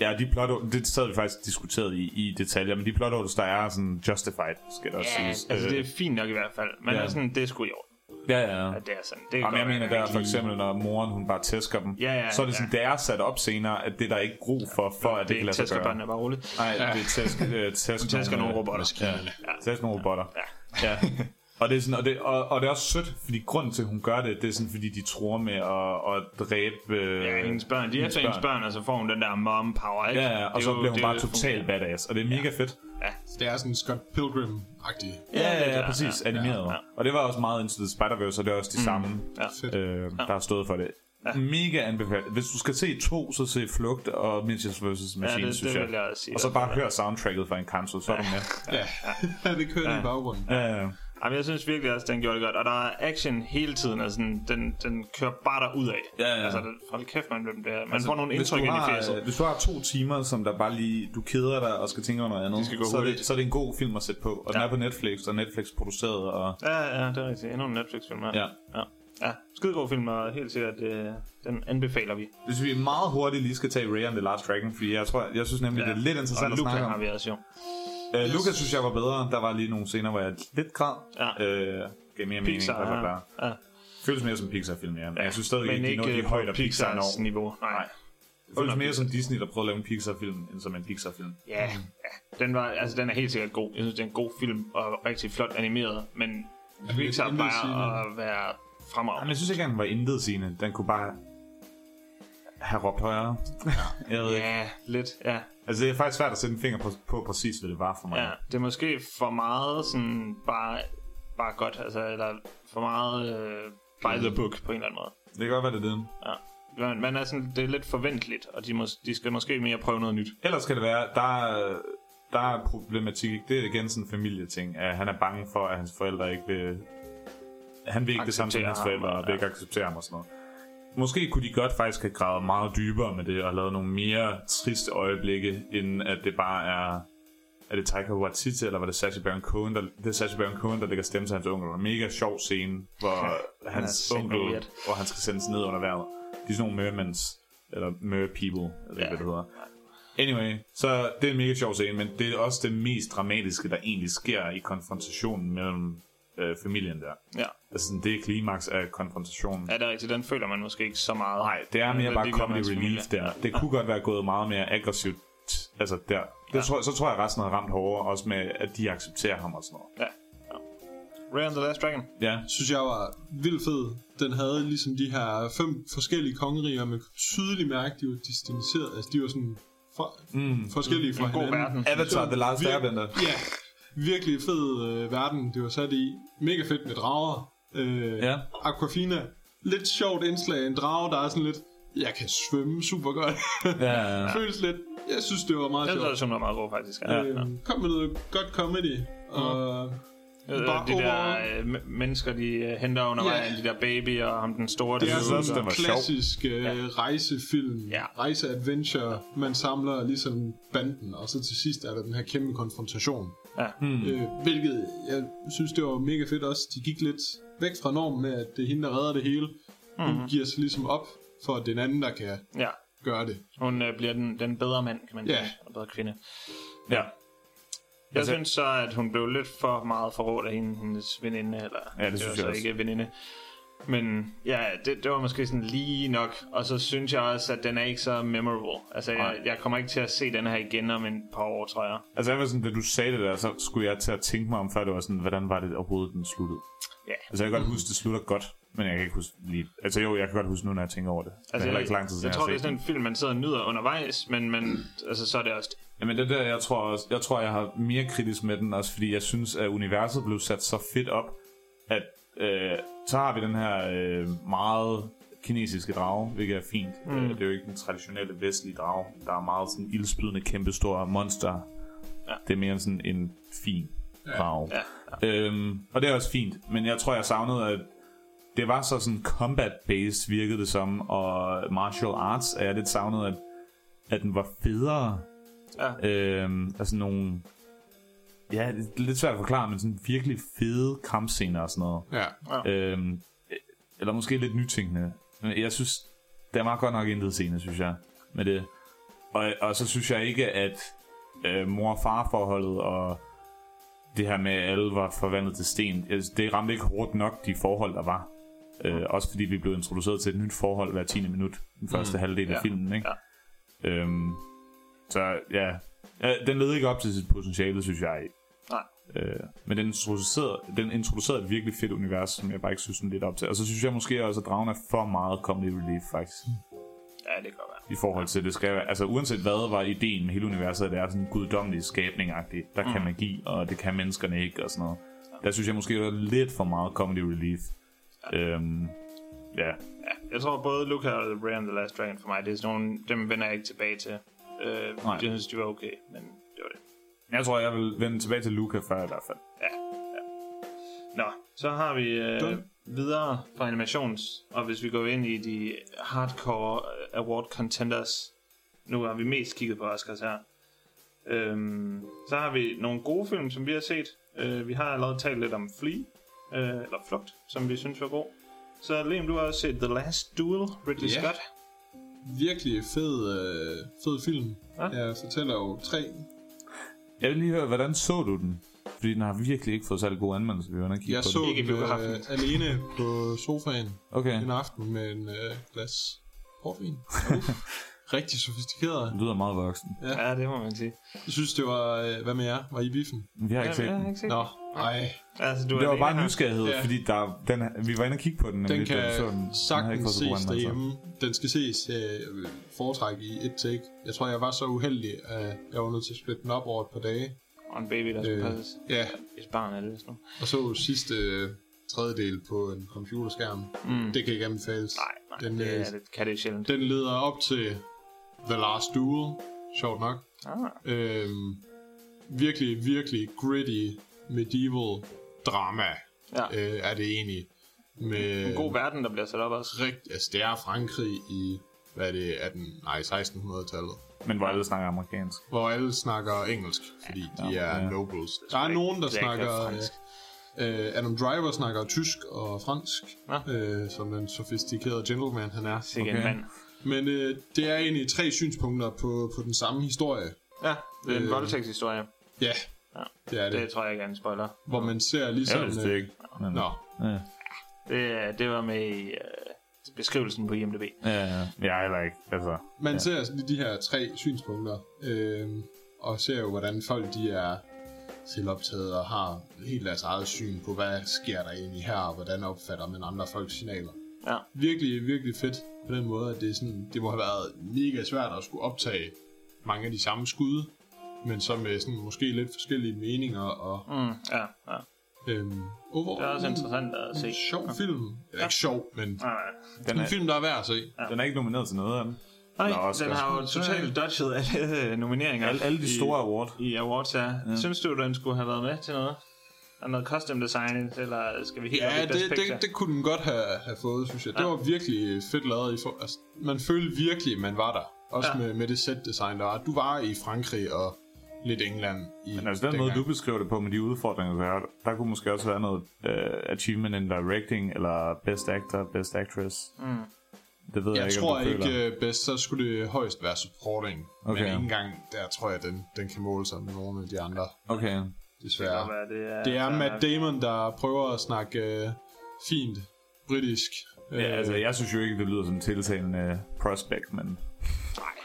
Speaker 2: Ja, de plot holes, det sad vi faktisk diskuteret i, i detaljer, men de plot holes, der er sådan justified, skal der også siges.
Speaker 1: Altså,
Speaker 2: Øh,
Speaker 1: det er fint nok i hvert fald, men
Speaker 2: Ja.
Speaker 1: ja. sådan, det er sgu i orden,
Speaker 2: Ja, ja.
Speaker 1: at det er sådan. Det kan
Speaker 2: Jamen, jeg
Speaker 1: godt
Speaker 2: mener,
Speaker 1: være,
Speaker 2: der er
Speaker 1: at
Speaker 2: for
Speaker 1: vi-
Speaker 2: eksempel, når moren hun bare tæsker dem,
Speaker 1: Ja, ja,
Speaker 2: så er det sådan,
Speaker 1: ja.
Speaker 2: det er sat op senere, at det er der ikke brug for, for at det,
Speaker 1: Det
Speaker 2: kan
Speaker 1: er
Speaker 2: lade sig gøre.
Speaker 1: testerbørnene bare roligt.
Speaker 2: Nej, det er tæsk, øh, tæsk,
Speaker 1: tæsker nogle robotter.
Speaker 2: Ja, tæsk nogle robotter. Ja. ja. Og det, er sådan, og, det, og, og det er også sødt, fordi grunden til, at hun gør det, det er sådan, fordi de tror med at, at dræbe... Øh,
Speaker 1: Ja, hendes børn. De er efter hendes børn, og så får hun den der mom power, ikke?
Speaker 2: Ja, ja,
Speaker 1: Det er
Speaker 2: og så
Speaker 1: jo-
Speaker 2: bliver hun
Speaker 1: det er
Speaker 2: bare
Speaker 1: jo-
Speaker 2: totalt badass, og det er mega fedt.
Speaker 3: Det er sådan Scott Pilgrim-agtig.
Speaker 2: Ja, ja,
Speaker 1: lidt,
Speaker 2: ja, præcis, animeret.
Speaker 1: ja. Mm.
Speaker 2: Og det var også meget Into the Spider-Verse, og det er også de samme,
Speaker 1: Ja.
Speaker 2: øh, der har stået for det. Mega anbefalet. Hvis du skal se to, så se Flugt og Mitchells vs. Machine,
Speaker 1: det-
Speaker 2: synes
Speaker 1: det
Speaker 2: jeg.
Speaker 1: vil jeg også sige.
Speaker 2: og så bare hør soundtracket fra en kanto, så er du med.
Speaker 3: Ja, ja. det kører ja. i baggrunden. Ja.
Speaker 2: Ja, ja.
Speaker 1: Jamen, jeg synes virkelig også, den gjorde det godt. Og der er action hele tiden, altså den, den, den kører bare derudad.
Speaker 2: Ja, ja. Altså,
Speaker 1: Altså, den- hold kæft, man, bliver- bliver- man Altså, får nogle indtryk
Speaker 2: hvis du
Speaker 1: ind i
Speaker 2: har,
Speaker 1: fjeset.
Speaker 2: øh, Hvis du har to timer, som der bare lige, du keder dig og skal tænke over noget andet,
Speaker 1: skal gå
Speaker 2: så, er
Speaker 1: hurtigt.
Speaker 2: det, så er det en god film at sætte på. Og ja. den er på Netflix, og Netflix produceret. Og,
Speaker 1: Ja, ja, det er rigtigt. Endnu en Netflix-film her.
Speaker 2: Ja.
Speaker 1: ja. Ja, skidegod film, og helt sikkert, øh, den anbefaler vi.
Speaker 2: hvis vi meget hurtigt lige skal tage Ray and the Last Dragon, fordi jeg, tror, jeg synes nemlig, ja. det er lidt interessant
Speaker 1: og
Speaker 2: at
Speaker 1: Luca
Speaker 2: snakke
Speaker 1: har
Speaker 2: om.
Speaker 1: vi også jo.
Speaker 2: Øh, Lucas synes jeg var bedre. Der var lige nogle scener, hvor jeg lidt græd.
Speaker 1: Ja.
Speaker 2: Øh, gav mere mening,
Speaker 1: Pixar,
Speaker 2: der var
Speaker 1: ja.
Speaker 2: klar.
Speaker 1: Ja.
Speaker 2: Føles mere som Pixar-film, ja. Men jeg synes stadig
Speaker 1: Men
Speaker 2: ikke, de
Speaker 1: ikke
Speaker 2: nåede de
Speaker 1: øh, på
Speaker 2: højder, Pixar
Speaker 1: Pixars
Speaker 2: når.
Speaker 1: niveau. Nej.
Speaker 2: Nej. Føles mere som Disney, der prøver at lave en Pixar-film, end som en Pixar-film.
Speaker 1: Ja, ja. Den, var, altså, den er helt sikkert god. Jeg synes, det er en god film og rigtig flot animeret, men
Speaker 2: Altså,
Speaker 1: Pixar
Speaker 3: intet
Speaker 1: plejer
Speaker 3: sigende.
Speaker 1: at være
Speaker 2: Ej,
Speaker 1: fremragende.
Speaker 2: men jeg synes ikke engang, den var intet sigende. Den kunne bare have råbt højere. Ja. jeg ved ikke.
Speaker 1: Ja, lidt, ja.
Speaker 2: Altså, det er faktisk svært at sætte en finger på, på præcis, hvad det var for mig.
Speaker 1: ja. Det er måske for meget sådan bare, bare godt, altså, eller for meget øh, by the book på en eller anden måde.
Speaker 2: Det kan godt være, det er det.
Speaker 1: Ja. Man, man er sådan, det er lidt forventeligt, og de, mås- de skal måske mere prøve noget nyt.
Speaker 2: Ellers kan det være, der er, der er problematik. ikke? Det er igen sådan en familieting. At han er bange for, at hans forældre ikke vil... Han vil ikke det samme som
Speaker 1: Acceptere
Speaker 2: hans
Speaker 1: ham,
Speaker 2: forældre, og vil
Speaker 1: ja.
Speaker 2: ikke acceptere ham og sådan noget. Måske kunne de godt faktisk have gravet meget dybere med det, og lavet nogle mere triste øjeblikke, end at det bare er... Er det Taika Waititi, eller var det Sacha Baron Cohen, der, det er Sacha Baron Cohen, der lægger stemme til hans onkel. En mega sjov scene, hvor hans
Speaker 1: sindssygt
Speaker 2: onkel,
Speaker 1: weird.
Speaker 2: hvor han skal sendes ned under vejret. De er sådan nogle mermans, eller mer people, eller ja. hvad det hedder. Anyway, så det er en mega sjov scene, men det er også det mest dramatiske, der egentlig sker i konfrontationen mellem øh, familien der.
Speaker 1: Ja.
Speaker 2: Altså sådan, det er klimaks af konfrontationen.
Speaker 1: ja, det er rigtigt. Den føler man måske ikke så meget.
Speaker 2: Nej, det er mere
Speaker 1: Den
Speaker 2: bare
Speaker 1: ligger med
Speaker 2: comedy
Speaker 1: hans
Speaker 2: relief
Speaker 1: familie.
Speaker 2: der. Det kunne godt være gået meget mere aggressivt, altså der. Det tror, så tror jeg, at resten havde ramt hårdere, også med, at de accepterer ham og sådan noget.
Speaker 1: Ja. ja. Ray and the Last Dragon.
Speaker 2: Ja,
Speaker 3: synes jeg var vildt fed. Den havde ligesom de her fem forskellige kongeriger, man kunne tydeligt mærke, de var distanceret. Altså, de var sådan fra, mm, forskellige fra
Speaker 1: En god
Speaker 3: hinanden.
Speaker 1: verden.
Speaker 2: Avatar The Last
Speaker 3: Vir-
Speaker 2: Airbender.
Speaker 3: Ja, virkelig fed øh, verden, det var sat i. Mega fedt med drager. Øh,
Speaker 2: Ja.
Speaker 3: Aquafina. Lidt sjovt indslag af en drage, der er sådan lidt, jeg kan svømme super godt.
Speaker 2: Ja, ja.
Speaker 3: Føles lidt. Jeg synes, det var meget
Speaker 1: Den lyder
Speaker 3: sjovt.
Speaker 1: som noget meget god, faktisk. Ja.
Speaker 3: Øh, kom med noget godt comedy. Og
Speaker 1: Øh,
Speaker 3: bare
Speaker 1: de der
Speaker 3: overall-
Speaker 1: øh, men- mennesker, de øh, henter under
Speaker 3: Ja.
Speaker 1: yeah. vejen, de der baby og ham den store,
Speaker 3: Det er
Speaker 1: der
Speaker 2: synes
Speaker 3: sådan
Speaker 2: også, den
Speaker 3: en
Speaker 2: var sjov.
Speaker 3: klassisk øh, rejsefilm,
Speaker 1: Ja.
Speaker 3: rejseadventure. Man samler ligesom banden, og så til sidst er der den her kæmpe konfrontation.
Speaker 1: Ja.
Speaker 3: Mm. Øh, hvilket jeg synes, det var mega fedt også. De gik lidt væk fra normen med, at det er hende, der redder det hele. Mm. Hun giver sig ligesom op for, at den anden, der kan
Speaker 1: ja.
Speaker 3: gøre det.
Speaker 1: Hun øh, bliver den, den bedre mand, kan man
Speaker 3: Ja.
Speaker 1: sige, og bedre kvinde.
Speaker 2: ja.
Speaker 1: Jeg
Speaker 2: Altså-
Speaker 1: altså, synes så, at hun blev lidt for meget forrådt af hende, hendes veninde, eller
Speaker 2: Ja, det synes
Speaker 1: var
Speaker 2: jeg
Speaker 1: så
Speaker 2: også.
Speaker 1: ikke veninde. Men ja, det, det var måske sådan lige nok, og så synes jeg også, at den er ikke så memorable. Altså, jeg,
Speaker 2: Nej.
Speaker 1: jeg kommer ikke til at se den her igen om en par år, tror jeg.
Speaker 2: Altså, jeg var sådan, da du sagde det der, så skulle jeg til at tænke mig om, før det var sådan, hvordan var det overhovedet, den sluttede?
Speaker 1: Ja.
Speaker 2: Altså, jeg kan godt huske, det slutter godt, men jeg kan ikke huske lige... Altså, jo, jeg kan godt huske nu, når jeg tænker over det. Altså, det er heller ikke lang tid,
Speaker 1: jeg,
Speaker 2: siden
Speaker 1: jeg
Speaker 2: har
Speaker 1: tror, det er
Speaker 2: set
Speaker 1: sådan
Speaker 2: den.
Speaker 1: en film, man sidder og nyder undervejs, men man, altså, så er det også...
Speaker 2: Jamen det er der, jeg tror også, jeg tror, jeg har mere kritisk med den også, fordi jeg synes, at universet blev sat så fedt op, at øh, så har vi den her øh, meget kinesiske drage, hvilket er fint. Mm. Det er jo ikke den traditionelle vestlige drage. Der er meget sådan ildspydende, kæmpestore monster. Ja. Det er mere sådan en fin drage. Ja. Ja. Øhm, og det er også fint, men jeg tror, jeg savnede, at det var så sådan combat-based, virkede det som, og martial arts er jeg lidt savnet, at, at den var federe.
Speaker 1: Ja.
Speaker 2: Øhm, altså nogle... Ja, det er lidt svært at forklare, men sådan virkelig fede kampscener og sådan noget.
Speaker 3: Ja.
Speaker 2: Øhm, eller måske lidt nytænkende. Men jeg synes, der var godt nok intet scene, synes jeg, med det. Og, og så synes jeg ikke, at øh, mor-far-forholdet og det her med, at alle var forvandlet til sten, altså, det ramte ikke hårdt nok de forhold, der var. Øh, også fordi vi blev introduceret til et nyt forhold hver 10. minut, den første mm, halvdel af
Speaker 1: ja,
Speaker 2: filmen. Ikke? Ja. Øhm, så ja. ja, den led ikke op til sit potentiale, synes jeg.
Speaker 1: Nej.
Speaker 2: Øh, men den introducerede, den introducerede et virkelig fedt univers, som jeg bare ikke synes, den lidt op til. Og så synes jeg måske også, at dragen er for meget comedy relief, faktisk.
Speaker 1: Ja, det kan godt være.
Speaker 2: I forhold til, det skal være... Altså, uanset hvad var ideen med hele universet, at det er sådan guddommelig skabning -agtig. Der
Speaker 3: Mm.
Speaker 2: kan magi, og det kan menneskerne ikke, og sådan noget. Der synes jeg måske, at der er lidt for meget comedy relief. Øhm, ja.
Speaker 1: Ja, jeg tror både Luca og Ray and the Last Dragon for mig, det er sådan nogle, dem vender jeg ikke tilbage til. Øh,
Speaker 2: Nej.
Speaker 1: jeg synes, de var okay, men det var det.
Speaker 2: Jeg tror, jeg vil vende tilbage til Luca før i hvert fald.
Speaker 1: Nå, så har vi øh,
Speaker 3: Done.
Speaker 1: videre fra animations, og hvis vi går ind i de hardcore øh, award contenders, nu har vi mest kigget på Oscars her, øhm, så har vi nogle gode film, som vi har set. Øh, vi har allerede talt lidt om Flea, øh, eller Flugt, som vi synes var god. Så Liam, du har også set The Last Duel, Ridley
Speaker 3: Ja.
Speaker 1: Scott.
Speaker 3: Virkelig fed, øh, fed film.
Speaker 1: Ja.
Speaker 3: Jeg fortæller jo tre.
Speaker 2: Jeg vil lige høre, hvordan så du den? Fordi den har virkelig ikke fået særlig gode anmeldelser, vi har kigge
Speaker 3: Jeg
Speaker 2: på
Speaker 3: så
Speaker 2: den.
Speaker 1: Ikke i
Speaker 3: den
Speaker 1: biografen.
Speaker 3: øh, alene på sofaen
Speaker 2: Okay.
Speaker 3: en aften med en øh, glas portvin. rigtig sofistikerede.
Speaker 2: lyder meget voksen.
Speaker 1: Ja. ja, det må man sige.
Speaker 3: Jeg synes, det var... øh, Hvad med jer? Var I i biffen?
Speaker 2: Vi har ikke set
Speaker 1: ja,
Speaker 2: den.
Speaker 1: ikke set
Speaker 3: Nå,
Speaker 1: den.
Speaker 3: nej.
Speaker 1: Altså, du er
Speaker 2: Det var
Speaker 1: alene
Speaker 2: bare
Speaker 1: her.
Speaker 2: nysgerrighed,
Speaker 3: Ja.
Speaker 2: fordi der, den, vi var inde og kigge på den.
Speaker 3: Den
Speaker 2: nemlig, da vi så den. Den
Speaker 3: kan
Speaker 2: har ikke
Speaker 3: sagtens
Speaker 2: fået så god altså.
Speaker 3: ses
Speaker 2: anmeldelser.
Speaker 3: derhjemme. Den skal ses øh, foretræk i et take. Jeg tror, jeg var så uheldig, at jeg var nødt til at splitte den op over et par dage.
Speaker 1: Og en baby, der skulle
Speaker 3: Øh,
Speaker 1: passes.
Speaker 3: Ja,
Speaker 1: Et barn er det vist nu.
Speaker 3: og så sidste øh, tredjedel på en computerskærm. Mm. Det kan ikke anbefales.
Speaker 1: Nej, nej,
Speaker 3: den,
Speaker 1: det,
Speaker 3: øh,
Speaker 1: er, det kan det jo sjældent.
Speaker 3: den leder op til The Last Duel. Sjovt nok.
Speaker 1: Ah,
Speaker 3: Øhm, virkelig, virkelig gritty medieval drama
Speaker 1: ja.
Speaker 3: øh, er det egentlig. Med
Speaker 1: En god verden, der bliver sat op også.
Speaker 3: rigt, altså det er Frankrig i, hvad er det, 18, nej, 1600-tallet.
Speaker 2: Men hvor alle snakker amerikansk.
Speaker 3: Hvor alle snakker engelsk, fordi de
Speaker 2: ja,
Speaker 3: er
Speaker 2: ja.
Speaker 3: nobles. Der er nogen, der
Speaker 1: Det er ikke
Speaker 3: snakker...
Speaker 1: fransk.
Speaker 3: Øh, Adam Driver snakker tysk og fransk,
Speaker 1: Nå.
Speaker 3: øh, som den sofistikerede gentleman han er.
Speaker 1: Sikke en
Speaker 2: Okay.
Speaker 1: mand.
Speaker 3: Men øh, det er egentlig tre synspunkter på, på den samme historie.
Speaker 1: Ja, det er en
Speaker 3: Øh,
Speaker 1: voldtægtshistorie.
Speaker 3: Ja,
Speaker 1: Ja.
Speaker 3: det er det.
Speaker 1: Det tror jeg ikke er en spoiler.
Speaker 3: Hvor man ser
Speaker 2: Jeg
Speaker 3: ligesom...
Speaker 2: vidste det ikke. Men,
Speaker 3: Nå,
Speaker 2: Ja.
Speaker 1: Det, er- det var med i øh, beskrivelsen på IMDb.
Speaker 2: Ja, ja. Øh, Jeg er heller ikke. Altså,
Speaker 3: man ja. ser sådan de her tre synspunkter, øh, og ser jo, hvordan folk de er selvoptaget og har helt deres eget syn på, hvad sker der egentlig her, og hvordan opfatter man andre folks signaler.
Speaker 1: Ja.
Speaker 3: Virkelig, virkelig fedt på den måde, at det, er sådan, det må have været mega svært at skulle optage mange af de samme skud, men så med sådan måske lidt forskellige meninger, og
Speaker 1: Mm, ja, ja.
Speaker 3: øhm, overall,
Speaker 1: Mm. Det er også interessant at se.
Speaker 3: en sjov film. Eller ikke sjov, men
Speaker 1: Nej, nej.
Speaker 2: den,
Speaker 3: en
Speaker 2: er,
Speaker 3: film, der er værd at se.
Speaker 2: den er ikke nomineret til noget af dem.
Speaker 1: Nej,
Speaker 2: Der er også
Speaker 1: den har jo
Speaker 2: godt.
Speaker 1: totalt dodget alle øh, nomineringer.
Speaker 2: Alle, alle de store award.
Speaker 1: I, i awards, ja. ja. Synes du, den skulle have været med til noget? Er noget custom design, eller skal vi helt op
Speaker 3: Ja,
Speaker 1: i Best
Speaker 3: det,
Speaker 1: Picture?
Speaker 3: det, det kunne den godt have, have fået, synes jeg. Ja. Det var virkelig fedt lavet. I for, altså, man følte virkelig, man var der. Også
Speaker 1: Ja.
Speaker 3: ja. med, med det set-design, der var. Du var i Frankrig og lidt England. I
Speaker 2: Men altså den måde, du beskriver det på med de udfordringer, der er, der kunne måske også være noget øh, achievement in directing, eller best actor, best actress. Mm. Det ved jeg,
Speaker 3: Jeg
Speaker 2: ikke,
Speaker 3: tror
Speaker 2: om du føler.
Speaker 3: ikke øh, bedst, så skulle det højst være supporting. Okay.
Speaker 2: Okay.
Speaker 3: Men ikke engang der tror jeg, den, den kan måle sig med nogle af de andre,
Speaker 2: Okay.
Speaker 3: desværre.
Speaker 1: Hvad er det,
Speaker 3: Det
Speaker 2: altså-
Speaker 3: er Matt Damon, der prøver at snakke øh, fint britisk.
Speaker 2: Ja,
Speaker 3: Øh,
Speaker 2: altså, jeg synes jo ikke, det lyder som en tiltalende prospect, men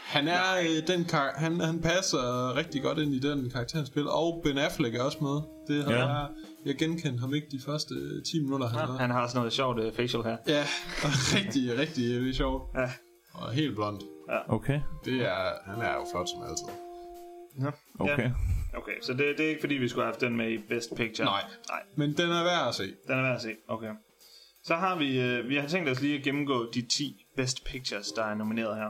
Speaker 3: Han er øh, den kar- han, han passer rigtig godt ind i den karakter, han spiller. Og Ben Affleck er også med. Det har
Speaker 2: Ja.
Speaker 3: ja. jeg, jeg genkendte ham ikke de første øh, 10 minutter, han var.
Speaker 1: Han har også noget sjovt øh, facial her.
Speaker 3: Ja, og rigtig, rigtig øh, sjov.
Speaker 1: Ja.
Speaker 3: Og helt blond.
Speaker 2: okay.
Speaker 3: Det er, han er jo flot som altid.
Speaker 1: Nå,
Speaker 2: Okay.
Speaker 1: Ja. Okay, så det, det er ikke fordi, vi skulle have haft den med i Best Picture?
Speaker 3: Nej.
Speaker 1: Nej,
Speaker 3: Men den er værd at se.
Speaker 1: den er værd at se. Okay. Så har vi, øh, vi har tænkt os lige at gennemgå de 10 Best Pictures, der er nomineret her.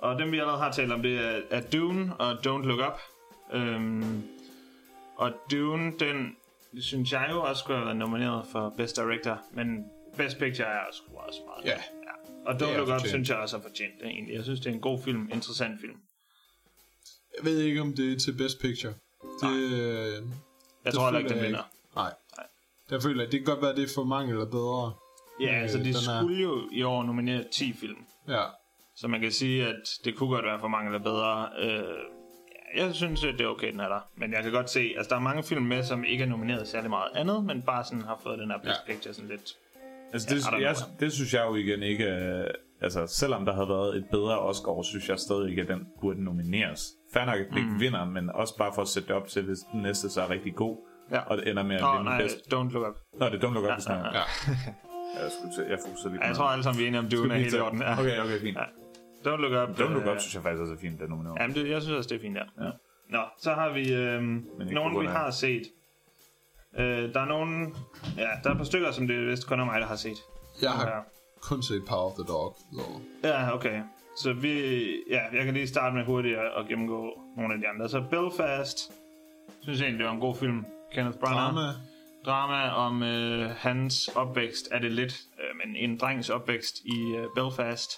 Speaker 1: Og dem vi allerede har talt om, det er, er Dune og Don't Look Up. Øhm, og Dune, den synes jeg jo også skulle have været nomineret for Best Director, men Best Picture er også, også meget.
Speaker 3: Ja.
Speaker 1: Og
Speaker 3: Det
Speaker 1: Don't
Speaker 3: er
Speaker 1: Look Up
Speaker 3: fortjent.
Speaker 1: synes jeg også er fortjent egentlig. Jeg synes, det er en god film, interessant film.
Speaker 3: Jeg ved ikke, om det er til Best Picture. Det, øh,
Speaker 1: Jeg tror heller ikke,
Speaker 3: føler
Speaker 1: den
Speaker 3: jeg
Speaker 1: vinder.
Speaker 3: nej. Der føler jeg, det kan godt være, det er for mange eller bedre.
Speaker 1: Ja, altså
Speaker 3: Øh, den
Speaker 1: de
Speaker 3: er-
Speaker 1: skulle jo i år nominere 10 film.
Speaker 3: Ja.
Speaker 1: Så man kan sige, at det kunne godt være for mange eller bedre. Øh, jeg synes, at det er okay, den er der. Men jeg kan godt se, altså der er mange film med, som ikke er nomineret særlig meget andet, men bare sådan har fået den her Best
Speaker 3: Ja.
Speaker 1: Picture sådan lidt.
Speaker 2: Altså, det,
Speaker 1: Ja, der er
Speaker 2: jeg,
Speaker 1: noget.
Speaker 2: det synes jeg jo igen ikke... øh, Altså, selvom der havde været et bedre Oscar, synes jeg stadig ikke, at den burde nomineres. Fair nok, at den
Speaker 1: Mm.
Speaker 2: ikke vinder, men også bare for at sætte det op til, hvis den næste så er rigtig god,
Speaker 1: Ja.
Speaker 2: og det ender med at
Speaker 1: Nå,
Speaker 2: vinde
Speaker 1: nej,
Speaker 2: bedst.
Speaker 1: Don't Look Up.
Speaker 2: Nå, det er dumt at gøre, ja,
Speaker 3: ja.
Speaker 2: Ja, jeg, skulle til, jeg fokuserer lige
Speaker 1: Ja, jeg tror alle sammen, vi er enige om, Dune er helt i orden. Ja.
Speaker 2: Okay, okay, fint.
Speaker 1: Ja. Don't Look Up.
Speaker 2: Dumt at
Speaker 1: øh,
Speaker 2: gøre, synes jeg faktisk også er fint, den nomineret.
Speaker 1: Jamen, det, jeg synes også, det er fint der. Ja. Nå, så har vi øh,
Speaker 2: på
Speaker 1: nogen, vi
Speaker 2: grund af-
Speaker 1: har set. Øh, der er nogen... Ja, der er et par stykker, som det er vist kun er mig, der har set.
Speaker 3: Jeg har
Speaker 1: Ja.
Speaker 3: kun set Power of the Dog. Så.
Speaker 1: Ja, okay. Så vi, ja, jeg kan lige starte med hurtigt at, at gennemgå nogle af de andre. Så Belfast, synes jeg egentlig, det var en god film. Kenneth Branagh.
Speaker 3: Drama.
Speaker 1: Drama om øh, hans opvækst, er det lidt, øh, men en drengs opvækst i øh, Belfast.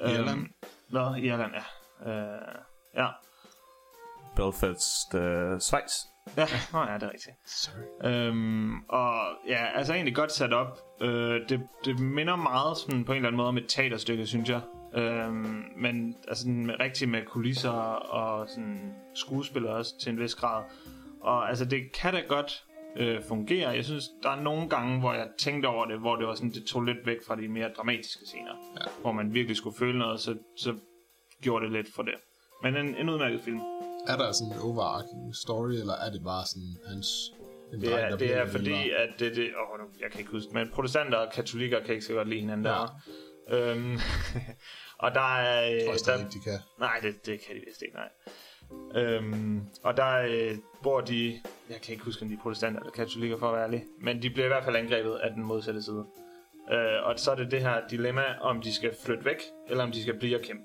Speaker 3: Irland.
Speaker 1: Øhm, Nå, i Irland, ja. Øh, ja.
Speaker 2: Belfast, øh, Schweiz.
Speaker 1: Ja, nå, ja, det er rigtigt.
Speaker 3: Sorry.
Speaker 1: Øhm, og ja, altså egentlig godt sat op. Øh, det, det minder meget sådan, på en eller anden måde om et teaterstykke, synes jeg. Øhm, men altså sådan, med, rigtig med kulisser og sådan, skuespillere også til en vis grad. Og altså det kan da godt øh, fungere. Jeg synes, der er nogle gange, hvor jeg tænkte over det, hvor det var sådan, det tog lidt væk fra de mere dramatiske scener. Ja. Hvor man virkelig skulle føle noget, så, så gjorde det lidt for det. Men en, en udmærket film.
Speaker 3: Er der sådan en overarching story, eller er det bare sådan hans... En
Speaker 1: Det
Speaker 3: dreng,
Speaker 1: er,
Speaker 3: der
Speaker 1: det
Speaker 3: bliver
Speaker 1: er
Speaker 3: lidt
Speaker 1: fordi,
Speaker 3: ældre?
Speaker 1: at det, det åh, nu, jeg kan ikke huske, men protestanter og katolikker kan ikke så godt lide hinanden der. Øhm, og der er...
Speaker 3: Jeg tror
Speaker 1: øh,
Speaker 3: stadig
Speaker 1: der,
Speaker 3: ikke, de kan.
Speaker 1: Nej, det, det kan de vist ikke, nej. Øhm, og der øh, bor de, jeg kan ikke huske, om de er protestanter eller katolikker for at være ærlig, men de bliver i hvert fald angrebet af den modsatte side. Øh, og så er det det her dilemma, om de skal flytte væk, eller om de skal blive og kæmpe.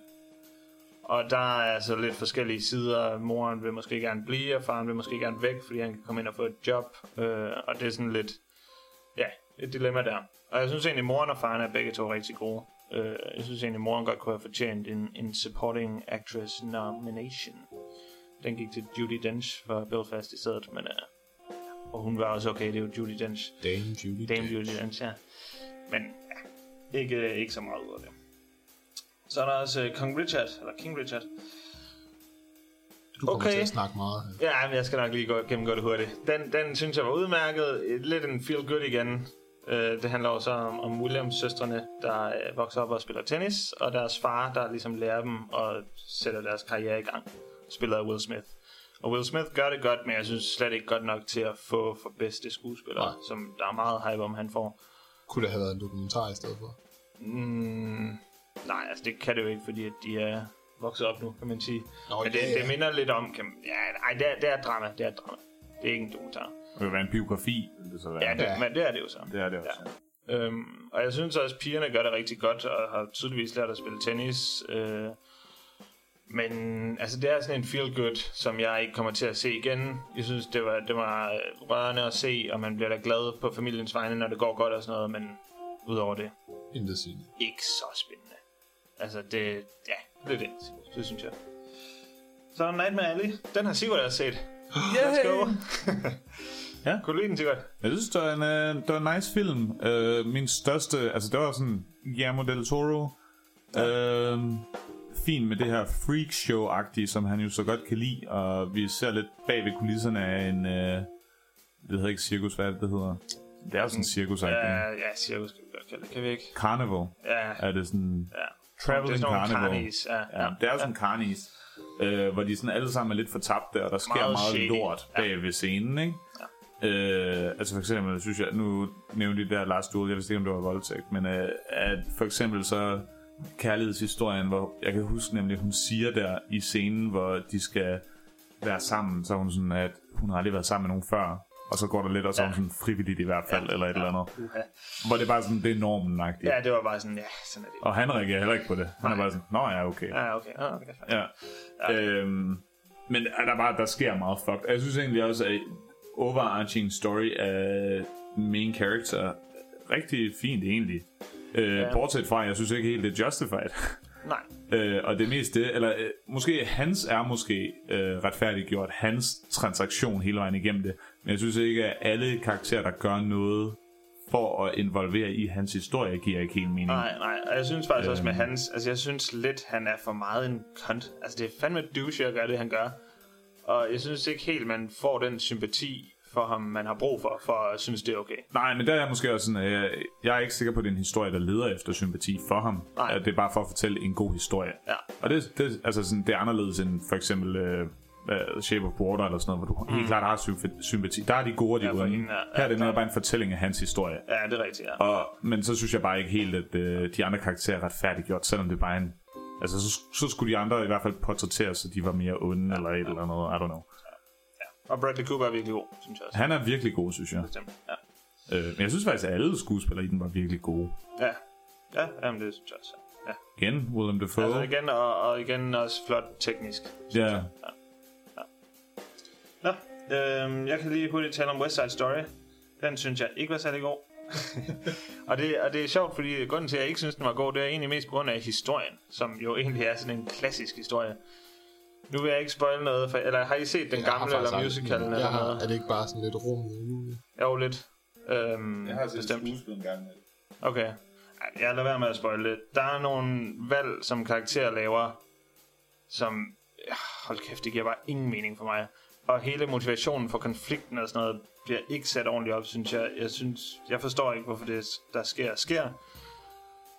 Speaker 1: Og der er altså lidt forskellige sider. Moren vil måske gerne blive, og faren vil måske gerne væk, fordi han kan komme ind og få et job. Øh, og det er sådan lidt, ja, et dilemma der. Og jeg synes egentlig, moren og faren er begge to rigtig gode. Øh, jeg synes egentlig, moren godt kunne have fortjent en, en supporting actress nomination. Den gik til Judy Dench for Belfast i stedet, men øh, og hun var også okay, det var Judy Dench.
Speaker 3: Dame Judy.
Speaker 1: Dame Beauty Dance, ja. Men ja, ikke, øh, ikke så meget ud af det. Så er der også øh, Kong Richard, eller King Richard.
Speaker 3: Du kommer
Speaker 1: Okay.
Speaker 3: til at snakke meget.
Speaker 1: Ja, men jeg skal nok lige gå gennemgå det hurtigt. Den, den synes jeg var udmærket. Et- Lidt en feel good igen. Øh, det handler også om, om Williams søstrene, der øh, vokser op og spiller tennis, og deres far, der ligesom lærer dem og sætter deres karriere i gang. Spiller af Will Smith. Og Will Smith gør det godt, men jeg synes slet ikke godt nok til at få for bedste skuespiller,
Speaker 3: Nej.
Speaker 1: som der er meget hype om, han får.
Speaker 3: Kunne det have været en dokumentar i stedet for?
Speaker 1: Mm, nej, altså det kan det jo ikke, fordi at de er vokset op nu, kan man sige.
Speaker 3: Nå,
Speaker 1: Men det,
Speaker 3: ja, ja.
Speaker 1: det minder lidt om... Kan man, ja, nej, det er, det er drama, det er drama. Det er ikke en dokumentar.
Speaker 2: Det vil være en biografi, vil det så være.
Speaker 1: Ja, det,
Speaker 3: Ja.
Speaker 1: men det er det jo så.
Speaker 2: det er det også.
Speaker 1: Ja. Øhm, og jeg synes også, at pigerne gør det rigtig godt, og har tydeligvis lært at spille tennis. Øh, men altså, det er sådan en feel-good, som jeg ikke kommer til at se igen. Jeg synes, det var, det var øh, rørende at se, og man bliver da glad på familiens vegne, når det går godt og sådan noget, men udover det,
Speaker 3: Intet sigende.
Speaker 1: ikke så spændende. Altså, det, ja, det er det, det synes jeg. Så er der Nightmare Alley. Den har Sigurd også set. Let's go.
Speaker 2: Ja.
Speaker 1: Kunne du lide den, Sigurd?
Speaker 2: Jeg synes, det var en, øh, det var en nice film. Øh, min største... Altså, det var sådan Guillermo del Toro. Øh, fint med det her freak show agtige som han jo så godt kan lide. Og vi ser lidt bag ved kulisserne af en... Øh, det hedder ikke cirkus, hvad er det, det hedder? Det er jo sådan en cirkus
Speaker 1: Ja, Øh, ja, Cirkus øh, kan vi godt kalde det. Kan vi ikke?
Speaker 2: Carnival.
Speaker 1: Ja, ja.
Speaker 2: Er det sådan...
Speaker 1: Det er
Speaker 2: Traveling
Speaker 1: sådan nogle
Speaker 2: Carnival.
Speaker 1: carnies, ja,
Speaker 2: ja,
Speaker 1: ja.
Speaker 2: det er jo sådan carnies, øh, hvor de sådan alle sammen er lidt fortabte, og der sker meget,
Speaker 1: Meget shady.
Speaker 2: meget lort
Speaker 1: Ja.
Speaker 2: bag ved scenen, ikke? Ja. Øh, altså for eksempel, synes jeg, nu nævnte de der Lars Duel, jeg vidste ikke, om det var voldtægt, men øh, at for eksempel så kærlighedshistorien, hvor jeg kan huske nemlig, hun siger der i scenen, hvor de skal være sammen, så er hun sådan, at hun har aldrig været sammen med nogen før, og så går der lidt, og så er hun sådan frivilligt i hvert fald, ja. eller et ja. eller andet.
Speaker 1: Uha.
Speaker 2: Hvor det er bare sådan, det er normen -agtigt.
Speaker 1: Ja, det var bare sådan, ja, sådan er det.
Speaker 2: Og han reagerer heller ikke på det. Han er bare sådan, nå ja, okay.
Speaker 1: Ja, okay. Ah, okay. fair.
Speaker 2: Ja. Øhm, men er der bare, der sker meget fucked. Jeg synes egentlig også, at overarching story af den main character er rigtig fint egentlig. Øh, ja. Bortset fra, at jeg synes ikke helt, det er justified.
Speaker 1: Nej.
Speaker 2: øh, og det meste, eller øh, måske hans er måske øh, retfærdiggjort, hans transaktion hele vejen igennem det. Men jeg synes ikke, at alle karakterer, der gør noget for at involvere i hans historie, giver ikke helt mening.
Speaker 1: Nej, nej. Og jeg synes faktisk
Speaker 2: Øh.
Speaker 1: også med hans, altså jeg synes lidt, han er for meget en kont. Altså det er fandme douche at gøre det, han gør. Og jeg synes ikke helt, man får den sympati for ham, man har brug for, for at synes, det er okay.
Speaker 2: Nej, men der er jeg måske også sådan, øh, jeg er ikke sikker på, at det er en historie, der leder efter sympati for ham.
Speaker 1: Nej.
Speaker 2: At det er bare for at fortælle en god historie.
Speaker 1: Ja.
Speaker 2: Og det, det, altså sådan, det er anderledes end for eksempel øh, øh, Shape of Water eller sådan noget, hvor du helt klart har symf- sympati. Der er de gode, og de
Speaker 1: Mm. Ja, for
Speaker 2: ja,
Speaker 1: hende er-
Speaker 2: Her er det mere bare en fortælling af hans historie.
Speaker 1: Ja, det er rigtigt, ja.
Speaker 2: Og, men så synes jeg bare ikke helt, at øh, de andre karakterer er retfærdiggjort, selvom det bare er en... Altså, så, så skulle de andre i hvert fald portrætteres, så de var mere onde eller et eller andet. I don't know.
Speaker 1: Og Bradley Cooper er virkelig god, synes jeg også.
Speaker 2: Han er virkelig god, synes jeg.
Speaker 1: Bestemt, Ja.
Speaker 2: Øh, men jeg synes faktisk, at alle skuespillere i den var virkelig gode.
Speaker 1: Ja, ja jamen, det synes jeg også. Ja.
Speaker 2: Igen, Willem Dafoe.
Speaker 1: Altså igen, og, og igen også flot teknisk.
Speaker 2: Ja,
Speaker 1: Nå, øhm, jeg kan lige hurtigt tale om West Side Story. Den synes jeg ikke var særlig god. og, det, og det er sjovt, fordi grunden til, at jeg ikke synes, den var god, det er egentlig mest på grund af historien, som jo egentlig er sådan en klassisk historie. Nu vil jeg ikke spoil noget, for, eller har I set den
Speaker 3: Jeg har
Speaker 1: gamle,
Speaker 3: faktisk
Speaker 1: eller
Speaker 3: aldrig-
Speaker 1: musicalen, eller
Speaker 3: jeg har,
Speaker 1: noget?
Speaker 3: Er det ikke bare sådan lidt rum i juli?
Speaker 1: Jo, lidt. Øhm, bestemt.
Speaker 2: en gang.
Speaker 1: Okay. Ej, Jeg lader være med at spoil det. Der er nogle valg, som karakterer laver, som... ja, Hold kæft, det giver bare ingen mening for mig. Og hele motivationen for konflikten og sådan noget bliver ikke sat ordentligt op, synes jeg. Jeg, synes, jeg forstår ikke, hvorfor det, der sker, sker.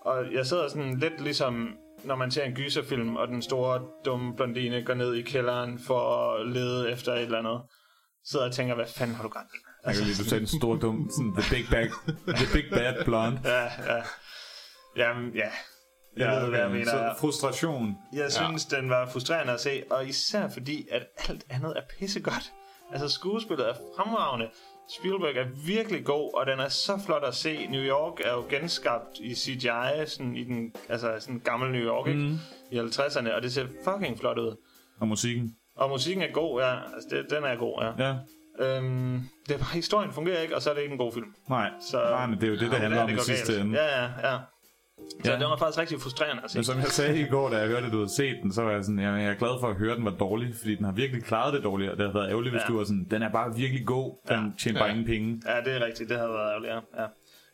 Speaker 1: Og jeg sidder sådan lidt ligesom når man ser en gyserfilm, og den store, dumme blondine går ned i kælderen for at lede efter et eller andet, sidder og tænker, hvad fanden har du gang i?
Speaker 2: Jeg kan lide, du sagde en stor dum, sådan the big, bag, the big bad blonde.
Speaker 1: Ja, ja. Jamen, ja. Jeg ja, ved, hvad jeg
Speaker 2: okay,
Speaker 1: mener.
Speaker 2: øh, Så frustration.
Speaker 1: Jeg synes, den var frustrerende at se, og især fordi, at alt andet er pissegodt. Altså, skuespillet er fremragende. Spielberg er virkelig god, og den er så flot at se. New York er jo genskabt i CGI, sådan i den altså sådan gammel New York, ikke? Mm. I 50'erne, og det ser fucking flot ud.
Speaker 2: Og musikken.
Speaker 1: Og musikken er god, ja. Altså, det, den er god, ja.
Speaker 2: Ja,
Speaker 1: Øhm, det er bare, historien fungerer ikke, og så er det ikke en god film.
Speaker 2: nej. Så,
Speaker 1: Så-
Speaker 2: nej, men det er jo det, det handler om i
Speaker 1: går
Speaker 2: sidste
Speaker 1: galt.
Speaker 2: ende.
Speaker 1: Ja, ja, ja. Så
Speaker 2: Ja.
Speaker 1: ja. det var faktisk rigtig frustrerende at se.
Speaker 2: Men som jeg sagde i går, da jeg hørte, at du havde set den, så var jeg sådan, jamen, jeg er glad for at høre, at den var dårlig, fordi den har virkelig klaret det dårligt, og det havde været ærgerligt, hvis
Speaker 1: Ja.
Speaker 2: du var sådan, den er bare virkelig god, den tjener bare
Speaker 3: Ja.
Speaker 2: ingen penge.
Speaker 1: Ja, det er rigtigt. Det havde været ærgerligt, ja. ja.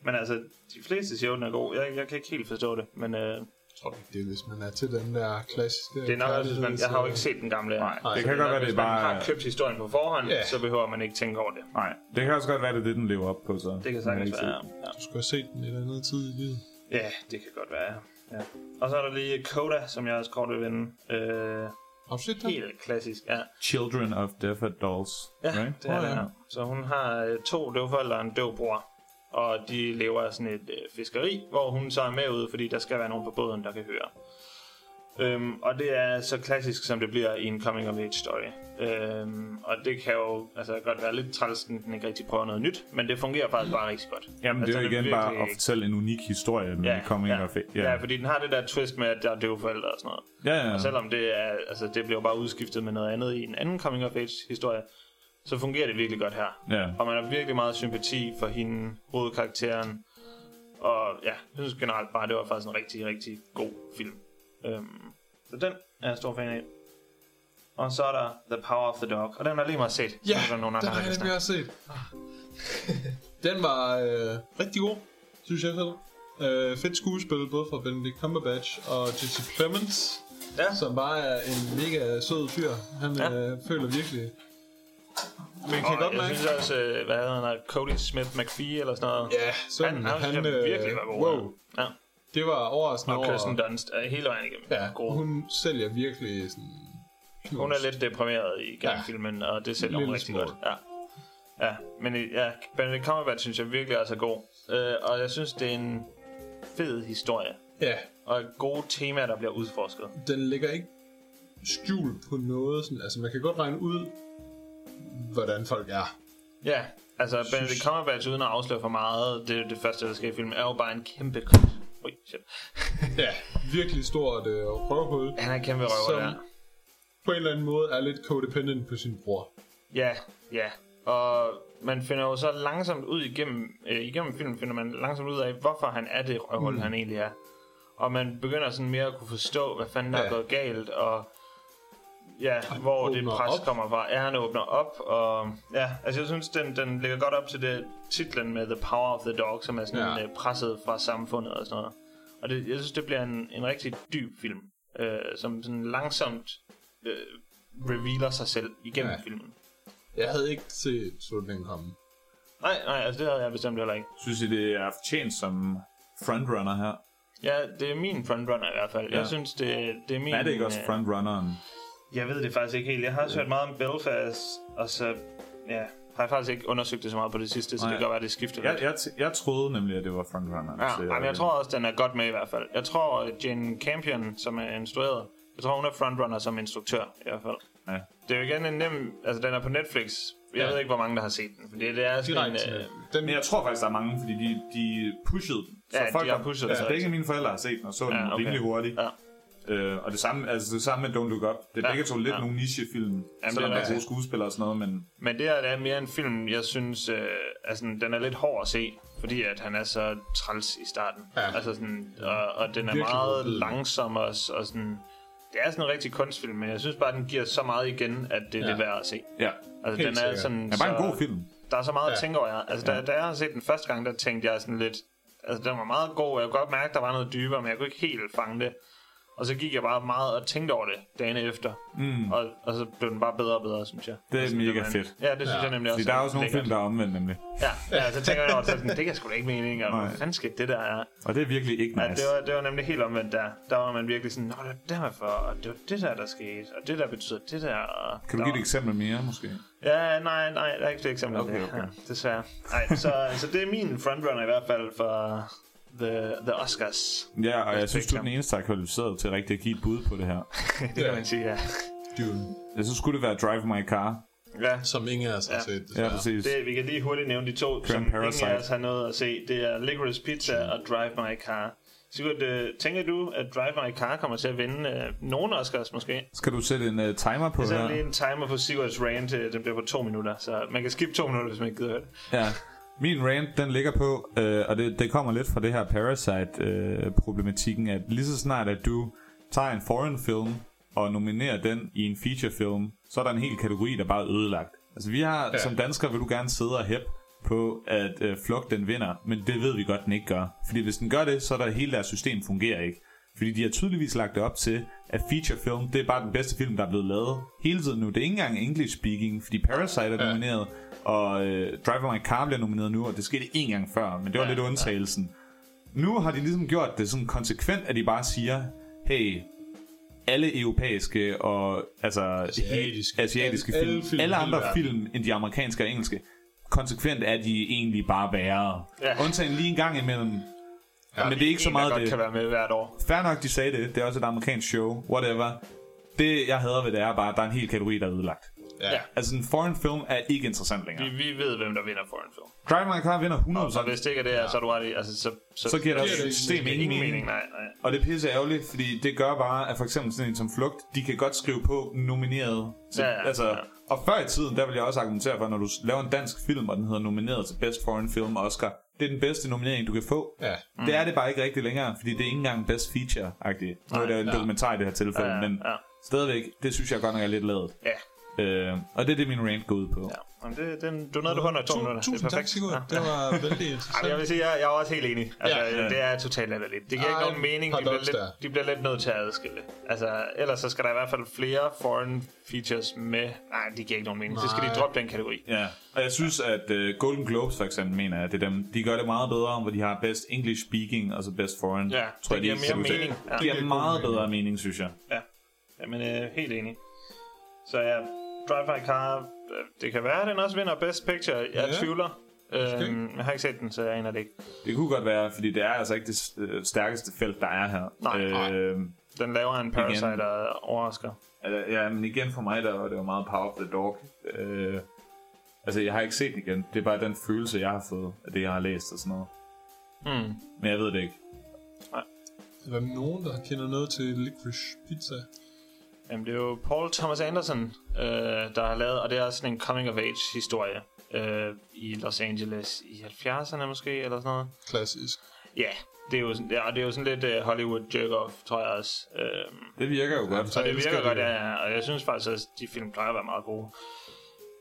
Speaker 1: Men altså, de fleste siger, jo, den er god. Jeg, jeg kan ikke helt forstå det, men øh,
Speaker 3: Jeg tror ikke, det er, hvis man er til den der klassiske...
Speaker 1: det er nok også, hvis man,
Speaker 3: kærligheds-
Speaker 1: jeg har jo ikke set den gamle. Nej,
Speaker 2: det kan godt være, det er
Speaker 1: Hvis man
Speaker 2: bare-
Speaker 1: har købt historien på forhånd,
Speaker 3: Ja.
Speaker 1: yeah. så behøver man ikke tænke over det.
Speaker 2: Nej, det kan også godt være, det er det, den lever op på, så.
Speaker 1: Det kan
Speaker 2: Jeg har
Speaker 1: sagtens
Speaker 2: ikke set
Speaker 1: være.
Speaker 2: den.
Speaker 1: Ja.
Speaker 3: Du skulle have set den i et andet tid i livet.
Speaker 1: ja, det kan godt være. Ja. Og så er der lige Coda, som jeg også kort vil vende. Øh,
Speaker 3: Har du set den?
Speaker 1: helt klassisk, ja.
Speaker 2: Children of Deaf Adults,
Speaker 1: Ja,
Speaker 2: right?
Speaker 1: det er
Speaker 3: Åh,
Speaker 1: det
Speaker 3: ja.
Speaker 1: her. Så hun har øh, to døvforældre og en døvbror. Og de lever af sådan et øh, fiskeri, hvor hun så er med ude, fordi der skal være nogen på båden, der kan høre. Øhm, og det er så klassisk, som det bliver i en coming-of-age-story. Øhm, og det kan jo altså, godt være lidt træls, at den ikke rigtig prøver noget nyt, men det fungerer faktisk bare rigtig godt.
Speaker 2: Jamen, det
Speaker 1: altså,
Speaker 2: er jo igen
Speaker 1: den
Speaker 2: bare
Speaker 1: virkelig-
Speaker 2: at fortælle en unik historie med ja, coming
Speaker 1: ja,
Speaker 2: of age.
Speaker 1: ja. ja, fordi den har det der twist med, at der er døvforældre og sådan noget.
Speaker 2: ja, ja.
Speaker 1: Og selvom det, er, altså, det bliver bare udskiftet med noget andet i en anden coming-of-age-historie, så fungerer det virkelig godt her.
Speaker 2: ja.
Speaker 1: Og man har virkelig meget sympati for hende, hovedkarakteren. Og ja, jeg synes generelt bare, det var faktisk en rigtig, rigtig god film. Øhm, så den er jeg stor fan af. Og så er der The Power of the Dog, og den har lige meget set. så
Speaker 3: Ja,
Speaker 1: er der nogen andre,
Speaker 3: den
Speaker 1: der
Speaker 3: har
Speaker 1: kan
Speaker 3: jeg
Speaker 1: snakke.
Speaker 3: nemlig også set. den var øh, rigtig god, synes jeg selv. Øh, fedt skuespil, både fra Benedict Cumberbatch og Jesse Plemons,
Speaker 1: Ja.
Speaker 3: som bare er en mega sød fyr. Han
Speaker 1: Ja.
Speaker 3: øh, føler virkelig... Man kan
Speaker 1: Og
Speaker 3: godt
Speaker 1: jeg
Speaker 3: mærke...
Speaker 1: synes også, øh, hvad hedder han, Cody Smith McPhee eller sådan noget.
Speaker 3: Ja, sådan,
Speaker 1: han, han, han øh, virkelig var god.
Speaker 3: Wow,
Speaker 1: Ja.
Speaker 3: det var overraskende
Speaker 1: Og Kirsten
Speaker 3: over...
Speaker 1: Dunst er hele vejen igennem.
Speaker 3: Ja,
Speaker 1: god.
Speaker 3: hun sælger virkelig sådan...
Speaker 1: Hun er lidt deprimeret i gennem
Speaker 3: Ja.
Speaker 1: ja. filmen, og det sælger hun
Speaker 3: Lille
Speaker 1: rigtig
Speaker 3: smule.
Speaker 1: godt. Ja. ja, men øh, ja, Benedict Cumberbatch synes jeg virkelig er så god. Øh, og jeg synes, det er en fed historie.
Speaker 3: Ja,
Speaker 1: Og gode temaer, der bliver udforsket.
Speaker 3: den ligger ikke skjult på noget. Sådan, altså, man kan godt regne ud, hvordan folk er.
Speaker 1: Ja, altså Benedict Cumberbatch, uden at afsløre for meget, det er jo det første, der sker i filmen, er jo bare en kæmpe... k- Ui, shit.
Speaker 3: Ja, virkelig stort øh, røvhul.
Speaker 1: Han er en kæmpe røver,
Speaker 3: Som-
Speaker 1: der.
Speaker 3: På en eller anden måde er lidt codependent på sin bror.
Speaker 1: Ja, ja. Og man finder jo så langsomt ud igennem, øh, igennem filmen, finder man langsomt ud af, hvorfor han er det røvhul, mm. han egentlig er. Og man begynder sådan mere at kunne forstå, hvad fanden der ja.
Speaker 3: Ja.
Speaker 1: er gået galt, og ja, hvor det
Speaker 3: åbner
Speaker 1: pres
Speaker 3: op.
Speaker 1: op. kommer fra. Ja, han åbner op, og ja, altså jeg synes, den, den ligger godt op til det titlen med The Power of the Dog, som er sådan
Speaker 3: Ja.
Speaker 1: ja. presset fra samfundet og sådan noget. Og det, jeg synes, det bliver en, en rigtig dyb film, øh, som sådan langsomt øh, revealer sig selv igennem
Speaker 3: Ja.
Speaker 1: ja. filmen.
Speaker 3: Jeg havde ikke set slutningen komme.
Speaker 1: Nej, nej, altså det havde jeg bestemt heller ikke.
Speaker 2: Synes I, det er fortjent som frontrunner her?
Speaker 1: Ja, det er min frontrunner i hvert fald. Ja.
Speaker 2: Ja.
Speaker 1: Jeg synes, det, det er min...
Speaker 2: Er det ikke også
Speaker 1: øh,
Speaker 2: frontrunneren?
Speaker 1: Jeg ved det faktisk ikke helt. Jeg har også hørt meget om Belfast, og så ja, har jeg faktisk ikke undersøgt det så meget på det sidste, så
Speaker 2: Nej.
Speaker 1: det kan godt være, det skifter
Speaker 2: Jeg,
Speaker 1: lidt.
Speaker 2: jeg, t- jeg troede nemlig, at det var frontrunneren.
Speaker 1: Ja, ja, men jeg tror også, den er godt med i hvert fald. Jeg tror, at Jane Campion, som er instrueret, jeg tror, hun er frontrunner som instruktør i hvert fald.
Speaker 2: Ja.
Speaker 1: Det er jo igen en nem... Altså, den er på Netflix. Jeg
Speaker 3: Ja.
Speaker 1: ved ikke, hvor mange, der har set den. Fordi det er sådan en...
Speaker 3: Direkte.
Speaker 1: Øh,
Speaker 3: Den,
Speaker 2: Men jeg tror faktisk, der er mange, fordi de, de pushede den.
Speaker 1: Ja, de har
Speaker 2: der-
Speaker 1: pushet den,
Speaker 2: altså,
Speaker 1: så
Speaker 2: begge
Speaker 1: rigtigt.
Speaker 2: mine forældre har set den og så den
Speaker 1: Ja, okay.
Speaker 2: rimelig hurtigt.
Speaker 1: ja.
Speaker 2: Øh, og det samme, altså det samme med Don't Look Up. Det er
Speaker 1: Ja.
Speaker 2: begge to lidt
Speaker 1: Ja.
Speaker 2: nogle nichefilm,
Speaker 1: er
Speaker 2: selvom der er
Speaker 1: rigtigt.
Speaker 2: gode skuespillere og sådan noget, men
Speaker 1: Men det her det er mere en film, jeg synes, øh, altså, den er lidt hård at se, fordi at han er så træls i starten.
Speaker 3: Ja.
Speaker 1: Altså sådan, og, og den er
Speaker 3: Virkelig
Speaker 1: meget
Speaker 3: modbydelig.
Speaker 1: langsom og, s- og sådan, det er sådan en rigtig kunstfilm, men jeg synes bare, den giver så meget igen, at det, ja. det er værd at se.
Speaker 2: ja.
Speaker 1: Altså,
Speaker 3: Helt
Speaker 1: den er
Speaker 3: sikkert.
Speaker 1: sådan,
Speaker 2: Det er bare
Speaker 1: så,
Speaker 2: en god film.
Speaker 1: Der er så meget ja.
Speaker 3: Ja.
Speaker 1: at tænke over. Altså, da, da jeg har set den første gang, der tænkte jeg sådan lidt, altså den var meget god, og jeg kunne godt mærke, at der var noget dybere, men jeg kunne ikke helt fange det. Og så gik jeg bare meget og tænkte over det dagene efter. Mm. Og, og så blev den bare bedre og bedre, synes jeg.
Speaker 2: Det er
Speaker 1: Altså,
Speaker 2: mega
Speaker 1: var en-
Speaker 2: fedt.
Speaker 1: Ja, det synes ja. jeg nemlig også.
Speaker 2: Fordi der er
Speaker 1: er
Speaker 2: også nogle
Speaker 1: lækkert.
Speaker 2: film, der er omvendt nemlig.
Speaker 1: Ja, ja, så tænker jeg over det, så sådan, det kan sgu da ikke mening, og
Speaker 2: Nej.
Speaker 1: hvad fanden skete det der er.
Speaker 2: Og det er virkelig ikke
Speaker 1: Ja,
Speaker 2: nice.
Speaker 1: det, var, det var nemlig helt omvendt der. Der var man virkelig sådan, Nå, det var derfor, og det var det der, der skete, og det der betyder det der. Og
Speaker 2: Kan
Speaker 1: der
Speaker 2: du give et
Speaker 1: var-
Speaker 2: eksempel mere, måske?
Speaker 1: Ja, nej, nej, der er ikke flere eksempler
Speaker 2: Okay,
Speaker 1: okay, okay.
Speaker 2: okay.
Speaker 1: Ja, desværre. Nej, så, så det er min frontrunner i hvert fald for The, the Oscars,
Speaker 2: Ja, og jeg synes, du er
Speaker 1: Perfekt,
Speaker 2: den eneste, der er kvalificeret til rigtigt at give et bud på det her.
Speaker 1: det kan man sige, ja.
Speaker 3: Dune,
Speaker 2: Jeg synes, skulle det være Drive My Car.
Speaker 1: ja.
Speaker 3: som ingen af os har
Speaker 1: Ja.
Speaker 3: set.
Speaker 2: Ja,
Speaker 3: desværre.
Speaker 2: præcis.
Speaker 1: Det, vi kan lige hurtigt nævne de to, som
Speaker 2: Parasite. Mm.
Speaker 1: ingen af os har noget at se. Det er Licorice Pizza og Drive My Car. Sigurd, øh, tænker du, at Drive My Car kommer til at vinde øh, nogen Oscars måske?
Speaker 2: Skal du sætte en uh, timer på
Speaker 1: Så er
Speaker 2: her?
Speaker 1: der lige en timer på Sigurds rant, øh, den bliver på to minutter, så man kan skippe to minutter, hvis man ikke gider høre det.
Speaker 2: Ja. Min rant, den ligger på, øh, og det, det kommer lidt fra det her Parasite-problematikken, at lige så snart, at du tager en foreign film og nominerer den i en feature film, så er der en hel kategori, der bare er ødelagt. Altså vi har, ja. som danskere vil du gerne sidde og hæppe på, at øh, Flok den vinder, men det ved vi godt, den ikke gør. Fordi hvis den gør det, så er der hele deres system fungerer ikke. Fordi de har tydeligvis lagt det op til, at feature film, det er bare den bedste film, der er blevet lavet hele tiden nu. Det er ikke engang English speaking, fordi Parasite er nomineret, og øh, Driver My Car bliver nomineret nu, og det skete en gang før, men det var lidt undtagelsen. Nu har de ligesom gjort det sådan konsekvent, at de bare siger, hey, alle europæiske og altså asiatiske,
Speaker 3: Asiatiske.
Speaker 2: asiatiske
Speaker 3: Alle-
Speaker 2: film, alle, alle
Speaker 3: alle film i hele
Speaker 2: andre
Speaker 3: verden.
Speaker 2: film end de amerikanske og engelske, konsekvent er de egentlig bare værre.
Speaker 1: Ja.
Speaker 2: Ja. Undtagen lige en gang imellem. Ja, men det er ikke så
Speaker 1: En,
Speaker 2: meget
Speaker 1: der godt
Speaker 2: det.
Speaker 1: kan være med hvert år.
Speaker 2: Fair nok, de sagde det. Det er også et amerikansk show. Whatever. Det, jeg hader ved det, er bare, at der er en hel kategori, der er ødelagt.
Speaker 3: Ja.
Speaker 1: Ja.
Speaker 3: ja.
Speaker 2: Altså, en foreign film er ikke interessant længere.
Speaker 1: Vi, vi ved, hvem der vinder for en film.
Speaker 2: Drive My Car vinder 100%,
Speaker 1: Og hvis det ikke er det her, så er du ret i, altså, så,
Speaker 2: så giver det også
Speaker 3: giver det
Speaker 2: system
Speaker 1: ingen,
Speaker 2: ingen mening.
Speaker 1: mening. Nej, nej.
Speaker 2: Og det er pisse ærgerligt, fordi det gør bare, at for eksempel sådan en som Flugt, de kan godt skrive på nomineret. Til,
Speaker 1: Ja, ja,
Speaker 2: altså,
Speaker 1: ja.
Speaker 2: Og før i tiden, der vil jeg også argumentere for, at når du laver en dansk film, og den hedder nomineret til Best Foreign Film Oscar, det er den bedste nominering, du kan få.
Speaker 3: Ja.
Speaker 2: Mm. Det er det bare ikke rigtig længere, fordi det er ikke engang Best Feature-agtigt. Nu er det jo en dokumentar i det her tilfælde,
Speaker 1: Ja, ja,
Speaker 2: men
Speaker 1: ja.
Speaker 2: stadigvæk, det synes jeg godt nok er lidt lavet.
Speaker 1: Ja,
Speaker 2: Øh, og det er det, min rant går ud på.
Speaker 1: ja. Jamen, det, den, du nåede det på under to minutter. Det er
Speaker 3: Tusind tak,
Speaker 1: perfekt.
Speaker 3: Sigurd. Det var vældig interessant.
Speaker 1: Jamen, jeg vil sige, jeg, jeg er også helt enig. Altså,
Speaker 3: Ja,
Speaker 1: ja,
Speaker 2: ja.
Speaker 1: ja. Det er totalt latterligt. Det giver ikke
Speaker 3: Ej,
Speaker 1: nogen mening. De bliver,
Speaker 3: paradoks
Speaker 1: lidt,
Speaker 3: der.
Speaker 1: de bliver lidt nødt til at adskille. Altså, ellers så skal der i hvert fald flere foreign features med. Nej, det giver ikke nogen mening. Så skal de
Speaker 3: Nej.
Speaker 1: droppe den kategori.
Speaker 2: Ja, og jeg synes, at uh, Golden Globes for eksempel, mener jeg, at det er dem, de gør det meget bedre, hvor de har best English speaking, og så best foreign.
Speaker 1: Ja, det
Speaker 2: tror jeg,
Speaker 1: giver
Speaker 2: de
Speaker 1: mere
Speaker 2: ser ud til.
Speaker 1: mening. Ja.
Speaker 2: Det giver
Speaker 3: Det giver
Speaker 2: meget
Speaker 3: god mening.
Speaker 2: bedre mening, synes jeg.
Speaker 1: Ja, Jamen, øh, helt enig. Så ja, Drive My Car, øh, det kan være, at den også vinder Best Picture. Jeg ja.
Speaker 3: Ja.
Speaker 1: tvivler. Øhm, jeg har ikke set den, så jeg aner det ikke.
Speaker 2: Det kunne godt være, fordi det er altså ikke det øh, stærkeste felt, der er her.
Speaker 1: Nej, nej.
Speaker 2: øh,
Speaker 1: Den laver en Parasite
Speaker 2: Igen.
Speaker 1: og overrasker.
Speaker 2: altså, ja, men igen for mig, der var det jo meget Power of the Dog. Øh, altså, jeg har ikke set den igen. Det er bare den følelse, jeg har fået af det, jeg har læst og sådan noget.
Speaker 1: Mm.
Speaker 2: Men jeg ved det ikke.
Speaker 3: Er der nogen, der kender noget til licorice pizza?
Speaker 1: Jamen, det er jo Paul Thomas Anderson, øh, der har lavet, og det er sådan en coming-of-age-historie øh, i Los Angeles i 70'erne måske, eller sådan noget.
Speaker 3: Klassisk.
Speaker 1: Ja, det er jo sådan, ja, og det er jo sådan lidt øh, Hollywood jerk-off, tror jeg også. Øh,
Speaker 2: Det virker jo godt.
Speaker 1: så det
Speaker 3: elsker
Speaker 1: virker
Speaker 3: det
Speaker 1: godt,
Speaker 3: jo.
Speaker 1: ja, ja, og jeg synes faktisk også, at de film plejer at være meget gode.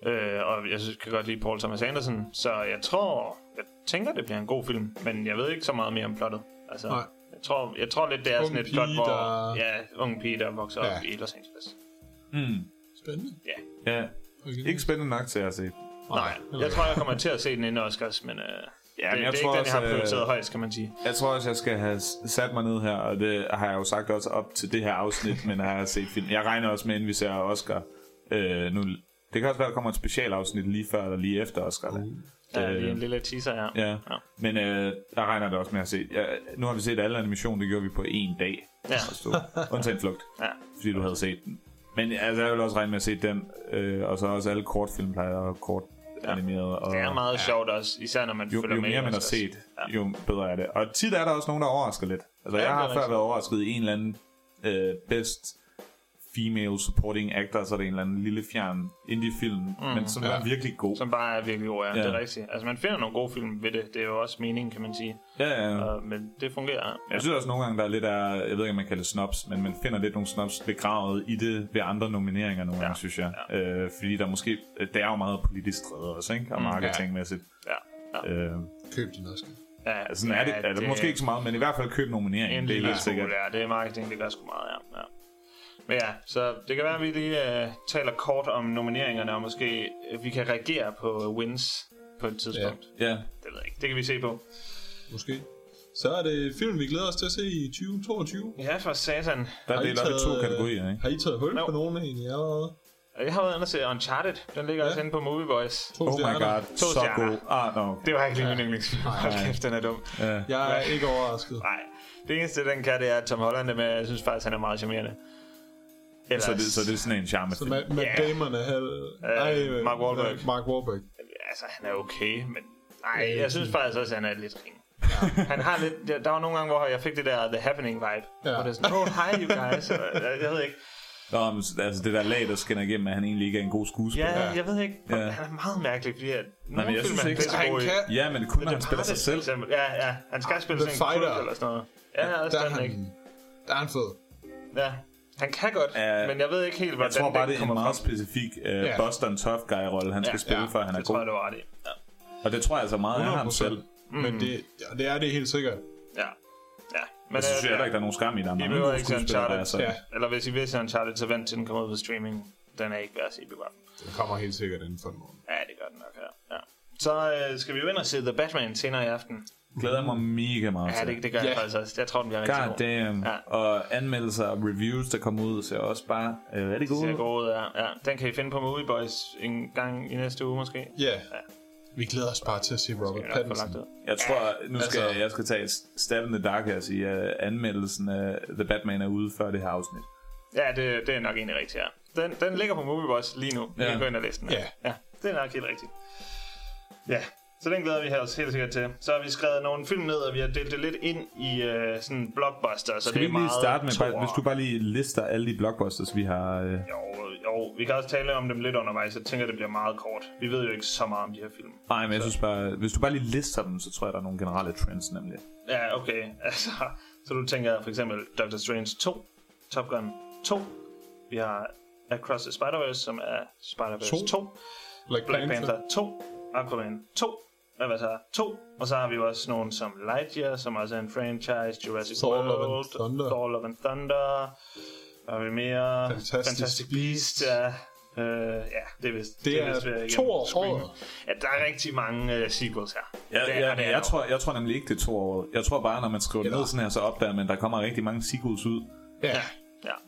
Speaker 1: Øh, og jeg synes, kan godt lide Paul Thomas Anderson, så jeg tror, jeg tænker, det bliver en god film, men jeg ved ikke så meget mere om plottet. Altså,
Speaker 3: Nej.
Speaker 1: Jeg tror, jeg tror lidt, det er
Speaker 3: Ung
Speaker 1: sådan et
Speaker 3: pige,
Speaker 1: plot, hvor
Speaker 3: der-
Speaker 1: ja, unge pige, der vokser
Speaker 3: Ja.
Speaker 1: op i Los Angeles.
Speaker 2: Mm.
Speaker 3: Spændende.
Speaker 2: Ja,
Speaker 3: Okay.
Speaker 2: ikke spændende nok til at se.
Speaker 1: Nej, jeg tror, jeg kommer til at se den inden Oscars, men øh, ja, det,
Speaker 2: jeg
Speaker 1: det er
Speaker 2: tror
Speaker 1: ikke den, jeg har
Speaker 2: også, øh,
Speaker 1: prioriteret højst, kan man sige.
Speaker 2: Jeg tror også, jeg skal have sat mig ned her, og det har jeg jo sagt også op til det her afsnit, men har jeg set film. Jeg regner også med, inden vi ser Oscar øh, nu. Det kan også være, der kommer et specialafsnit lige før eller lige efter Oscar. Uh,
Speaker 1: Ja, lige en lille teaser her.
Speaker 2: ja. Men øh, jeg regner det også med at se. Jeg, nu har vi set alle animationer, det gjorde vi på én dag.
Speaker 1: Ja.
Speaker 2: Forstå. Undtagen flugt,
Speaker 1: Ja.
Speaker 2: fordi du havde set den. Men altså, jeg vil også regne med at se den, øh, og så også alle kortfilm, der er kort animeret. Og,
Speaker 1: Det er meget sjovt også, især når man
Speaker 2: jo,
Speaker 1: følger
Speaker 2: jo
Speaker 1: med. i
Speaker 2: mere man har
Speaker 1: Oscars.
Speaker 2: set, jo bedre er det. Og tit er der også nogen, der overrasker lidt. Altså,
Speaker 1: Ja,
Speaker 2: jeg
Speaker 1: det
Speaker 2: har
Speaker 1: er
Speaker 2: før
Speaker 1: rigtigt.
Speaker 2: været overrasket i en eller anden øh, best female supporting actor, så er det en eller anden lille fjern indie-film, mm, men som ja. er virkelig god.
Speaker 1: Som bare er virkelig god, ja.
Speaker 2: Ja.
Speaker 1: Det er rigtigt. Altså, man finder nogle gode film ved det. Det er jo også meningen, kan man sige.
Speaker 2: Ja, ja.
Speaker 1: Og, men det fungerer.
Speaker 2: Jeg synes også nogle gange, der er lidt af, jeg ved ikke, om man kalder det snobs, men man finder lidt nogle snobs begravet i det ved andre nomineringer nogle gange, synes jeg. Ja. Øh, fordi der måske,
Speaker 1: Mm,
Speaker 2: det er jo meget politisk drevet også, ikke? Og marketingmæssigt.
Speaker 1: Ja. ja.
Speaker 2: Øh,
Speaker 3: Køb din Oscar.
Speaker 1: Ja,
Speaker 2: Altså, sådan er det, er det, måske ikke så meget, men i hvert fald køb nomineringen.
Speaker 1: en
Speaker 2: Det er
Speaker 1: lille
Speaker 2: helt
Speaker 1: smule,
Speaker 2: sikkert.
Speaker 1: ja. Det er marketing, det gør sgu meget, ja. ja. Men ja, så det kan være, at vi lige øh, taler kort om nomineringerne, og måske øh, vi kan reagere på øh, wins på et tidspunkt. Ja.
Speaker 2: Ja,
Speaker 1: Det ved jeg ikke. Det kan vi se på.
Speaker 3: måske. Så er det film, vi glæder os til at se i 2022.
Speaker 1: Ja, for satan.
Speaker 2: der er
Speaker 3: I
Speaker 2: delt op i to
Speaker 3: taget, øh,
Speaker 2: kategorier, ikke?
Speaker 3: Har I taget hul
Speaker 1: Jo.
Speaker 3: på nogen egentlig allerede?
Speaker 1: Jeg har været inde og se Uncharted. Den ligger ja.
Speaker 3: Ja.
Speaker 1: også inde på Movie Boys.
Speaker 3: To
Speaker 2: Oh my
Speaker 3: stjerner.
Speaker 2: god,
Speaker 1: To
Speaker 2: så
Speaker 1: stjerner.
Speaker 2: god. Ah, no.
Speaker 1: Det var ikke lige min yndlingsfilm. Hold kæft, den er dum.
Speaker 2: Ja.
Speaker 3: Jeg er ikke overrasket.
Speaker 1: Nej, det eneste, den kan, det er at Tom Holland, er med, jeg synes faktisk, han er meget charmerende. Ellers,
Speaker 2: Så, det, så det er sådan en charme.
Speaker 3: Så Matt, Matt
Speaker 1: Ja.
Speaker 3: Damon er halv... Nej, øh,
Speaker 1: Mark Wahlberg.
Speaker 3: øh, Mark Wahlberg.
Speaker 1: altså, han er okay, men nej,
Speaker 3: Øh,
Speaker 1: jeg synes faktisk også, at han er lidt ring. han har lidt, der, der var nogle gange, hvor jeg fik det der The Happening vibe. Ja.
Speaker 3: Ja.
Speaker 1: Hvor det er sådan, oh, hi you guys. Og øh, jeg, jeg ved ikke,
Speaker 2: Nå, men altså det der lag, der skinner igennem, at han egentlig ikke er en god skuespiller.
Speaker 1: ja, jeg ved ikke,
Speaker 2: Ja.
Speaker 1: han er meget mærkelig, fordi at
Speaker 2: Nej, men jeg synes ikke,
Speaker 3: Så han kan...
Speaker 2: Ja, men kun når han spiller sig selv.
Speaker 1: Ja, ja, han skal spille
Speaker 3: Ah, The
Speaker 1: sådan en
Speaker 3: Fighter.
Speaker 1: kult eller sådan noget. Ja, også
Speaker 3: Der er
Speaker 1: den, ikke?
Speaker 3: han... Der er han fed.
Speaker 1: Ja, han kan godt,
Speaker 2: Ja.
Speaker 1: men jeg ved ikke helt, hvordan
Speaker 2: Jeg tror bare,
Speaker 1: den
Speaker 2: det er en
Speaker 1: kommer
Speaker 2: meget
Speaker 1: frem.
Speaker 2: specifik uh,
Speaker 3: Ja.
Speaker 2: Boston Tough Guy-rolle, han skal
Speaker 1: Ja,
Speaker 2: spille,
Speaker 3: ja.
Speaker 2: for at han er
Speaker 1: Det tror jeg, du
Speaker 2: god.
Speaker 1: var det. Ja.
Speaker 2: Og det tror jeg altså meget af ham
Speaker 3: 100%.
Speaker 2: selv.
Speaker 3: Men det, ja, det er det helt sikkert.
Speaker 1: ja. ja. Men,
Speaker 2: Jeg synes
Speaker 1: øh,
Speaker 2: heller ikke, der er nogen skam i, der er mange
Speaker 1: behøver
Speaker 2: gode
Speaker 1: ikke se
Speaker 2: skuespillere, der er
Speaker 1: Uncharted.
Speaker 2: sådan.
Speaker 3: Ja,
Speaker 1: Eller hvis I vil se Uncharted, så vent til den kommer ud på streaming. Den er ikke værd at se i biografen.
Speaker 3: det kommer helt sikkert inden for en måned.
Speaker 1: Ja, det gør den nok her. Ja. Så øh, skal vi jo ind og se The Batman senere i aften.
Speaker 2: Glæder mig mega meget
Speaker 1: Ja,
Speaker 2: til.
Speaker 1: det, det gør
Speaker 3: Ja.
Speaker 1: jeg faktisk også. Jeg tror, den bliver rigtig
Speaker 2: God
Speaker 1: god.
Speaker 2: damn.
Speaker 1: Ja.
Speaker 2: Og anmeldelser og reviews, der kommer ud, ser også bare øh,
Speaker 1: Det
Speaker 2: rigtig
Speaker 1: ser
Speaker 2: gode. ud.
Speaker 1: god ud, ja. ja. Den kan I finde på Movie Boys en gang i næste uge måske.
Speaker 3: Ja. Vi glæder os bare til at se Robert
Speaker 1: Jeg har nok fået
Speaker 3: Pattinson.
Speaker 1: lagt ud.
Speaker 2: Jeg tror, nu skal
Speaker 3: altså-
Speaker 2: jeg skal tage et stab in the dark her og sige, at øh, anmeldelsen af The Batman er ude før det her afsnit.
Speaker 1: Ja, det, det er nok egentlig rigtigt, ja. Den, den ligger på Movie Boys lige nu. Vi
Speaker 2: Ja.
Speaker 1: kan gå ind og læse den.
Speaker 3: Ja.
Speaker 1: ja. Det er nok helt rigtigt. Ja, så den glæder vi her os helt sikkert til. Så har vi skrevet nogle film ned, og vi har delt det lidt ind i øh, sådan blockbuster, så
Speaker 2: Skal
Speaker 1: det
Speaker 2: vi
Speaker 1: er
Speaker 2: ikke lige
Speaker 1: meget
Speaker 2: starte med, bare,
Speaker 1: toer.
Speaker 2: hvis du bare lige lister alle de blockbusters, vi har... Øh,
Speaker 1: Jo, jo, vi kan også tale om dem lidt undervejs. Jeg tænker, det bliver meget kort. Vi ved jo ikke så meget om de her film.
Speaker 2: nej, men jeg synes bare, hvis du bare lige lister dem, så tror jeg, der er nogle generelle trends nemlig.
Speaker 1: Ja, okay. Altså, så du tænker for eksempel Doctor Strange 2, Top Gun 2. Vi har Across the Spider-Verse, som er Spider-Verse 2.
Speaker 3: To.
Speaker 1: 2.
Speaker 3: Black
Speaker 1: Black
Speaker 3: Panther.
Speaker 1: Panther 2, Aquaman 2, Avatar 2, og så har vi jo også nogen som Lightyear, som også er en franchise, Jurassic
Speaker 3: Thor, Love and
Speaker 1: World,
Speaker 3: Thunder.
Speaker 1: Thor Love and Thunder, og vi mere
Speaker 3: Fantastic
Speaker 1: Beast, ja. Øh, ja, det er vist.
Speaker 3: Det
Speaker 1: vist, hvad
Speaker 3: er
Speaker 1: jeg
Speaker 3: to
Speaker 1: igen-
Speaker 3: år
Speaker 1: Scream.
Speaker 3: over.
Speaker 1: Ja, der er rigtig mange øh, sequels her.
Speaker 2: Ja,
Speaker 1: Det er-
Speaker 2: ja,
Speaker 1: det er
Speaker 2: jeg,
Speaker 1: der.
Speaker 2: tror, jeg tror nemlig ikke, det er to år. Jeg tror bare, når man skriver det ned sådan her, så opdager man, der kommer rigtig mange sequels ud.
Speaker 3: Ja.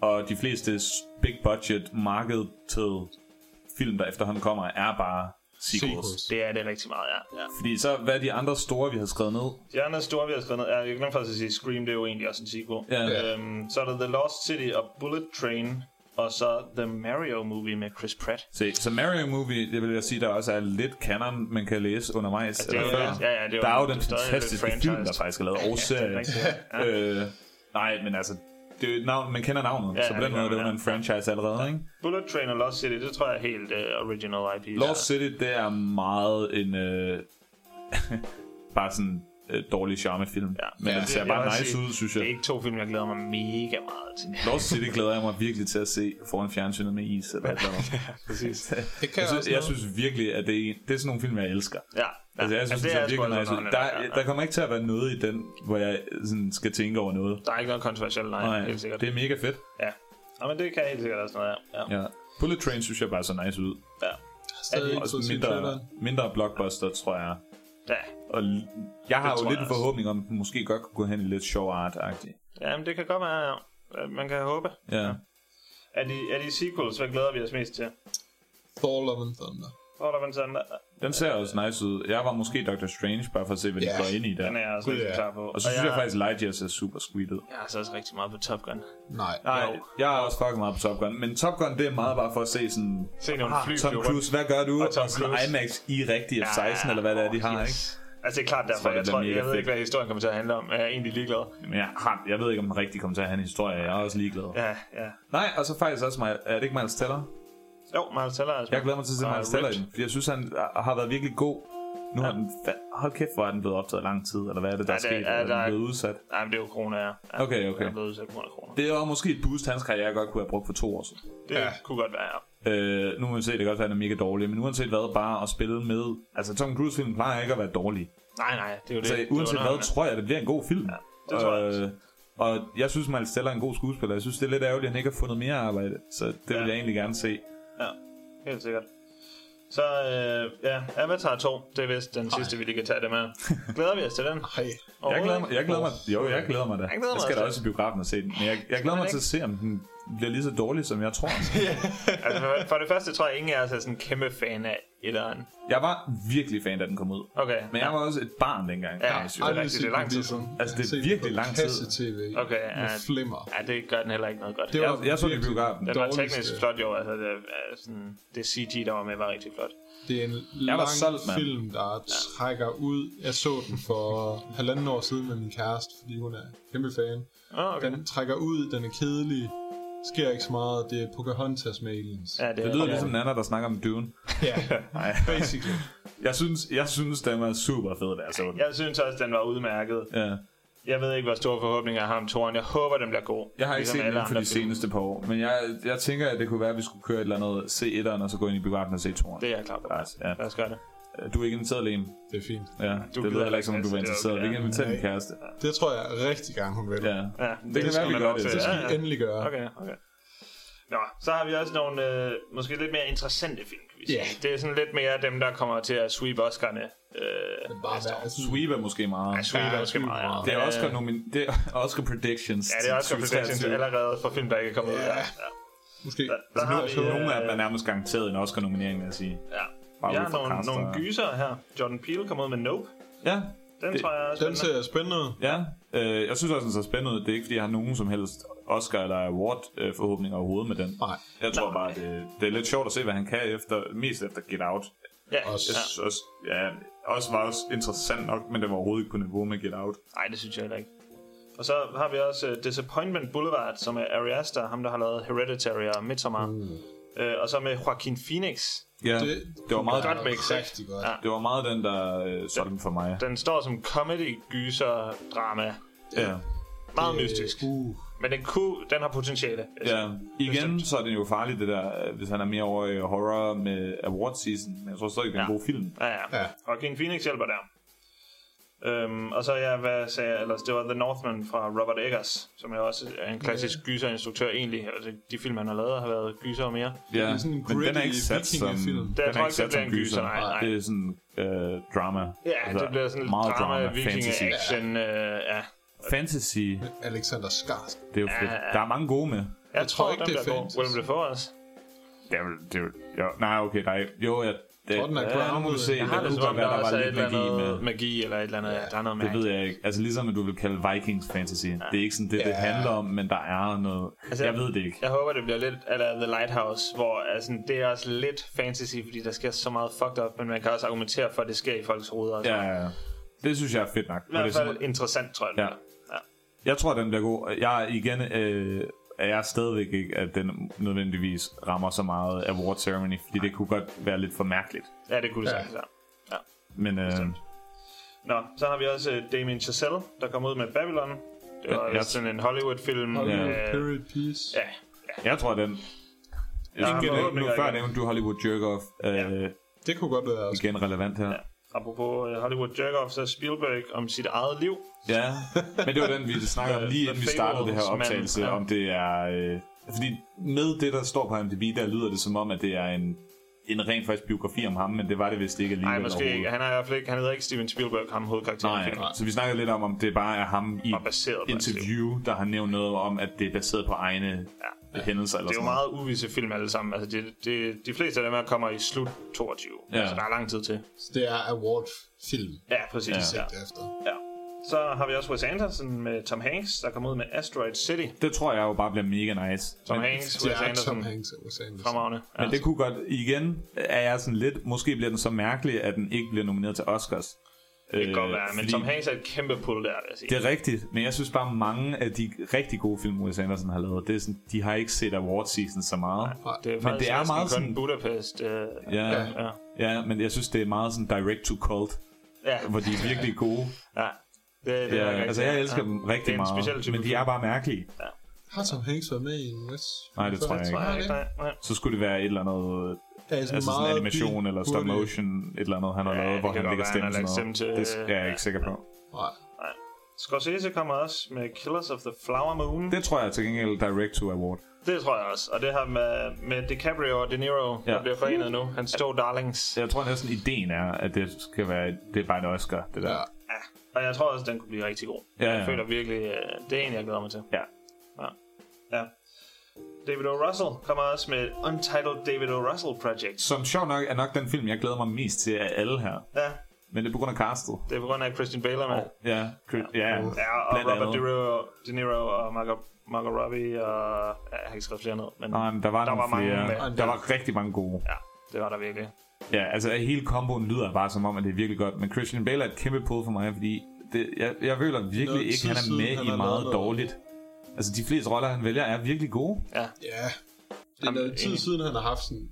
Speaker 2: Og de fleste s- big budget marketed film, der efterhånden kommer, er bare sequels. sequels.
Speaker 3: Sequels.
Speaker 1: Det er det rigtig meget, ja. ja.
Speaker 2: Fordi så, hvad er de andre store, vi har skrevet ned?
Speaker 1: De andre store, vi har skrevet ned, er, jeg glemte faktisk at sige, Scream, det er jo egentlig også en sequel.
Speaker 2: Ja.
Speaker 1: Yeah. Øhm, så er der The Lost City og Bullet Train, og så The Mario Movie med Chris Pratt.
Speaker 2: Se, så Mario Movie, det vil jeg sige, der også er lidt canon, man kan læse undervejs.
Speaker 1: det er
Speaker 2: eller
Speaker 1: jo-
Speaker 2: før.
Speaker 1: ja, ja, det er jo-
Speaker 2: der er jo
Speaker 1: det
Speaker 2: den
Speaker 1: er stadig lidt
Speaker 2: fantastiske film, der
Speaker 1: franchise.
Speaker 2: faktisk er lavet, og
Speaker 1: det
Speaker 2: serie.
Speaker 1: er rigtigt,
Speaker 2: øh, nej, men altså, det er jo et navn, man kender navnet,
Speaker 1: Ja,
Speaker 2: så på
Speaker 1: det
Speaker 2: den måde
Speaker 1: gør
Speaker 2: er det
Speaker 1: man,
Speaker 2: under en franchise allerede, ikke?
Speaker 1: Bullet Train og Lost City, det tror jeg er helt uh, original IP.
Speaker 2: Lost City, det er meget en... Øh, bare sådan øh, dårlig charmefilm.
Speaker 1: Ja.
Speaker 2: Men
Speaker 1: Ja,
Speaker 2: den
Speaker 1: det-
Speaker 2: ser
Speaker 1: jeg
Speaker 2: bare
Speaker 1: vil
Speaker 2: nice
Speaker 1: sige,
Speaker 2: ud, synes
Speaker 1: Det er
Speaker 2: jeg.
Speaker 1: ikke to film, jeg glæder mig mega meget til.
Speaker 2: Lost City glæder jeg mig virkelig til at se foran fjernsynet med is. Eller et eller andet.
Speaker 1: Præcis.
Speaker 3: Det kan
Speaker 2: jeg, synes,
Speaker 3: også
Speaker 2: jeg
Speaker 3: noget.
Speaker 2: synes virkelig, at det er, en- det er sådan nogle film, jeg elsker.
Speaker 1: Ja, ja.
Speaker 2: Altså, jeg synes,
Speaker 1: det
Speaker 2: det er
Speaker 1: sgu
Speaker 2: virkelig
Speaker 1: altså
Speaker 2: nice. ud.
Speaker 1: underholdende, ja,
Speaker 2: Der,
Speaker 1: ja.
Speaker 2: der kommer ikke til at være noget i den, hvor jeg sådan, skal tænke over noget.
Speaker 1: Der er ikke noget kontroversielt, nej,
Speaker 2: Nej,
Speaker 1: helt sikkert.
Speaker 2: det er mega fedt.
Speaker 1: Ja. ja, men det kan helt sikkert også noget, ja. ja.
Speaker 2: Ja. Bullet Train synes jeg bare så nice ud.
Speaker 1: ja.
Speaker 3: Stadig ikke
Speaker 2: Også
Speaker 3: fået set
Speaker 2: mindre,
Speaker 3: traileren.
Speaker 2: mindre blockbuster, tror jeg.
Speaker 1: ja.
Speaker 2: Og l- jeg har
Speaker 1: Det
Speaker 2: jo
Speaker 1: tror
Speaker 2: lidt
Speaker 1: jeg
Speaker 2: en
Speaker 1: også.
Speaker 2: forhåbning om, at den måske godt kunne gå hen i lidt show art-agtigt.
Speaker 1: Jamen, det kan godt være, ja. man kan håbe.
Speaker 2: Ja.
Speaker 1: Er de, er de sequels, hvad glæder vi os mest til?
Speaker 3: Thor Love and Thunder.
Speaker 1: Hvor der man sådan,
Speaker 2: Den ser også nice ud. Jeg var måske Dr. Strange, bare for at se, hvad de
Speaker 3: Ja.
Speaker 2: går ind i der.
Speaker 1: den er jeg også
Speaker 3: Gud,
Speaker 1: rigtig
Speaker 3: ja.
Speaker 1: klar på.
Speaker 2: Og så synes jeg faktisk, Lightyear ser super sweet ud.
Speaker 1: Jeg er altså også rigtig meget på Top Gun.
Speaker 3: Nej.
Speaker 2: Nej, jeg er også fucking meget på Top Gun. Men Top Gun, det er meget bare for at se sådan...
Speaker 1: Se nogle fly flyve
Speaker 2: Ah, Tom
Speaker 1: rundt.
Speaker 2: Cruise, hvad gør du?
Speaker 1: Og
Speaker 2: Og
Speaker 1: Tom
Speaker 2: Tom sådan
Speaker 1: Cruise.
Speaker 2: IMAX i rigtig F-16,
Speaker 1: Ja,
Speaker 2: eller hvad det er, de har,
Speaker 1: yes.
Speaker 2: ikke?
Speaker 1: Altså, det er klart derfor.
Speaker 2: tror, det
Speaker 1: Jeg,
Speaker 2: bliver
Speaker 1: tror, jeg
Speaker 2: mega
Speaker 1: ved
Speaker 2: fedt.
Speaker 1: ikke, hvad historien kommer til at handle om. Jeg er egentlig ligeglad.
Speaker 2: Men jeg, har, jeg ved ikke, om den rigtig kommer til at have en historie. Jeg er også ligeglad. Ja.
Speaker 1: Ja, ja.
Speaker 2: Nej, og så faktisk også mig. Er det ikke Miles Teller?
Speaker 1: Jo, Miles Teller er altså
Speaker 2: Jeg glæder mig til at se
Speaker 1: Og
Speaker 2: Miles Teller i
Speaker 1: Rip.
Speaker 2: den, fordi jeg synes, han øh, har været virkelig god. Nu har den... fa- Hold kæft, hvor er den blevet optaget lang tid, eller hvad er det, der er
Speaker 1: Ja, det-
Speaker 2: sket?
Speaker 1: ja,
Speaker 2: Er
Speaker 1: der
Speaker 2: den
Speaker 1: er-
Speaker 2: blevet udsat?
Speaker 1: Nej, men det er jo corona, ja. ja
Speaker 2: Okay, okay.
Speaker 1: Jeg er blevet udsat på grund af corona. Det,
Speaker 2: Det var måske et boost, hans karriere godt kunne have brugt for to år siden.
Speaker 1: det ja.
Speaker 3: Ja.
Speaker 1: kunne godt være, ja.
Speaker 2: Øh, nu uanset, det kan godt være, at han er mega dårlig, men uanset hvad, bare at spille med... Altså, Tom Cruise-film plejer ikke at være dårlig.
Speaker 1: Nej, nej, det er jo det.
Speaker 2: Så
Speaker 1: det er
Speaker 2: uanset hvad,
Speaker 1: underholdende.
Speaker 2: tror jeg, at det bliver en god film. Ja,
Speaker 1: det tror jeg også.
Speaker 2: og jeg synes, Miles Teller er en god skuespiller. Jeg synes, det er lidt ærgerligt, at han ikke har fundet mere arbejde. Så det ja.
Speaker 1: Ja.
Speaker 2: vil jeg egentlig gerne se.
Speaker 1: Ja, helt sikkert. Så øh, ja, Avatar 2, det er vist den sidste, vi lige kan tage det med. Glæder vi os til den?
Speaker 3: Hej.
Speaker 2: Jeg glæder, mig, jeg glæder mig, jo, jeg glæder mig da. Jeg,
Speaker 1: glæder mig
Speaker 2: skal da
Speaker 1: også.
Speaker 2: også i biografen og se den. Men jeg, jeg glæder
Speaker 1: man
Speaker 2: mig til
Speaker 1: ikke?
Speaker 2: at se, om den bliver lige så dårlig, som jeg tror.
Speaker 1: altså, for, for det første tror jeg, ingen af os er sådan en kæmpe fan af etteren.
Speaker 2: Jeg var virkelig fan, da den kom ud.
Speaker 1: Okay.
Speaker 2: Men jeg var også et barn dengang.
Speaker 1: Ja.
Speaker 2: Jeg var syv.
Speaker 1: Ej, rigtigt, det er lang tid
Speaker 3: ligesom.
Speaker 1: siden.
Speaker 2: Altså, det er virkelig lang tid.
Speaker 3: tv
Speaker 1: Okay,
Speaker 3: med
Speaker 1: ja.
Speaker 3: flimmer.
Speaker 1: Ja, det gør den heller ikke noget godt.
Speaker 3: Det
Speaker 2: Jeg, jeg så den i
Speaker 3: virkelig-
Speaker 2: biografen.
Speaker 1: Den var
Speaker 3: dårligste-
Speaker 1: teknisk flot jo, altså det, er
Speaker 2: Mm.
Speaker 1: sådan, det CG, der var med, var rigtig flot.
Speaker 3: Det er en
Speaker 2: Jeg var
Speaker 3: lang
Speaker 2: solgt, mand.
Speaker 3: film, der trækker ud. Jeg så den for halvanden år siden med min kæreste, fordi hun er kæmpe fan.
Speaker 2: Ah,
Speaker 1: Åh, okay.
Speaker 3: Den trækker ud, den er kedelig, sker ikke så meget. Det er Pocahontas med aliens.
Speaker 1: Ja, det,
Speaker 2: Det lyder ligesom Nana, der snakker om Dune.
Speaker 3: ja.
Speaker 2: Nej.
Speaker 3: basically.
Speaker 2: Jeg synes, jeg synes, den var super fed, da jeg så den.
Speaker 1: Jeg synes også, den var udmærket.
Speaker 2: Ja.
Speaker 1: Jeg ved ikke, hvor store forhåbninger jeg har om toren. Jeg håber, den bliver god.
Speaker 2: Jeg har ikke set den
Speaker 1: Ligesom alle
Speaker 2: inden for
Speaker 1: andre
Speaker 2: de
Speaker 1: film.
Speaker 2: seneste par år, men jeg, jeg tænker, at det kunne være, at vi skulle køre et eller andet, se etteren, og så gå ind i biografen og se toeren.
Speaker 1: Det er jeg klar på.
Speaker 2: Lars, Ah, ja.
Speaker 1: Lad os gøre det.
Speaker 2: Du er ikke inviteret alene.
Speaker 3: Det er fint.
Speaker 2: Ja, du det lyder
Speaker 1: gider
Speaker 2: heller ikke, som om
Speaker 1: ikke,
Speaker 2: du
Speaker 1: altså,
Speaker 2: var
Speaker 1: det er
Speaker 2: interesseret.
Speaker 1: okay,
Speaker 2: Vi kan
Speaker 1: ja.
Speaker 2: invitere din kæreste.
Speaker 3: Det tror jeg rigtig gerne, hun vil.
Speaker 2: Ja.
Speaker 1: Ja,
Speaker 2: Det
Speaker 1: skal
Speaker 2: kan være, vi
Speaker 1: man
Speaker 2: gør
Speaker 1: nok
Speaker 2: det.
Speaker 1: til.
Speaker 2: Det skal
Speaker 1: Ja,
Speaker 3: Vi
Speaker 1: ja.
Speaker 3: endelig gøre.
Speaker 1: Okay, okay. Nå, så har vi også nogle øh, måske lidt mere interessante film. kan vi sige.
Speaker 3: Ja.
Speaker 1: Det er sådan lidt mere dem, der kommer til at sweep Oscar'erne. Øh,
Speaker 3: Bare være sådan-
Speaker 2: Sweep er måske meget.
Speaker 1: ja, sweep er måske
Speaker 3: sweep
Speaker 1: meget.
Speaker 3: meget.
Speaker 2: Det er
Speaker 1: Men,
Speaker 2: Oscar,
Speaker 1: øh,
Speaker 2: nomin- det er Oscar Predictions.
Speaker 1: Ja, det er Oscar Predictions
Speaker 2: 2023.
Speaker 1: allerede for film, der ikke er kommet ud. Ja, ja.
Speaker 3: Måske.
Speaker 1: Der, der har vi, øh,
Speaker 2: Nogle af dem er nærmest garanteret en Oscar-nominering, vil jeg sige.
Speaker 1: Ja.
Speaker 2: Bare
Speaker 1: Jeg
Speaker 2: ud
Speaker 1: har
Speaker 2: fra
Speaker 1: nogle,
Speaker 2: caster.
Speaker 1: nogle gyser her. Jordan Peele kom ud med Nope.
Speaker 2: Ja,
Speaker 1: Den
Speaker 2: Det-
Speaker 1: tror jeg er
Speaker 3: Den
Speaker 1: spændende.
Speaker 3: ser spændende ud.
Speaker 2: ja. Øh, jeg synes også, den ser spændende ud. Det er ikke, fordi jeg har nogen som helst Oscar- eller Award-forhåbninger overhovedet med den.
Speaker 3: Nej.
Speaker 2: Jeg tror bare, det, det er lidt sjovt at se, hvad han kan efter, mest efter Get Out.
Speaker 1: Ja.
Speaker 3: Også.
Speaker 2: Jeg synes også, ja, også var også interessant nok, men det var overhovedet ikke på niveau med Get Out.
Speaker 1: Nej, det synes jeg heller ikke. Og så har vi også uh, Disappointment Boulevard, som er Ari Aster, ham der har lavet Hereditary og Midsommar. Mm. Uh, og så med Joaquin Phoenix.
Speaker 2: Ja,
Speaker 3: Det-
Speaker 2: det, det var meget
Speaker 1: Godt mix, ikke?
Speaker 3: Rigtig godt.
Speaker 1: Ja.
Speaker 2: det var meget den, der øh, solgte den for mig.
Speaker 1: Den står som comedy, gyser, drama.
Speaker 2: Ja.
Speaker 1: Meget øh, mystisk.
Speaker 3: Uh,
Speaker 1: Men den, kunne, den har potentiale.
Speaker 2: ja. Igen, så er det jo farligt, det der, øh, hvis han er mere over i horror med award season. Men jeg tror stadig, det er en
Speaker 1: Ja.
Speaker 2: god film.
Speaker 1: Ja, ja.
Speaker 3: Ja.
Speaker 1: ja. Joaquin Phoenix hjælper der. Øhm, og så, ja, hvad sagde jeg ellers? Det var The Northman fra Robert Eggers, som jo også er en klassisk yeah. gyserinstruktør egentlig. Altså, de film, han har lavet, har været gyser og mere.
Speaker 2: Ja,
Speaker 3: er sådan en
Speaker 2: men den er
Speaker 3: gritty
Speaker 2: ikke sat som,
Speaker 3: vikingefilm.
Speaker 2: den
Speaker 1: tror
Speaker 2: er
Speaker 1: ikke,
Speaker 2: ikke sat
Speaker 1: det bliver en
Speaker 2: som
Speaker 1: gyser,
Speaker 2: gyser.
Speaker 1: nej, nej.
Speaker 2: Det er sådan øh, drama.
Speaker 1: Ja, altså, det bliver sådan lidt
Speaker 2: meget
Speaker 1: drama, drama
Speaker 2: fantasy.
Speaker 1: viking action. Øh, ja.
Speaker 2: Fantasy,
Speaker 3: Alexander Skarsgård.
Speaker 2: det er jo fedt. Der er mange gode med.
Speaker 1: Jeg
Speaker 3: tror
Speaker 1: tror
Speaker 3: ikke,
Speaker 1: ikke, den
Speaker 3: det er
Speaker 1: bliver god.
Speaker 3: fantasy.
Speaker 1: William Dafoe også.
Speaker 2: Det er, vel- det er, vel- jo, nej, okay, nej. Jo, jeg, det,
Speaker 3: Tror, den er
Speaker 2: ja, nu må
Speaker 3: grounded.
Speaker 2: vi se.
Speaker 3: Jeg
Speaker 1: Jeg har
Speaker 2: det
Speaker 1: det
Speaker 2: kunne
Speaker 1: som om,
Speaker 2: godt være,
Speaker 1: der
Speaker 2: der var
Speaker 1: også er et
Speaker 2: lidt
Speaker 1: eller
Speaker 2: magi med.
Speaker 1: andet magi eller et eller andet. Ja, der er noget
Speaker 2: Det
Speaker 1: magi.
Speaker 2: ved jeg ikke. Altså ligesom at du vil kalde Vikings fantasy. Ja. Det er ikke sådan det, det handler om, men der er noget... Altså,
Speaker 1: Altså,
Speaker 2: jeg ved det ikke.
Speaker 1: Jeg håber, det bliver lidt eller The Lighthouse, hvor altså, det er også lidt fantasy, fordi der sker så meget fucked up, men man kan også argumentere for, at det sker i folks hoveder. og sådan.
Speaker 2: Ja, ja, ja. Det synes jeg er fedt nok.
Speaker 1: I
Speaker 2: Men det er
Speaker 1: hvert
Speaker 2: sådan,
Speaker 1: fald interessant, tror jeg. den
Speaker 2: Ja.
Speaker 1: er. ja.
Speaker 2: jeg tror, den bliver god. Jeg er igen... Øh, er jeg stadigvæk ikke, at den nødvendigvis rammer så meget award ceremony, fordi det kunne godt være lidt for mærkeligt.
Speaker 1: Ja, det kunne det
Speaker 3: Ja.
Speaker 1: ja. sagtens være.
Speaker 2: Men øh,
Speaker 1: Nå, så har vi også øh, Damien Chazelle, der kom ud med Babylon. Det var
Speaker 2: Ja, jeg-
Speaker 1: ja, sådan en Hollywood-film.
Speaker 3: Hollywood
Speaker 1: øh,
Speaker 3: period piece.
Speaker 1: ja.
Speaker 2: jeg tror, den... Jeg
Speaker 1: har
Speaker 2: synes, ja, nu
Speaker 1: forhåbninger
Speaker 2: før
Speaker 1: igen.
Speaker 2: nævnte du Hollywood Jerk-Off. Øh,
Speaker 3: Det kunne godt være også.
Speaker 2: igen relevant her.
Speaker 1: Apropos øh, Hollywood Jerkoff, så Spielberg om sit eget liv.
Speaker 2: Ja, men det var den, vi snakkede om lige
Speaker 1: The
Speaker 2: inden vi startede det her
Speaker 1: Fables,
Speaker 2: optagelse,
Speaker 1: mand. Ja.
Speaker 2: om det er... Øh, fordi med det, der står på IMDb, der lyder det som om, at det er en, en ren faktisk biografi om ham, men det var det vist ikke alligevel
Speaker 1: Nej, måske ikke. Han er i hvert fald ikke. Han hedder ikke Steven Spielberg, ham hovedkarakteren. i
Speaker 2: Nej,
Speaker 1: filmen.
Speaker 2: nej, så vi snakkede lidt om, om det bare er ham i
Speaker 1: Og baseret på hans
Speaker 2: interview, der har nævnt noget om, at det er baseret på egne ja. hændelser eller
Speaker 1: Det er
Speaker 2: sådan
Speaker 1: jo meget uvisse film alle sammen. Altså, det, det, de fleste af dem her kommer i slut 22.
Speaker 2: Ja.
Speaker 1: Ja. Altså, der er lang tid til.
Speaker 3: Det er award-film,
Speaker 1: Ja, præcis. Ja.
Speaker 3: ja.
Speaker 1: Ja.
Speaker 3: efter.
Speaker 1: Ja. Så har vi også Wes Anderson med Tom Hanks, der kom ud med Asteroid City.
Speaker 2: Det tror jeg jo bare bliver mega nice.
Speaker 1: Tom
Speaker 2: men,
Speaker 1: Hanks,
Speaker 3: Det
Speaker 1: Wes
Speaker 3: er Tom
Speaker 1: Anderson,
Speaker 3: Hanks og Wes Anderson.
Speaker 1: fremragende. Ja.
Speaker 2: men det kunne godt, igen er jeg sådan lidt, måske bliver den så mærkelig, at den ikke bliver nomineret til Oscars. Øh,
Speaker 1: Det kan godt være, men Tom Hanks er et kæmpe pull der, vil jeg sige.
Speaker 2: Det er rigtigt, men jeg synes bare, mange af de rigtig gode film, Wes Anderson har lavet, det er sådan, de har ikke set award season så meget.
Speaker 1: det er
Speaker 2: men det er
Speaker 1: næsten
Speaker 2: meget
Speaker 1: kun
Speaker 2: sådan-
Speaker 1: Budapest. Øh,
Speaker 2: Ja, ja.
Speaker 1: ja.
Speaker 2: ja, men jeg synes, det er meget sådan direct to cult,
Speaker 1: ja.
Speaker 2: hvor de er virkelig gode.
Speaker 1: ja. Det, det
Speaker 2: Ja,
Speaker 1: er rigtigt,
Speaker 2: altså, jeg
Speaker 1: ja.
Speaker 2: elsker
Speaker 1: Ja.
Speaker 2: dem
Speaker 1: det
Speaker 2: rigtig
Speaker 1: er en speciel
Speaker 2: meget,
Speaker 1: type
Speaker 2: men de er bare mærkelige.
Speaker 3: Har Tom Hanks været med i en Wes?
Speaker 2: Nej, det tror jeg ikke.
Speaker 1: Nej, nej, nej.
Speaker 2: Så skulle det være et eller andet
Speaker 3: Der er sådan
Speaker 2: Altså sådan en animation
Speaker 3: bil-
Speaker 2: eller stop
Speaker 3: hurtigt.
Speaker 2: motion, et eller andet, han har
Speaker 1: Ja,
Speaker 2: lavet,
Speaker 1: det
Speaker 2: hvor
Speaker 1: kan
Speaker 2: han
Speaker 1: godt
Speaker 2: lægger
Speaker 1: være,
Speaker 2: stemme
Speaker 1: han
Speaker 2: sådan
Speaker 1: har
Speaker 2: noget.
Speaker 1: lagt stemme til-
Speaker 2: Det er jeg ikke sikker på.
Speaker 3: Nej.
Speaker 1: Scorsese kommer også med Killers of the Flower Moon.
Speaker 2: Det tror jeg til gengæld Direct to Award.
Speaker 1: Det tror jeg også. Og det her med, med DiCaprio og De Niro, ja. der
Speaker 2: Ja.
Speaker 1: bliver forenet nu. Hans to darlings. Ja.
Speaker 2: Jeg tror næsten ideen er, at det skal være, det er bare en Oscar, det der.
Speaker 3: Ja.
Speaker 1: Og jeg tror også, den kunne blive rigtig god.
Speaker 2: Ja, ja.
Speaker 1: Jeg føler virkelig, øh, det er en, jeg glæder mig til.
Speaker 2: Ja.
Speaker 1: Ja. David O. Russell kommer også med Untitled David O. Russell Project.
Speaker 2: Som sjov nok er nok den film, jeg glæder mig mest til af alle her.
Speaker 1: Ja,
Speaker 2: Men det er på grund af castet.
Speaker 1: det er på grund af Christian Bale er med.
Speaker 2: Ja, Chris- ja,
Speaker 1: Ja, og
Speaker 2: blandt
Speaker 1: Robert
Speaker 2: andet.
Speaker 1: De Niro, De Niro og Margot, Margot Robbie og... Ja, jeg har ikke skrevet flere ned, men
Speaker 2: Nej, men der var,
Speaker 1: der
Speaker 2: nogle
Speaker 1: var mange
Speaker 2: flere.
Speaker 1: med.
Speaker 2: Der var rigtig mange gode.
Speaker 1: ja, det var der virkelig.
Speaker 2: Ja, altså hele komboen lyder bare som om, at det er virkelig godt. Men Christian Bale er et kæmpe pull for mig, fordi det, jeg, jeg føler virkelig
Speaker 3: Noget
Speaker 2: ikke,
Speaker 3: tid
Speaker 2: han er
Speaker 3: siden,
Speaker 2: med
Speaker 3: han
Speaker 2: i
Speaker 3: har
Speaker 2: meget
Speaker 3: lavet noget.
Speaker 2: dårligt. Altså de fleste roller, han vælger, er virkelig gode.
Speaker 3: ja. Det er
Speaker 1: Jamen,
Speaker 3: noget tid
Speaker 1: enig.
Speaker 3: siden, han har haft sådan en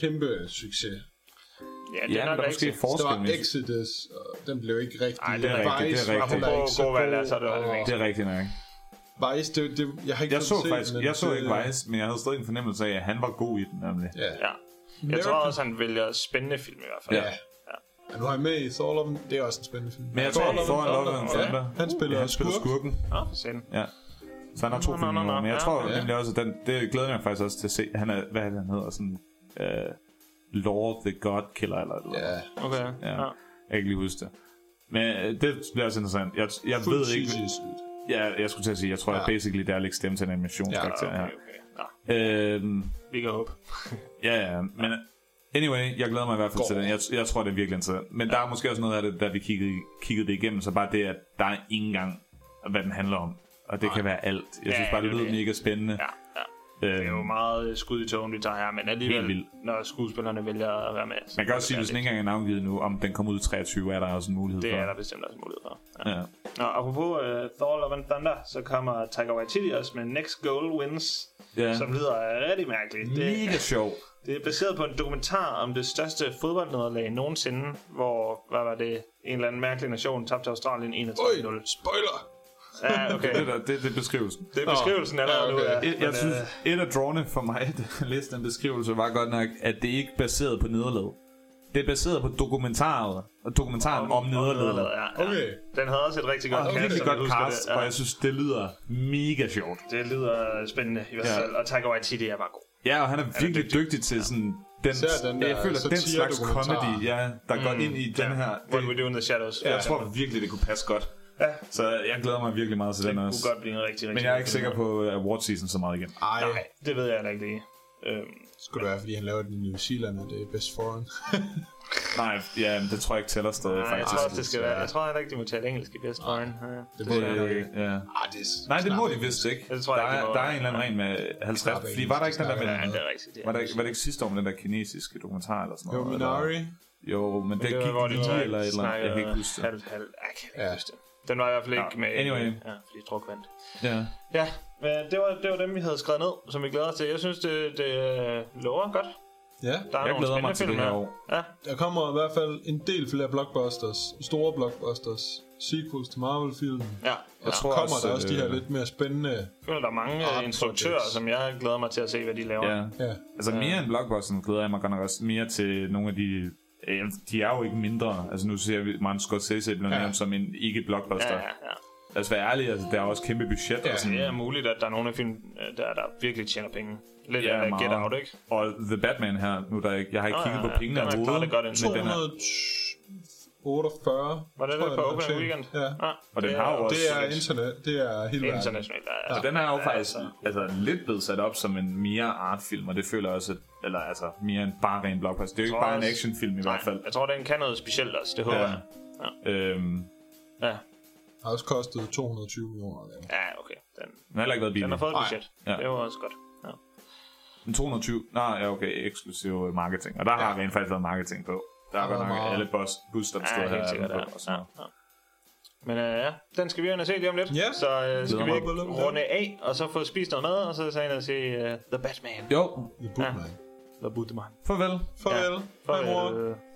Speaker 3: kæmpe succes.
Speaker 1: Ja, det
Speaker 2: Ja,
Speaker 1: er
Speaker 2: men
Speaker 1: nok
Speaker 2: der er måske
Speaker 1: rigtigt.
Speaker 3: Der
Speaker 2: forskel.
Speaker 3: var
Speaker 2: men-
Speaker 3: Exodus, og den blev ikke rigtig...
Speaker 1: Ej, det er
Speaker 2: rigtigt, det er
Speaker 3: Vice
Speaker 2: rigtigt.
Speaker 3: var heller ikke så
Speaker 1: Apropos gode valg,
Speaker 3: god,
Speaker 1: altså, det var det
Speaker 3: og
Speaker 2: Det er rigtigt nok.
Speaker 3: Vice, det, det, jeg har ikke
Speaker 2: Jeg
Speaker 3: fået
Speaker 2: så
Speaker 3: set
Speaker 2: faktisk,
Speaker 3: den,
Speaker 2: jeg så
Speaker 3: det-
Speaker 2: ikke Vice, men jeg havde stadig en fornemmelse af, at han var god i den nemlig.
Speaker 3: Ja.
Speaker 1: Ja. Jeg tror også, han vælger spændende film i hvert fald.
Speaker 2: Ja.
Speaker 3: Ja. ja. Nu har jeg med i Thor Love, and- det er også en spændende film.
Speaker 2: Men jeg tror, at Thor and Love and
Speaker 1: Ja,
Speaker 2: Thunder,
Speaker 3: han spiller
Speaker 2: han spiller
Speaker 3: skurk.
Speaker 2: skurken.
Speaker 1: Nå, for satan.
Speaker 2: Ja. Så han har to
Speaker 1: Nå, nå,
Speaker 2: film i
Speaker 1: nå, nå.
Speaker 2: år, men jeg
Speaker 1: Ja,
Speaker 2: tror
Speaker 1: ja.
Speaker 2: nemlig også, at den, det glæder jeg mig faktisk også til at se. Han er, hvad er det, han hedder, sådan uh, Lord of the God Killer, eller, eller
Speaker 3: Ja,
Speaker 1: Okay.
Speaker 2: Ja.
Speaker 1: Ja.
Speaker 2: Jeg kan ikke lige huske det. Men øh, det bliver også interessant. Jeg, jeg
Speaker 3: fuld
Speaker 2: ved ikke...
Speaker 3: cheese.
Speaker 2: Jeg, jeg skulle til at sige, jeg tror, ja. jeg basically der er at lægge stemme til en animationskarakter
Speaker 1: Okay,
Speaker 2: her.
Speaker 1: okay. Nå,
Speaker 2: Øhm,
Speaker 1: vi kan håbe.
Speaker 2: ja, ja, men anyway, jeg glæder mig i hvert fald til den. Jeg, jeg tror, det er virkelig interessant. Men der er måske også noget af det, da vi kiggede, kiggede det igennem, så bare det, at der er ingen gang, hvad den handler om. Og det kan være alt. Jeg
Speaker 1: Ja,
Speaker 2: synes bare, det
Speaker 1: det er
Speaker 2: lyder
Speaker 1: det.
Speaker 2: mega spændende.
Speaker 1: Ja, ja. Det er jo
Speaker 2: Øhm,
Speaker 1: meget øh, skud i tågen, vi tager her, men
Speaker 2: Helt
Speaker 1: alligevel,
Speaker 2: vildt.
Speaker 1: når skuespillerne vælger at være med. så må
Speaker 2: man kan
Speaker 1: det
Speaker 2: også sige,
Speaker 1: være
Speaker 2: hvis den
Speaker 1: lidt-
Speaker 2: ikke engang er navngivet nu, om den kommer ud i 23, er der også en mulighed
Speaker 1: Det
Speaker 2: for.
Speaker 1: er der bestemt også mulighed for. Ja.
Speaker 2: Ja.
Speaker 1: Nå, apropos uh, Thor Love and Thunder, så kommer Taika Waititi også med Next Goal Wins,
Speaker 2: Ja.
Speaker 1: ja. som lyder rigtig mærkeligt. Det,
Speaker 2: Mega sjov.
Speaker 1: det er baseret på en dokumentar om det største fodboldnederlag nogensinde, hvor, hvad var det, en eller anden mærkelig nation tabte Australien 31-0.
Speaker 3: Øj, spoiler!
Speaker 1: Ja, okay.
Speaker 2: Det, der, det, det beskrives.
Speaker 1: Det er beskrivelsen allerede
Speaker 3: Ja,
Speaker 1: nu,
Speaker 3: okay.
Speaker 1: ja.
Speaker 2: Et, jeg synes,
Speaker 1: øh,
Speaker 2: et af drawene for mig, da jeg læste den beskrivelse, var godt nok, at det ikke er baseret på nederlag. Det er baseret på dokumentaret, og dokumentaren om, om nederlaget.
Speaker 1: øh, ja, ja.
Speaker 3: Okay.
Speaker 1: Den havde også et rigtig godt
Speaker 2: Og
Speaker 1: cast,
Speaker 2: okay, virkelig
Speaker 1: som jeg
Speaker 2: godt
Speaker 1: husker
Speaker 2: cast,
Speaker 1: det.
Speaker 2: og jeg synes, det lyder mega sjovt.
Speaker 1: Det lyder øh, spændende i hvert
Speaker 2: Ja.
Speaker 1: fald, og Taika Waititi er bare god.
Speaker 2: Ja, og han er virkelig dygtig. til sådan den,
Speaker 3: Især den der
Speaker 2: jeg føler, den slags
Speaker 3: satire-dokumentar.
Speaker 2: comedy, ja, der går
Speaker 1: Mm,
Speaker 2: ind i den her.
Speaker 1: What We
Speaker 2: Det,
Speaker 1: Do in the Shadows.
Speaker 2: jeg tror virkelig, det kunne passe godt.
Speaker 1: Ja.
Speaker 2: Så jeg glæder mig virkelig meget til den
Speaker 1: det kunne
Speaker 2: også.
Speaker 1: godt blive en rigtig, rigtig
Speaker 2: Men jeg er
Speaker 1: god
Speaker 2: ikke
Speaker 1: film.
Speaker 2: sikker på øh, award season så meget igen.
Speaker 3: Ej,
Speaker 1: Nej, det ved jeg heller ikke lige. Øhm,
Speaker 3: skulle det være, fordi han laver den i New Zealand, og det er best foreign.
Speaker 2: Nej, ja, men det tror jeg ikke tæller stadig,
Speaker 1: nej, jeg
Speaker 2: faktisk.
Speaker 1: tror også, det skal være. Jeg tror heller ikke, de må tale engelsk i Best Foreign. Ja.
Speaker 3: det må jeg
Speaker 2: Øh,
Speaker 3: ikke.
Speaker 2: Ja.
Speaker 3: Ej, det er
Speaker 2: Nej, det må de vist ikke.
Speaker 1: Det tror jeg
Speaker 2: der,
Speaker 1: ikke, de
Speaker 2: er,
Speaker 1: må.
Speaker 2: der er en eller anden regel med 50.
Speaker 3: Snakker
Speaker 2: Fordi var der ikke den der
Speaker 3: engelsk,
Speaker 1: Ja,
Speaker 2: med...
Speaker 1: det er rigtigt. Det er.
Speaker 2: Var, der, ikke- var det ikke sidste år med den der kinesiske dokumentar eller sådan
Speaker 3: Jo,
Speaker 2: noget? eller?
Speaker 3: Minari.
Speaker 2: Jo, men det,
Speaker 1: det var,
Speaker 2: gik
Speaker 1: hvor de
Speaker 2: lige
Speaker 1: tager-
Speaker 2: eller et eller andet. Jeg kan
Speaker 1: snakkede
Speaker 2: ikke huske det.
Speaker 1: Halvt, halvt. Jeg kan ikke
Speaker 3: Ja.
Speaker 1: huske det. Den var i hvert fald ikke
Speaker 2: Nå,
Speaker 1: med.
Speaker 2: anyway.
Speaker 1: Ja, fordi druk vandt.
Speaker 2: Ja.
Speaker 1: Ja, men det var, det var dem, vi havde skrevet ned, som vi glæder os til. Jeg synes, det, det øh, lover godt.
Speaker 3: Ja,
Speaker 1: Der er
Speaker 2: Jeg
Speaker 1: nogle
Speaker 2: glæder
Speaker 1: spændende
Speaker 2: mig til det
Speaker 1: film
Speaker 2: her
Speaker 1: her.
Speaker 2: år.
Speaker 1: Ja,
Speaker 3: der kommer i hvert fald en del flere blockbusters, store blockbusters, sequels til Marvel-film.
Speaker 1: ja.
Speaker 3: Og
Speaker 1: ja.
Speaker 3: så kommer
Speaker 2: også,
Speaker 3: der også de her
Speaker 2: øh,
Speaker 3: lidt mere spændende...
Speaker 1: Jeg føler, der er mange
Speaker 3: Art
Speaker 1: øh, instruktører,
Speaker 3: projects.
Speaker 1: som jeg glæder mig til at se, hvad de laver.
Speaker 2: Ja.
Speaker 3: Ja,
Speaker 2: Altså mere end blockbusteren glæder jeg mig godt nok også mere til nogle af de... øh, De er jo ikke mindre. Altså nu ser vi Martin Scorsese bliver
Speaker 3: Ja.
Speaker 2: nævnt som en
Speaker 1: ja,
Speaker 2: ikke-blockbuster.
Speaker 1: ja. ja.
Speaker 2: Lad os være ærlige, altså, der er også kæmpe budget
Speaker 3: Ja.
Speaker 2: og sådan
Speaker 1: Det er muligt, at der er nogle af film, øh, der, der virkelig tjener penge. Lidt
Speaker 2: Ja,
Speaker 1: ja, af Get
Speaker 2: meget.
Speaker 1: Out, ikke?
Speaker 2: Og The Batman her, nu der ikke, jeg har ikke
Speaker 1: Nå,
Speaker 2: kigget
Speaker 1: ja,
Speaker 2: på
Speaker 1: ja.
Speaker 2: pengene
Speaker 1: Den har klaret det godt
Speaker 2: overhovedet,
Speaker 1: indtil
Speaker 2: men den er,
Speaker 3: 248.
Speaker 1: Var det
Speaker 3: tror
Speaker 1: det på
Speaker 3: jeg, den har
Speaker 1: Open
Speaker 3: tjent.
Speaker 1: Weekend?
Speaker 3: Ja.
Speaker 1: Ah,
Speaker 2: og den har jo også...
Speaker 3: Det er internet, det er hele verden.
Speaker 1: internationalt. Ja,
Speaker 2: Og
Speaker 1: altså.
Speaker 2: den er jo faktisk altså, lidt blevet sat op som en mere artfilm, og det føler jeg også, at, eller altså mere end bare ren blockbuster. Det er jo ikke
Speaker 1: tror
Speaker 2: bare en
Speaker 1: også-
Speaker 2: actionfilm i hvert
Speaker 1: Nej,
Speaker 2: fald.
Speaker 1: jeg tror, den kan noget specielt også. Det håber jeg.
Speaker 2: Øhm,
Speaker 1: Ja,
Speaker 3: har også kostet 220 millioner. at lave.
Speaker 1: ja okay. Den,
Speaker 2: den har heller ikke været
Speaker 1: den har
Speaker 2: billig.
Speaker 1: fået et
Speaker 3: Nej.
Speaker 1: budget.
Speaker 2: Ja.
Speaker 1: Det var også godt. Ja.
Speaker 2: Den 220, nej, ja, okay, eksklusiv øh, marketing. Og der har rent faktisk været marketing på. Der har
Speaker 3: Der
Speaker 2: godt
Speaker 3: var
Speaker 2: nok
Speaker 3: meget.
Speaker 2: alle bus, bus der bestod
Speaker 1: Ja,
Speaker 2: her.
Speaker 1: helt sikkert.
Speaker 2: er
Speaker 1: Ja.
Speaker 2: den på, og sådan noget.
Speaker 1: Ja, ja. Men øh, ja, den skal vi jo ind og se lige om lidt.
Speaker 3: Ja.
Speaker 1: Så øh, skal
Speaker 2: Glæder
Speaker 1: vi
Speaker 2: mig.
Speaker 1: ikke runde af, og så få spist noget mad, og så tage ind og se øh, The Batman.
Speaker 2: Jo,
Speaker 3: I Bookman.
Speaker 1: The Bootman.
Speaker 2: farvel.
Speaker 3: Farvel. Hej mor.
Speaker 1: Farvel.